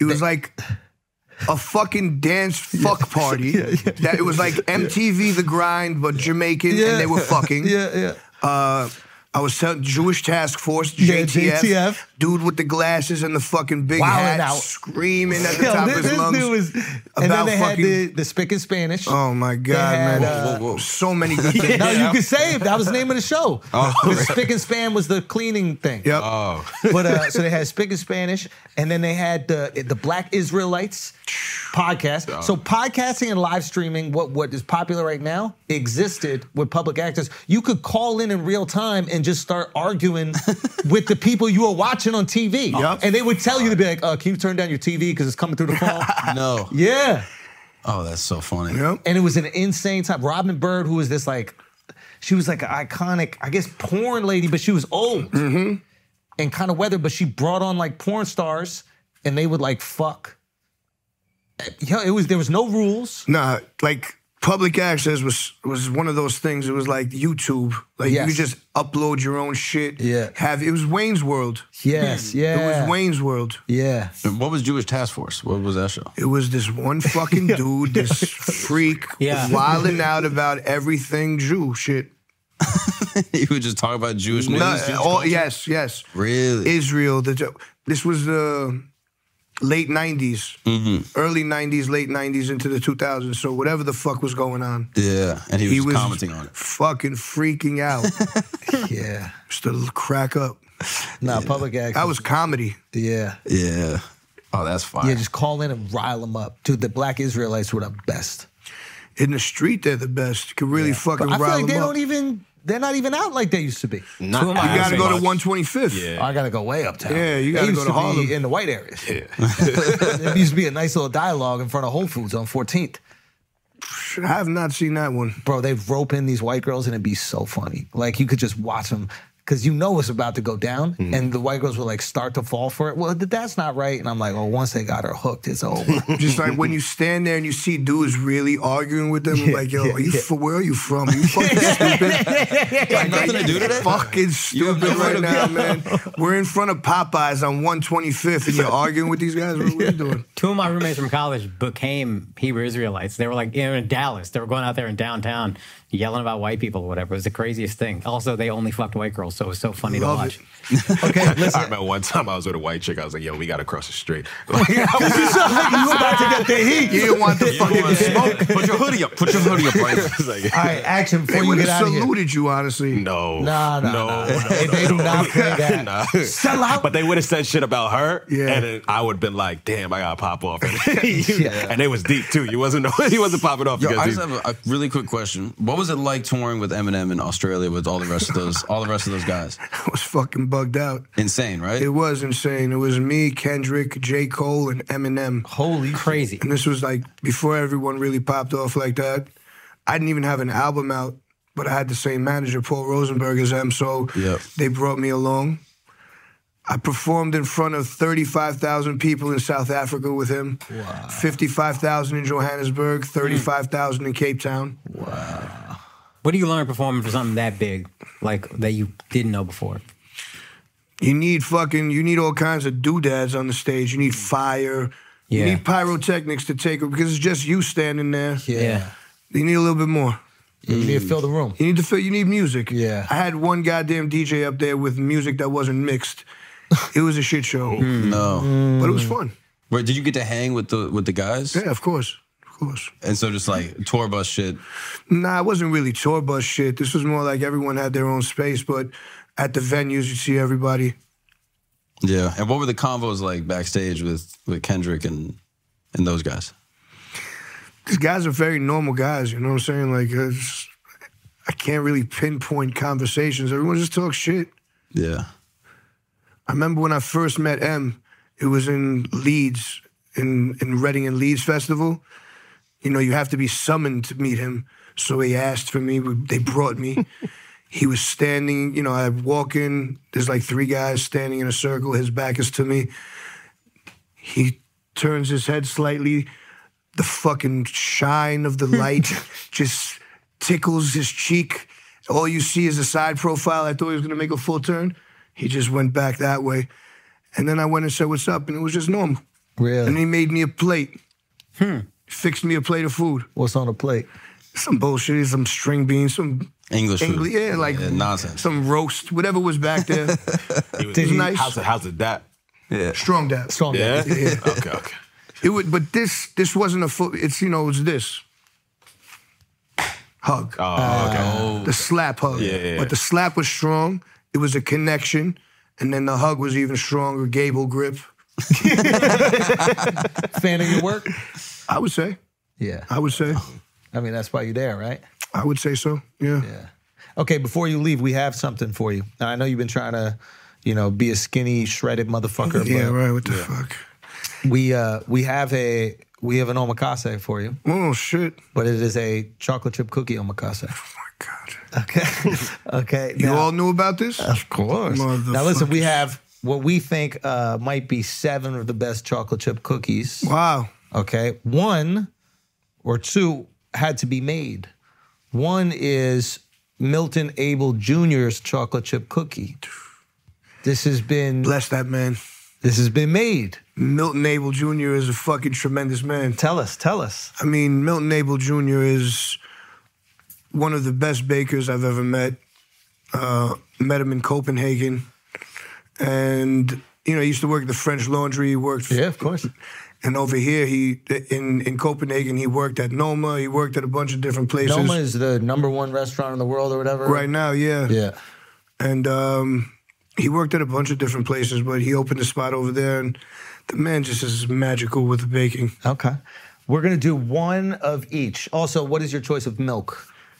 it was like a fucking dance fuck party. That it was like MTV The Grind, but Jamaican, and they were fucking. Yeah, yeah. uh, I was telling Jewish Task Force, Yeah, JTF, JTF. dude with the glasses and the fucking big Wilding hat, out. screaming at the Yo, top this, of his this lungs. dude was, and then about they had fucking- the, the Spick and Spanish. oh my god, had, man! uh, Whoa, whoa, whoa. So many good things. no, you can say it. That was the name of the show. The Spick and Span was the cleaning thing. Oh, Yep. But uh, so they had Spick and Spanish, and then they had the the Black Israelites podcast. So podcasting and live streaming, what what is popular right now, existed with public access. You could call in in real time and just start arguing with the people you were watching on TV, Yup. and they would tell you to be like, uh, "Can you turn down your TV because it's coming through the phone?" No. yeah, Oh, that's so funny. Yep. and it was an insane time. Robin Bird, who was this like, she was like an iconic, I guess, porn lady, but she was old Mm-hmm. and kind of weathered. But she brought on like porn stars, and they would like fuck. Yeah, it was there was no rules. Nah, like public access was was one of those things. It was like YouTube. Like you Yes. could just upload your own shit. Yeah. Have it was Wayne's World. Yes, yeah, It was Wayne's World. Hmm. yeah. What was Jewish Task Force? What was that show? It was this one fucking dude, this freak, Yeah. wilding out about everything Jew shit. you would just talk about Jewish news. No, Jewish all, culture? yes, yes. Really? Israel. The, this was the late 90s, Mm-hmm. early 90s, late 90s into the 2000s. So whatever the fuck was going on, yeah. And he was, he was commenting on it. fucking freaking out. yeah. Just to crack up. Nah, public access. That was comedy. yeah, Yeah. Oh, that's fire. yeah. Just call in and rile them up, dude. The black Israelites were the best. In the street, they're the best. You could really fucking But I feel rile like they them up. don't even They're not even out like they used to be. Not Who am I? You gotta as go to much. 125th. Yeah. I gotta go way uptown. Yeah, you They gotta used go to Harlem. be in the white areas. there used to be a nice little dialogue in front of Whole Foods on 14th. I have not seen that one. Bro, they rope in these white girls and it'd be so funny. Like you could just watch them because you know it's about to go down, Mm-hmm. and the white girls will like start to fall for it. Well, th- that's not right. And I'm like, oh, once they got her hooked, it's over. Just like when you stand there and you see dudes really arguing with them, like, yo, are you for where are you from? you fucking stupid. Like, nothing to do today? Fucking have stupid nowhere right to now, man. We're in front of Popeyes on 125th and you're arguing with these guys. What are you doing? Two of my roommates from college became Hebrew Israelites. They were like in Dallas. They were going out there in downtown yelling about white people or whatever. It was the craziest thing. Also, they only fucked white girls, so it was so funny to Love watch. it. okay, I listen. remember one time I was with a white chick. I was like, "Yo, we gotta cross the street." Like, I was just you about to get the heat. You didn't want the fucking smoke. Put your hoodie up. Put your hoodie up. Right I was like, All right, action They before you would get out have of here. saluted you, honestly. "No, Nah, nah, no, nah. no, They- they do not play that. Sell out. But they would have said shit about her, Yeah. and then I would have been like, "Damn, I gotta pop off." And, and it was deep too. You wasn't, he wasn't popping off Yo, because I he- just have a, a really quick question. What was it like touring with Eminem in Australia with all the rest of those all the rest of those guys? I was fucking bugged out. Insane, right? It was insane. It was me, Kendrick, J. Cole, and Eminem. Holy Crazy. And this was like before everyone really popped off like that. I didn't even have an album out, but I had the same manager, Paul Rosenberg, as them. So Yep. they brought me along. I performed in front of 35,000 people in South Africa with him, 55,000 in Johannesburg, 35,000 in Cape Town. What do you learn performing for something that big, like that you didn't know before? You need fucking, you need all kinds of doodads on the stage. You need fire. You Yeah. need pyrotechnics to take it because it's just you standing there. Yeah. You need a little bit more. You need Mm. to fill the room. You need to feel. You need music. Yeah. I had one goddamn DJ up there with music that wasn't mixed. It was a shit show, no. but it was fun. Where did you get to hang with the with the guys? Yeah, of course, of course. And so just like tour bus shit. Nah, it wasn't really tour bus shit. This was more like everyone had their own space, but at the venues you see everybody. Yeah. And what were the convos like backstage with with Kendrick and and those guys? These guys are very normal guys. You know what I'm saying? Like, it's, I can't really pinpoint conversations. Everyone just talks shit. Yeah. I remember when I first met M, it was in Leeds, in, in Reading and Leeds Festival. You know, you have to be summoned to meet him. So he asked for me, they brought me. he was standing, you know, I walk in, there's like three guys standing in a circle, his back is to me. He turns his head slightly, the fucking shine of the light just tickles his cheek. All you see is a side profile. I thought he was gonna make a full turn. He just went back that way. And then I went and said, What's up? And it was just normal. And he Really? made me a plate. Hmm. Fixed me a plate of food. What's on the plate? Some bullshit, some string beans, some English food. English, yeah, like nonsense. some roast, whatever was back there. he It was was he- nice. How's it? How's it that? Strong dad. Strong. Yeah. guy. okay. Okay. It would, but this this wasn't a foot. It's you know, it's this hug, Oh, okay. the slap hug. Yeah, yeah, yeah. But the slap was strong. It was a connection, and then the hug was even stronger. Gable grip. Fan of your work? I would say. Yeah. I would say. I mean, that's why you're there, right? I would say so. Yeah. Yeah. Okay, before you leave, we have something for you. Now, I know you've been trying to, you know, be a skinny, shredded motherfucker, Yeah. but right. What the fuck? we uh we have a we have an omakase for you, Oh shit. but it is a chocolate chip cookie omakase. Oh my god. Okay. okay. You now- all knew about this? Of course. Now listen, we have what we think uh, might be seven of the best chocolate chip cookies. Wow. Okay. One or two had to be made. One is Milton Abel Jr.'s chocolate chip cookie. This has been Bless that man. this has been made. Milton Abel Jr. is a fucking tremendous man. Tell us, tell us. I mean, Milton Abel Jr. is one of the best bakers I've ever met. Uh, met him in Copenhagen, and you know, he used to work at the French Laundry. He worked, Yeah, of course. and over here, he in in Copenhagen, he worked at Noma. He worked at a bunch of different places. Noma is the number one restaurant in the world or whatever. right now, yeah, Yeah. and um, he worked at a bunch of different places, but he opened a spot over there, and the man just is magical with the baking. Okay. We're gonna do one of each. Also, what is your choice of milk?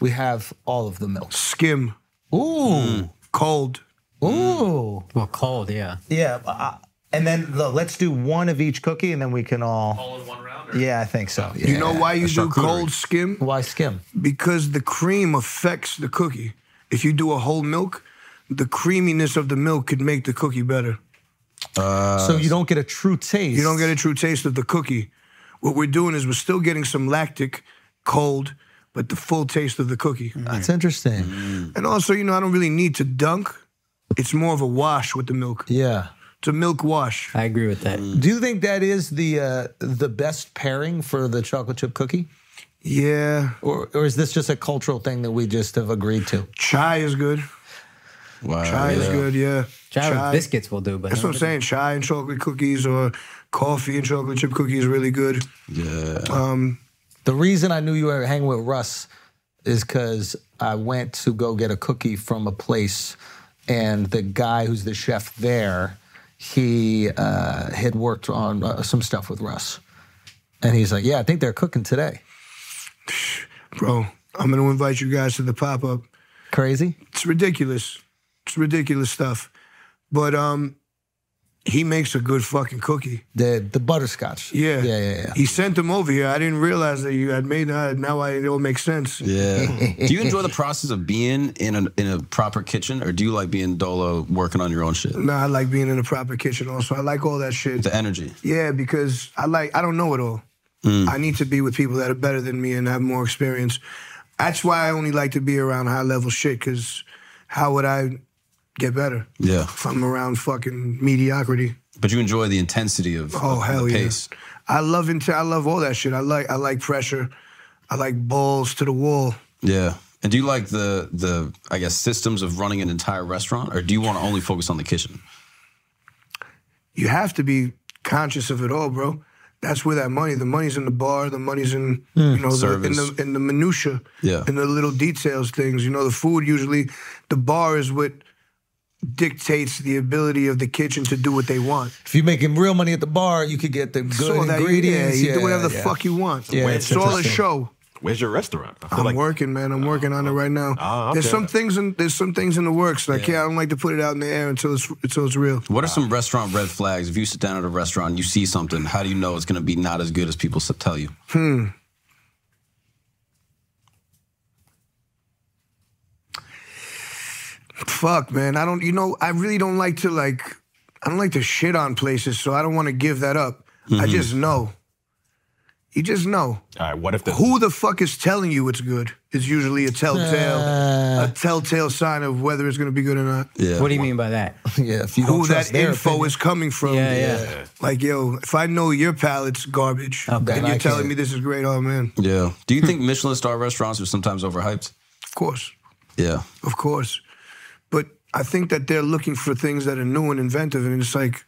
We have all of the milks. Skim. Ooh. Cold. Ooh. Well, cold, yeah. Yeah. I, and then look, let's do one of each cookie and then we can all. all in one round. Or? Yeah, I think so. Yeah. You know why you a do charcuterie. cold skim? Why skim? because the cream affects the cookie. If you do a whole milk, the creaminess of the milk could make the cookie better. so you don't get a true taste. Uh, You don't get a true taste of the cookie. What we're doing is we're still getting some lactic, cold, but the full taste Mm. of the cookie. That's interesting. And also, you know, I don't really need to dunk. It's more of a wash with the milk. Yeah. It's a milk wash. I agree with that. Mm. Do you think that is the uh, the best pairing for the chocolate chip cookie, Yeah. or or is this just a cultural thing that we just have agreed to? Chai is good. Wow. Chai is good, yeah. Chai with biscuits will do, but That's what I'm saying. Chai and chocolate cookies or coffee and chocolate chip cookies really good. The reason I knew you were hanging with Russ is because I went to go get a cookie from a place, and the guy who's the chef there, he uh, had worked on uh, some stuff with Russ, and he's like, "Yeah, I think they're cooking today." Bro, I'm going to invite you guys to the pop up. Crazy. It's ridiculous. It's ridiculous stuff. But um, he makes a good fucking cookie. The the butterscotch. Yeah. Yeah. Yeah. yeah. He sent them over here. I didn't realize that you had made that. Now I, it all makes sense. Yeah. do you enjoy the process of being in a in a proper kitchen, or do you like being dolo working on your own shit? Nah, I like being in a proper kitchen also. I like all that shit. The energy. Yeah, because I like I don't know it all. Mm. I need to be with people that are better than me and have more experience. That's why I only like to be around high level shit. Because how would I get better Yeah. if I'm around fucking mediocrity? But you enjoy the intensity of, Oh of hell the yeah! pace. I love into I love all that shit. I like I like pressure. I like balls to the wall. Yeah. And do you like the the I guess systems of running an entire restaurant, or do you want to only focus on the kitchen? You have to be conscious of it all, bro. That's where that money. The money's in the bar. The money's in you know the, in Service. the in the minutia. Yeah. In the little details things. You know the food usually. The bar is what dictates the ability of the kitchen to do what they want. If you're making real money at the bar, you could get the good So that ingredients. you, yeah, you do whatever the yeah. fuck you want. Yeah, it's it's all a interesting. show. Where's your restaurant? I feel I'm like working, man. I'm working on it right now. Ah, There's okay. some things in there's some things in the works. and I can't. I don't like to put it out in the air until it's until it's real. What are some restaurant red flags? If you sit down at a restaurant and you see something, how do you know it's going to be not as good as people s- tell you? Fuck, man. I don't. You know, I really don't like to like. I don't like to shit on places, so I don't want to give that up. Mm-hmm. I just know. You just know All right, what if the who the fuck is telling you it's good. Is usually a telltale, Uh. a telltale sign of whether it's going to be good or not. Yeah. What do you mean by that? Yeah, if you don't Who trust that their info opinion. is coming from? Yeah, yeah. Like, yo, if I know your palate's garbage, Okay. and Then you're I telling can't- me this is great, oh man, Yeah. Do you think Michelin star restaurants are sometimes overhyped? of course. Yeah. Of course. But I think that they're looking for things that are new and inventive. And it's like,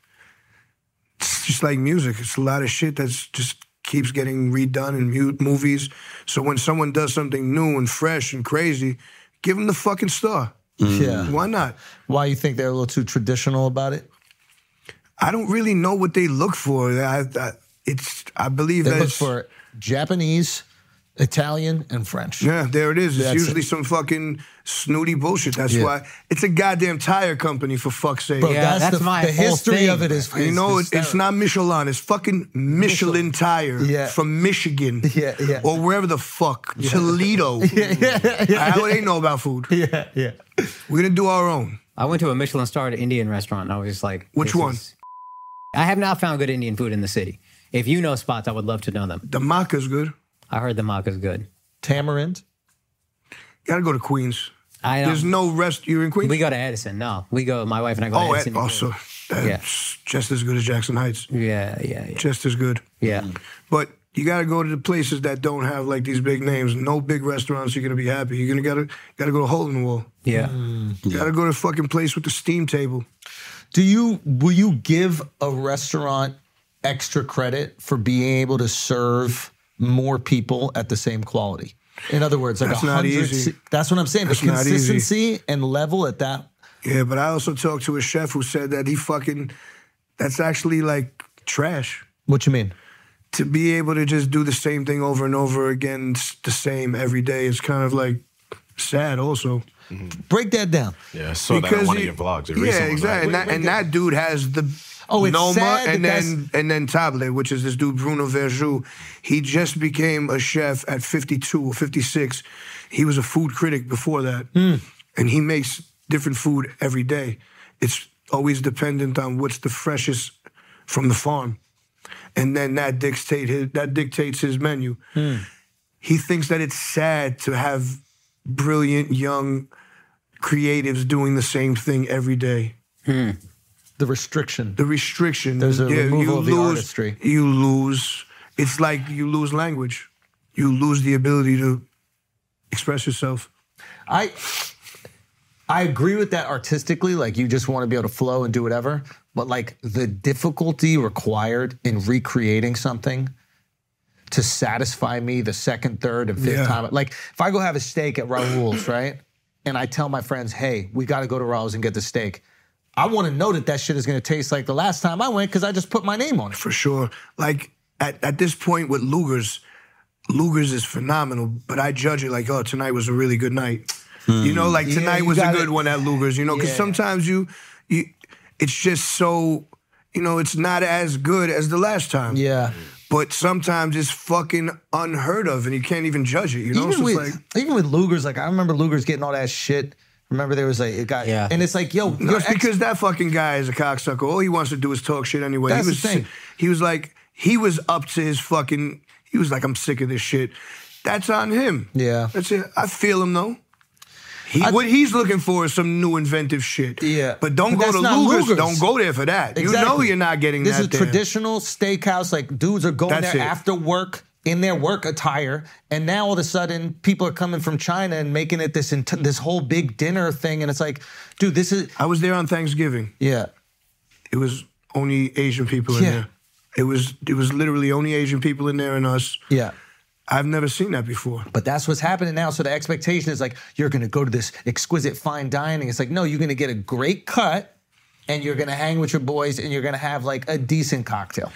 it's just like music. It's a lot of shit that's just keeps getting redone in mu- movies. So when someone does something new and fresh and crazy, give them the fucking star. Yeah. Why not? Why you think they're a little too traditional about it? I don't really know what they look for. I, I, it's, I believe They that look it's- for Japanese, Italian, and French. Yeah, there it is. It's That's usually it. some fucking snooty bullshit. That's Yeah. why it's a goddamn tire company for fuck's sake. Bro, Yeah, that's the, my the whole history thing. of it is. You is know, it, it's hysterical. not Michelin. It's fucking Michelin, tire Yeah. from Michigan. Yeah, yeah. Or wherever the fuck. Toledo. How they know about food? Yeah, yeah. We're going to do our own. I went to a Michelin starred Indian restaurant and I was just like, Which this one? is- I have not found good Indian food in the city. If you know spots, I would love to know them. The maca's good. I heard the maca's good. Tamarind. Gotta go to Queens. I There's don't. no rest. You're in Queens? We go to Edison. No, we go. My wife and I go oh, to at, Edison. also. That's just as good as Jackson Heights. Yeah, yeah, yeah. Just as good. yeah. But you gotta go to the places that don't have like these big names. No big restaurants. You're gonna be happy. You're gonna gotta gotta go to Hole in the Wall. Yeah. Gotta go to the fucking place with the steam table. Do you will you give a restaurant extra credit for being able to serve more people at the same quality? In other words, like That's a not hundred. easy. se- That's what I'm saying. That's the not easy. consistency and level at that. Yeah, but I also talked to a chef who said that he fucking that's actually like trash What you mean? to be able to just do the same thing over and over again s- the same every day is kind of like sad also Break that down. Yeah, I saw that in one he- of your vlogs. Your yeah, recent one, exactly. And, Right? that, and that dude has the Oh, it's Noma sad and that then and then Table, which is this dude Bruno Verjou. He just became a chef at 52 or 56. He was a food critic before that, Hmm. and he makes different food every day. It's always dependent on what's the freshest from the farm, and then that dictate his, that dictates his menu. Hmm. He thinks that it's sad to have brilliant young creatives doing the same thing every day. The restriction. The restriction. There's a yeah, removal you of the lose, artistry. You lose. It's like you lose language. You lose the ability to express yourself. I I agree with that artistically. Like you just want to be able to flow and do whatever. But like the difficulty required in recreating something to satisfy me the second, third, and fifth Yeah. time. Like if I go have a steak at Raoul's, right? And I tell my friends, hey, we got to go to Raoul's and get the steak. I want to know that that shit is going to taste like the last time I went because I just put my name on it. for sure. Like at, at this point with Luger's, Luger's is phenomenal, but I judge it like, oh, tonight was a really good night. You know, like tonight Hmm. you was a gotta- good one at Luger's, you know, because Yeah. sometimes you, you, it's just so, you know, it's not as good as the last time. Yeah. But sometimes it's fucking unheard of and you can't even judge it, you know? even So with it's like, even with Luger's, like I remember Luger's getting all that shit. Remember there was like it got Yeah. and it's like yo, your That's ex- because that fucking guy is a cocksucker. All he wants to do is talk shit anyway. That's he the was thing. he was like he was up to his fucking he was like I'm sick of this shit. That's on him. Yeah. That's it. I feel him though. He, I- what he's looking for is some new inventive shit. Yeah. But don't go But that's to not Luger's. Luger's. Don't go there for that. You know Exactly. you're not getting this that is there. traditional steakhouse. Like dudes are going That's there it. after work in their work attire, and now all of a sudden people are coming from China and making it this int- this whole big dinner thing, and it's like, dude, this is I was there on Thanksgiving. yeah. It was only Asian people in Yeah. there. It was it was literally only Asian people in there and us. Yeah. I've never seen that before. But that's what's happening now. So the expectation is like, you're going to go to this exquisite fine dining. It's like, no, you're going to get a great cut and you're going to hang with your boys and you're going to have like a decent cocktail.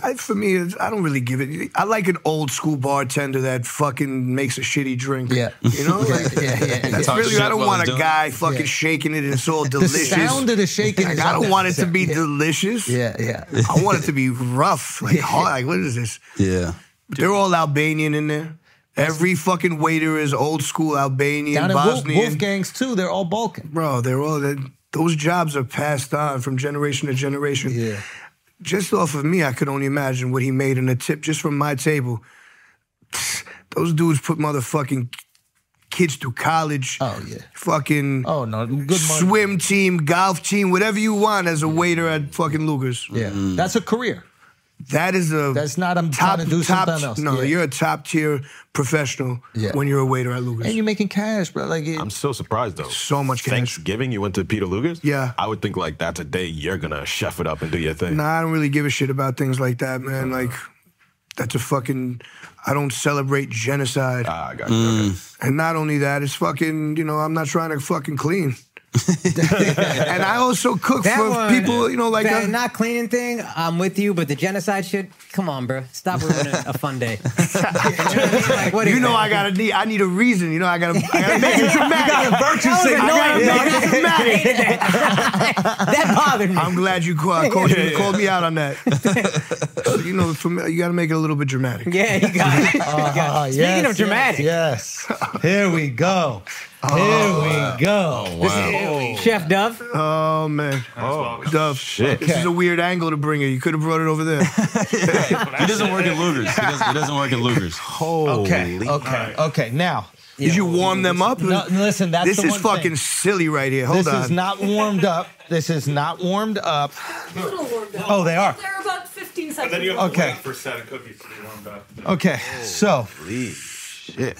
I, for me, it's- I don't really give it. I like an old school bartender that fucking makes a shitty drink. Yeah. you know, Yeah, like yeah, yeah, yeah. That's Talk really. shit I don't while want he's a doing guy fucking Yeah. shaking it and it's all The delicious. sound of the shaking like, is I don't want it to be Yeah. delicious. Yeah, yeah. I want it to be rough, like hard. Like what is this? Yeah. They're all Albanian in there. Every fucking waiter is old school Albanian, Down at Wolf, Bosnian. Wolfgang's too, they're all Balkan. Bro, they're all that. Those jobs are passed on from generation to generation. Yeah. just off of me, I could only imagine what he made in a tip just from my table. Those dudes put motherfucking kids through college. Oh, yeah. Fucking Oh, no. Good money. Mm. swim team, golf team, whatever you want as a waiter at fucking Luger's. Yeah. That's a career. That is a That's not, I'm top trying to do top. something else. No, Yeah. you're a top tier professional Yeah. when you're a waiter at Luger's. And you're making cash, bro. Like, it, I'm so surprised though. So much cash. Thanksgiving, you went to Peter Luger's. Yeah. I would think like that's a day you're gonna chef it up and do your thing. Nah, I don't really give a shit about things like that, man. Like, that's a fucking. I don't celebrate genocide. Ah, I got you. Okay. Mm. And not only that, it's fucking, you know, I'm not trying to fucking clean. and I also cook That for one, people, you know, like that uh, not cleaning thing, I'm with you, but the genocide shit, come on, bro. Stop ruining a fun day. Like, what you is know, that? I gotta need, I need a reason. You know, I gotta, I gotta make it dramatic. virtue That was I gotta annoying, make it dog. dramatic. That bothered me. I'm glad you called, called, you called me out on that. So, you know, for me, you gotta make it a little bit dramatic. Yeah, you got it. You got it. Speaking of dramatic, Uh-huh, Yes. Here we go. Here we go. Chef Dove, Oh man, Oh, Dove, Shit. this is a weird angle to bring it. You could have brought it over there. He doesn't work at Luger's. He doesn't, he doesn't work at Luger's. Oh, Okay. Okay. Okay. Now, Did you warm them up? No, listen, that's this the is one fucking thing. silly right here. Hold this on. is not warmed up. This is not warmed up. Oh, they are. They're about 15 seconds. Okay. for set of cookies to be warmed up. Okay. So,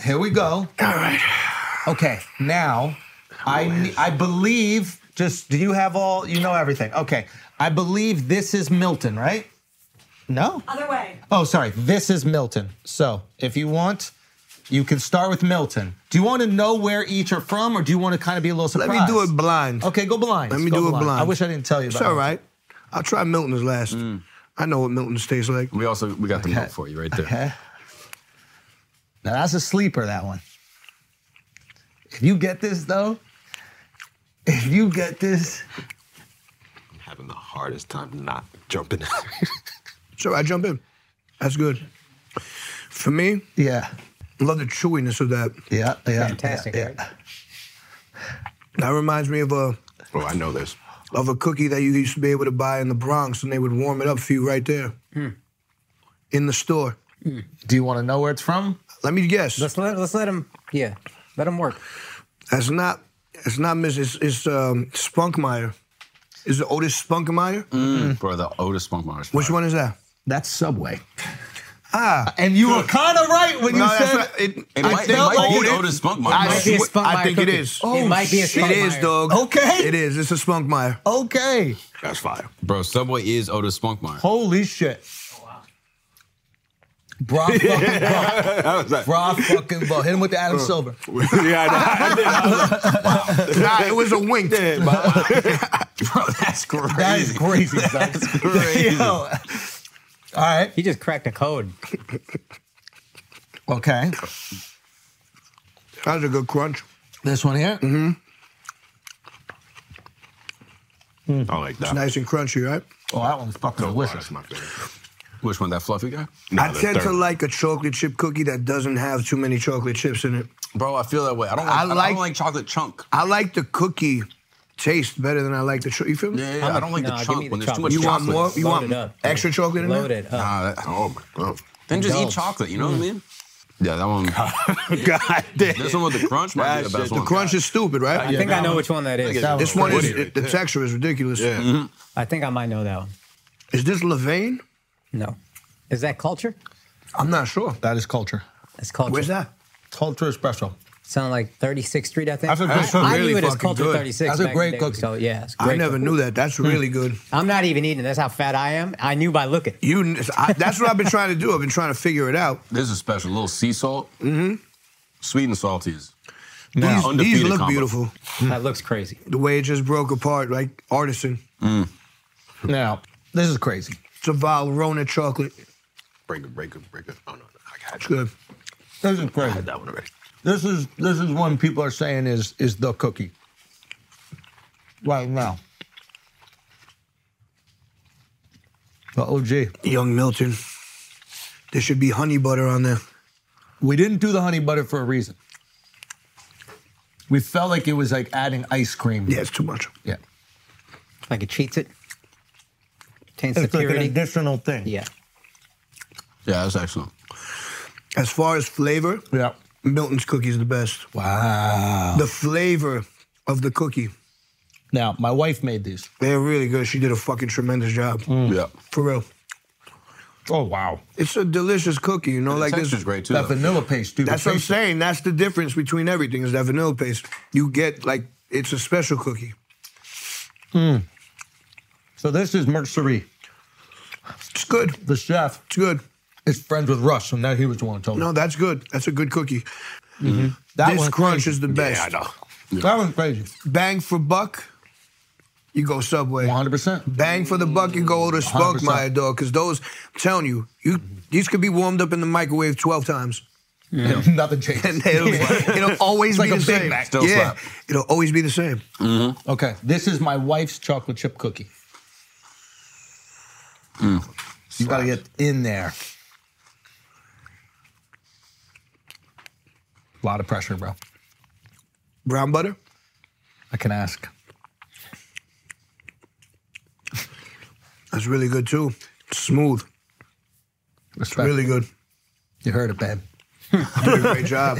here we go. All right. Okay. Now, I ne- I believe. Just do you have all? You know everything. Okay. I believe this is Milton, right? No. Other way. Oh, sorry. This is Milton. So if you want, you can start with Milton. Do you want to know where each are from, or do you want to kind of be a little Let surprised? me do it blind. Okay, go blind. Let me Go do it blind. I wish I didn't tell you about It's all it. right. I'll try Milton's last. I know what Milton's tastes like. We also we got the milk for you right there. Okay. Now that's a sleeper, that one. If you get this though, if you get this, I'm having the hardest time not jumping. So I jump in. That's good. For me, yeah, I love the chewiness of that. yeah, yeah, Fantastic, yeah, right? yeah. That reminds me of a oh, I know this. of a cookie that you used to be able to buy in the Bronx, and they would warm it up for you right there in the store. Do you want to know where it's from? Let me guess. Let's let let's let him. Yeah, let him work. That's not. It's not Miss. It's, it's um, Spunkmeyer. Is it Otis Spunkmeyer? Mm. Bro, the Otis Spunk Mars. Which one is that? That's Subway. Ah, And you were kind of right when you no, that's said not, it, It I might, it think might be Otis- Otis Spunk I, might Mars. be a swear- I Spunkmeyer think it cookie. is. It might be a It is, Spunkmeyer. dog. Okay. It is. It's a Spunkmeyer. okay. That's fire. Bro, Subway is Otis Spunk Mars. Holy shit. Bra fucking buck. Bra fucking buck. Hit him with the Adam Silver. yeah, I know. Nah, it was a wink. Bro, that's crazy. That is crazy, son. Yo. All right. He just cracked a code. Okay. That was a good crunch. This one here. I like that. Nice and crunchy, right? Oh, that one's fucking delicious. That's my favorite. Which one? That fluffy guy? No, I the tend to third. like a chocolate chip cookie that doesn't have too many chocolate chips in it. Bro, I feel that way. I don't like, I I like- don't like chocolate chunk. I like the cookie taste better than I like the chocolate. You feel me? Yeah, yeah, I don't like nah, the give chunk me the when there's chocolate. too much You want chocolate. more? You Load want it up. extra chocolate in there? Loaded up. Nah, that- Oh my god. then just eat Indulge. chocolate, you know what I mean? Yeah, that one. God damn. This one with the crunch might be the That best shit, the one. Crunch is stupid, right? I think I know which one that is. That This one is Woody. the texture is ridiculous. Yeah. I think I might know that one. Is this Levain? No, is that culture? I'm not sure. That is culture. That's culture. Where's that? Culture espresso. Sound like 36th Street, I think. That's a great cookie. I knew Really it as fucking Culture good. 36. That's a back in the great day. cookie. So yeah, it's a I great never cookie. knew that. That's Hmm. really good. I'm not even eating. it. That's how fat I am. I knew by looking. You, I, that's what I've been trying to do. I've been trying to figure it out. This is special. A little sea salt. Mm-hmm. Sweet and salty is. These, these undefeated look combo. beautiful. That looks crazy. The way it just broke apart, like artisan. Now, this is crazy. It's a Valrhona chocolate. Break it, break it, break it. Oh no, no, I got It's you. good. This is I crazy. had that one already. This is this is one people are saying is is the cookie. Right now. The OG. Young Milton. There should be honey butter on there. We didn't do the honey butter for a reason. We felt like it was like adding ice cream. Yeah, it's too much. Yeah. Like it cheats it. Taints the It's like an purity. additional thing. Yeah. Yeah, that's excellent. As far as flavor, Yeah. Milton's cookie is the best. Wow. The flavor of the cookie. Now, my wife made these. They're really good. She did a fucking tremendous job. Yeah. For real. Oh, wow. It's a delicious cookie, you know, The like this. texture's great too. That though. vanilla paste, dude. That's The what I'm paste- saying. That's the difference between everything is that vanilla paste. You get like it's a special cookie. So this is Mercerie. It's good. The chef It's good. is friends with Russ, and that he was the one who told me. No, that's good. That's a good cookie. that this one's crunch crazy. is the best. Yeah, I know. That one's crazy. Bang for buck, you go Subway. 100%. Bang for the buck, you go Otis 100%. Spunkmeyer, dog. Because those, I'm telling you, you these could be warmed up in the microwave 12 times. Nothing changes. And it'll, it'll always It's like be a the Big same. Mac, still yeah, slap. it'll always be the same. Okay, this is my wife's chocolate chip cookie. You gotta get in there. A lot of pressure, bro. Brown butter. I can ask. That's really good too. Smooth. Respect. Really good. You heard it, babe. Did a great job.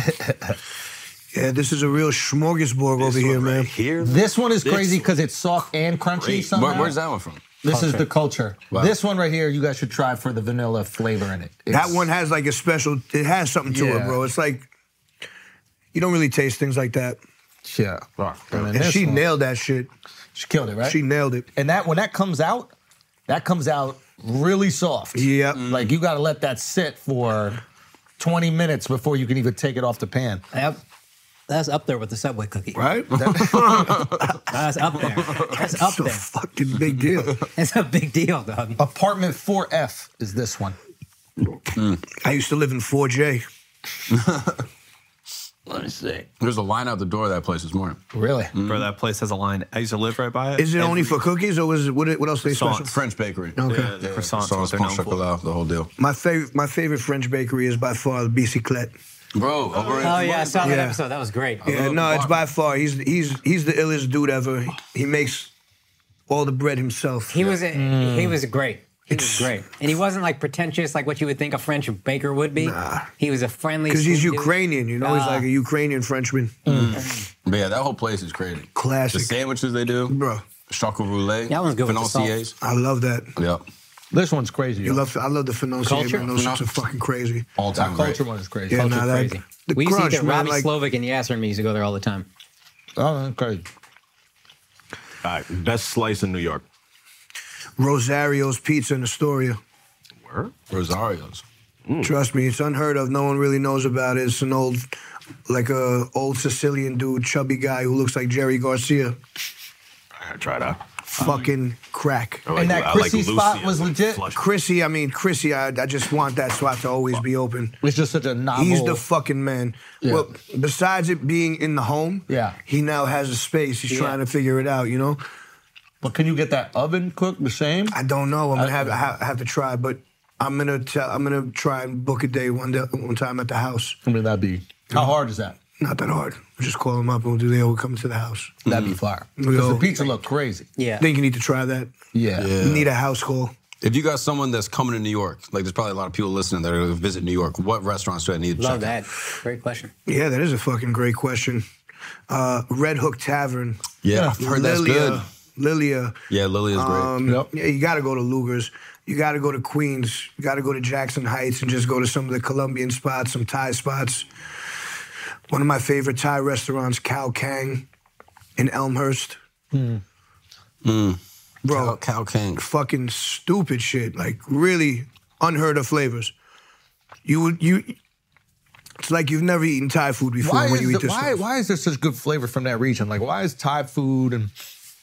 Yeah, this is a real smorgasbord over This here, one right man. Here. This one is crazy because it's soft and crunchy. Great. Somehow. Where, where's that one from? This is the culture. Wow. This one right here, you guys should try for the vanilla flavor in it. That It's- one has like a special. It has something to it, Yeah. bro. It's like you don't really taste things like that. yeah. And then And this she one, nailed that shit. She killed it, right? She nailed it. And that when that comes out, that comes out really soft. Mm. Yep. Like you got to let that sit for 20 minutes before you can even take it off the pan. Yep. That's up there with the Subway cookie. Right? That's up there. That's up That's a there. fucking big deal. That's a big deal, dog. Oh, Apartment 4F is this one. I used to live in 4J. Let me see. There's a line out the door of that place this morning. Really? Bro, that place has a line. I used to live right by it. Is it only for cookies or was it, what, what else they Croissant, special? French bakery. Okay. Yeah, the croissants, Croissants, what they're pain known au for. chocolat, the whole deal. My favorite, my favorite French bakery is by far the Bicyclette. Bro, over in- Oh yeah, I saw that Yeah. episode. That was great. Yeah, love no, it's Mark. by far. He's he's he's the illest dude ever. He makes all the bread himself. He was a, he Mm. was great. He was great, and he wasn't like pretentious like what you would think a French baker would be. He was a friendly. because he's sweet dude. Ukrainian, you know. he's Ah. like a Ukrainian Frenchman. But yeah, that whole place is crazy. Classic. The sandwiches they do, Bro. Choco roulette. That one's good with the salt. Financiers. I love that. Yep. This one's crazy. I You love I love the Culture? financier. Man, those shits are fucking crazy. All time culture great. one is crazy. Yeah, Culture nah, that, crazy. the we used crunch, to eat that man. Robbie Like, Slovak and Yasser me used to go there all the time. Oh, that's crazy. All right, best slice in New York. Rosario's Pizza in Astoria. Where? Rosario's. Trust me, it's unheard of. No one really knows about it. It's an old, like a old Sicilian dude, chubby guy who looks like Jerry Garcia. All right, try that. Fucking crack. I And that I Chrissy Lucy spot and was the legit? flush. Chrissy, I mean Chrissy, I, I just want that spot to always be open. It's just such a novel. He's the fucking man. Yeah. Well, besides it being in the home, Yeah. he now has a space. He's trying to figure it out. You know, but can you get that oven cooked the same? I don't know. I'm gonna Uh, have, I have, I have to try, but I'm gonna tell, I'm gonna try and book a day one day, one time at the house. I mean, that'd be. How hard is that? Not that hard. Just call him up and we'll do. They will come to the house. That'd be fire. Because Mm. Yo. the pizza looked crazy. Yeah, Think you need to try that. Yeah. You need a house call. If you got someone that's coming to New York, like there's probably a lot of people listening that are going to visit New York, what restaurants do I need to love that. check Great question. Yeah, that is a fucking great question. Uh, Red Hook Tavern. Yeah, I've heard that's good. Lilia. Yeah, Lily is great. Um, Yep. yeah, you got to go to Luger's. You got to go to Queens. You got to go to Jackson Heights and just go to some of the Colombian spots, some Thai spots. One of my favorite Thai restaurants, Cow Kang, in Elmhurst. Hmm. Bro, Cow, Cow King. fucking stupid shit, like really unheard of flavors. You would you. It's like you've never eaten Thai food before Why when you is, eat the, this. why, stuff. why is there such good flavor from that region? Like, why is Thai food and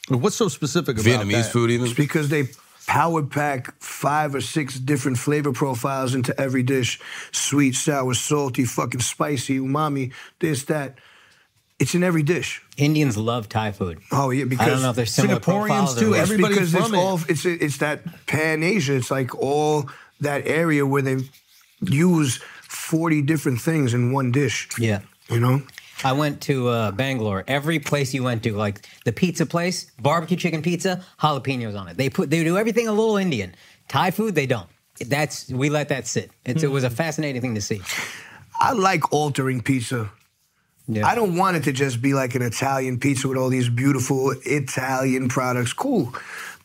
like, what's so specific about Vietnamese that? food, even. It's because they power pack five or six different flavor profiles into every dish sweet, sour, salty, fucking spicy, umami, this, that. It's in every dish. Indians love Thai food. Oh, yeah, because. I don't know if they're similar Singaporeans profiles or too, what. It's Everybody's because it's from it. all it's it's that pan Asia. It's like all that area where they use forty different things in one dish. Yeah. you know. I went to uh, Bangalore. Every place you went to, like the pizza place, barbecue chicken pizza, jalapenos on it. They put they do everything a little Indian. Thai food they don't. That's we let that sit. It's, It was a fascinating thing to see. I like altering pizza. Yeah. I don't want it to just be like an Italian pizza with all these beautiful Italian products. Cool.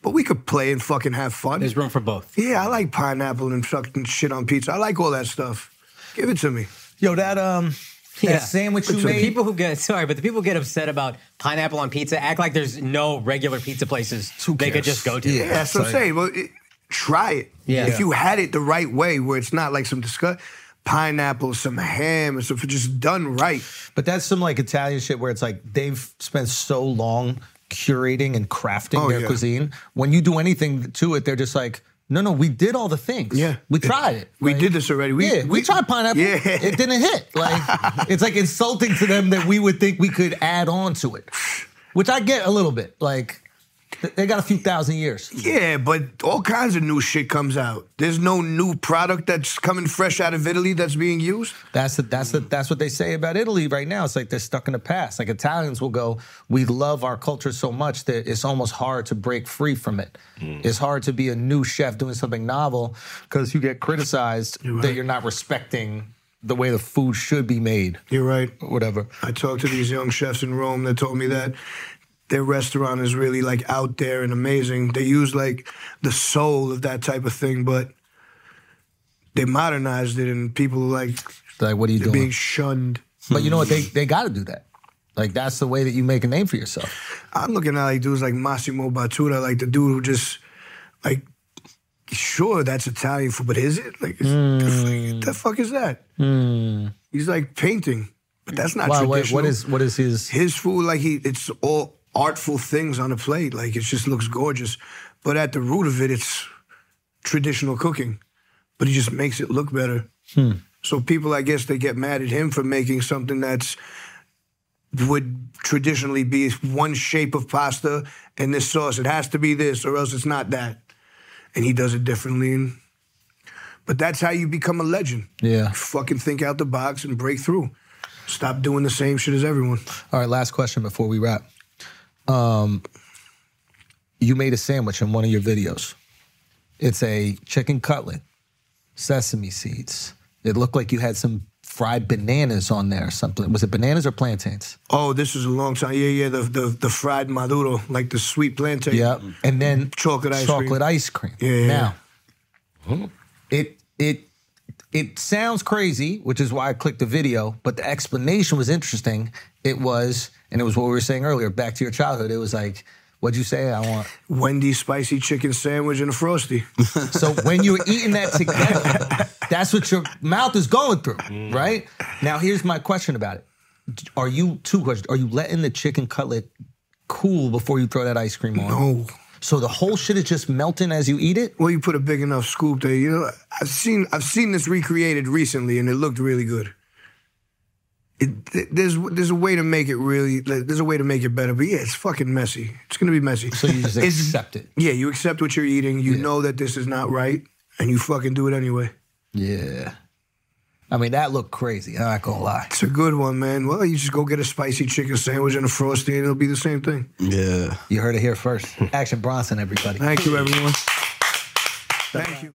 But we could play and fucking have fun. There's room for both. yeah, I like pineapple and fucking shit on pizza. I like all that stuff. Give it to me. Yo, that um, Yeah. that sandwich you The made. people who get sorry, but the people who get upset about pineapple on pizza act like there's no regular pizza places Who they could cares? just go to. Yeah, that's what I'm saying. Well, it, try it. Yeah. If you had it the right way, where it's not like some disgust, pineapple, some ham, and stuff, just done right. But that's some like Italian shit where it's like they've spent so long curating and crafting Oh, their yeah. cuisine. When you do anything to it, they're just like, no, no, we did all the things. Yeah. We tried it. We Like, did this already. We, yeah, we, tried pineapple. Yeah. It didn't hit. Like it's like insulting to them that we would think we could add on to it. Which I get a little bit. Like th- they got a few thousand years. Yeah, but all kinds of new shit comes out. There's no new product that's coming fresh out of Italy that's being used. That's the, that's the, that's what they say about Italy right now. It's like they're stuck in the past. Like Italians will go, we love our culture so much that it's almost hard to break free from it. Mm. It's hard to be a new chef doing something novel because you get criticized that you're not respecting the way the food should be made, You're right. or whatever. I talked to these young chefs in Rome that told me that their restaurant is really like out there and amazing. They use like the soul of that type of thing, but they modernized it and people like Like, what are you doing? being shunned. but you know what? They they got to do that. Like that's the way that you make a name for yourself. I'm looking at like dudes like Massimo Batuta, like the dude who just like sure that's Italian food, but is it? Like, it's, Hmm. what the fuck is that? He's like painting, but that's not Why, what, traditional. what is what is his? his food? Like he, it's all artful things on a plate. Like it just looks gorgeous, but at the root of it, it's traditional cooking. But he just makes it look better. So people, I guess, they get mad at him for making something that's would traditionally be one shape of pasta and this sauce. It has to be this, or else it's not that. And he does it differently. And, but that's how you become a legend. Yeah. You fucking think out the box and break through. Stop doing the same shit as everyone. All right, last question before we wrap. Um, you made a sandwich in one of your videos. It's a chicken cutlet, sesame seeds. It looked like you had some fried bananas on there or something. Was it bananas or plantains? Oh, this was a long time. Yeah, yeah. The the, the fried maduro, like the sweet plantain. Yep. And Mm. Mm-hmm. then Chocolate ice cream. chocolate ice cream. Yeah. Now, it it it sounds crazy, which is why I clicked the video. But the explanation was interesting. It was, and it was what we were saying earlier. Back to your childhood. It was like, what'd you say? I want. Wendy's spicy chicken sandwich and a frosty. So when you're eating that together, that's what your mouth is going through, Mm. right? Now here's my question about it. Are you two questions? Are you letting the chicken cutlet cool before you throw that ice cream on? No. So the whole shit is just melting as you eat it? Well, you put a big enough scoop there. You know, I've seen I've seen this recreated recently, and it looked really good. It, th- there's there's a way to make it really. like, There's a way to make it better, but yeah, it's fucking messy. It's gonna be messy. So you just It's- accept it. Yeah, you accept what you're eating. You know that this is not right, and you fucking do it anyway. Yeah. I mean, that looked crazy. I'm not gonna lie. It's a good one, man. Well, you just go get a spicy chicken sandwich and a frosty, and it'll be the same thing. Yeah. You heard it here first. Action Bronson, everybody. Thank you, everyone. Thank you.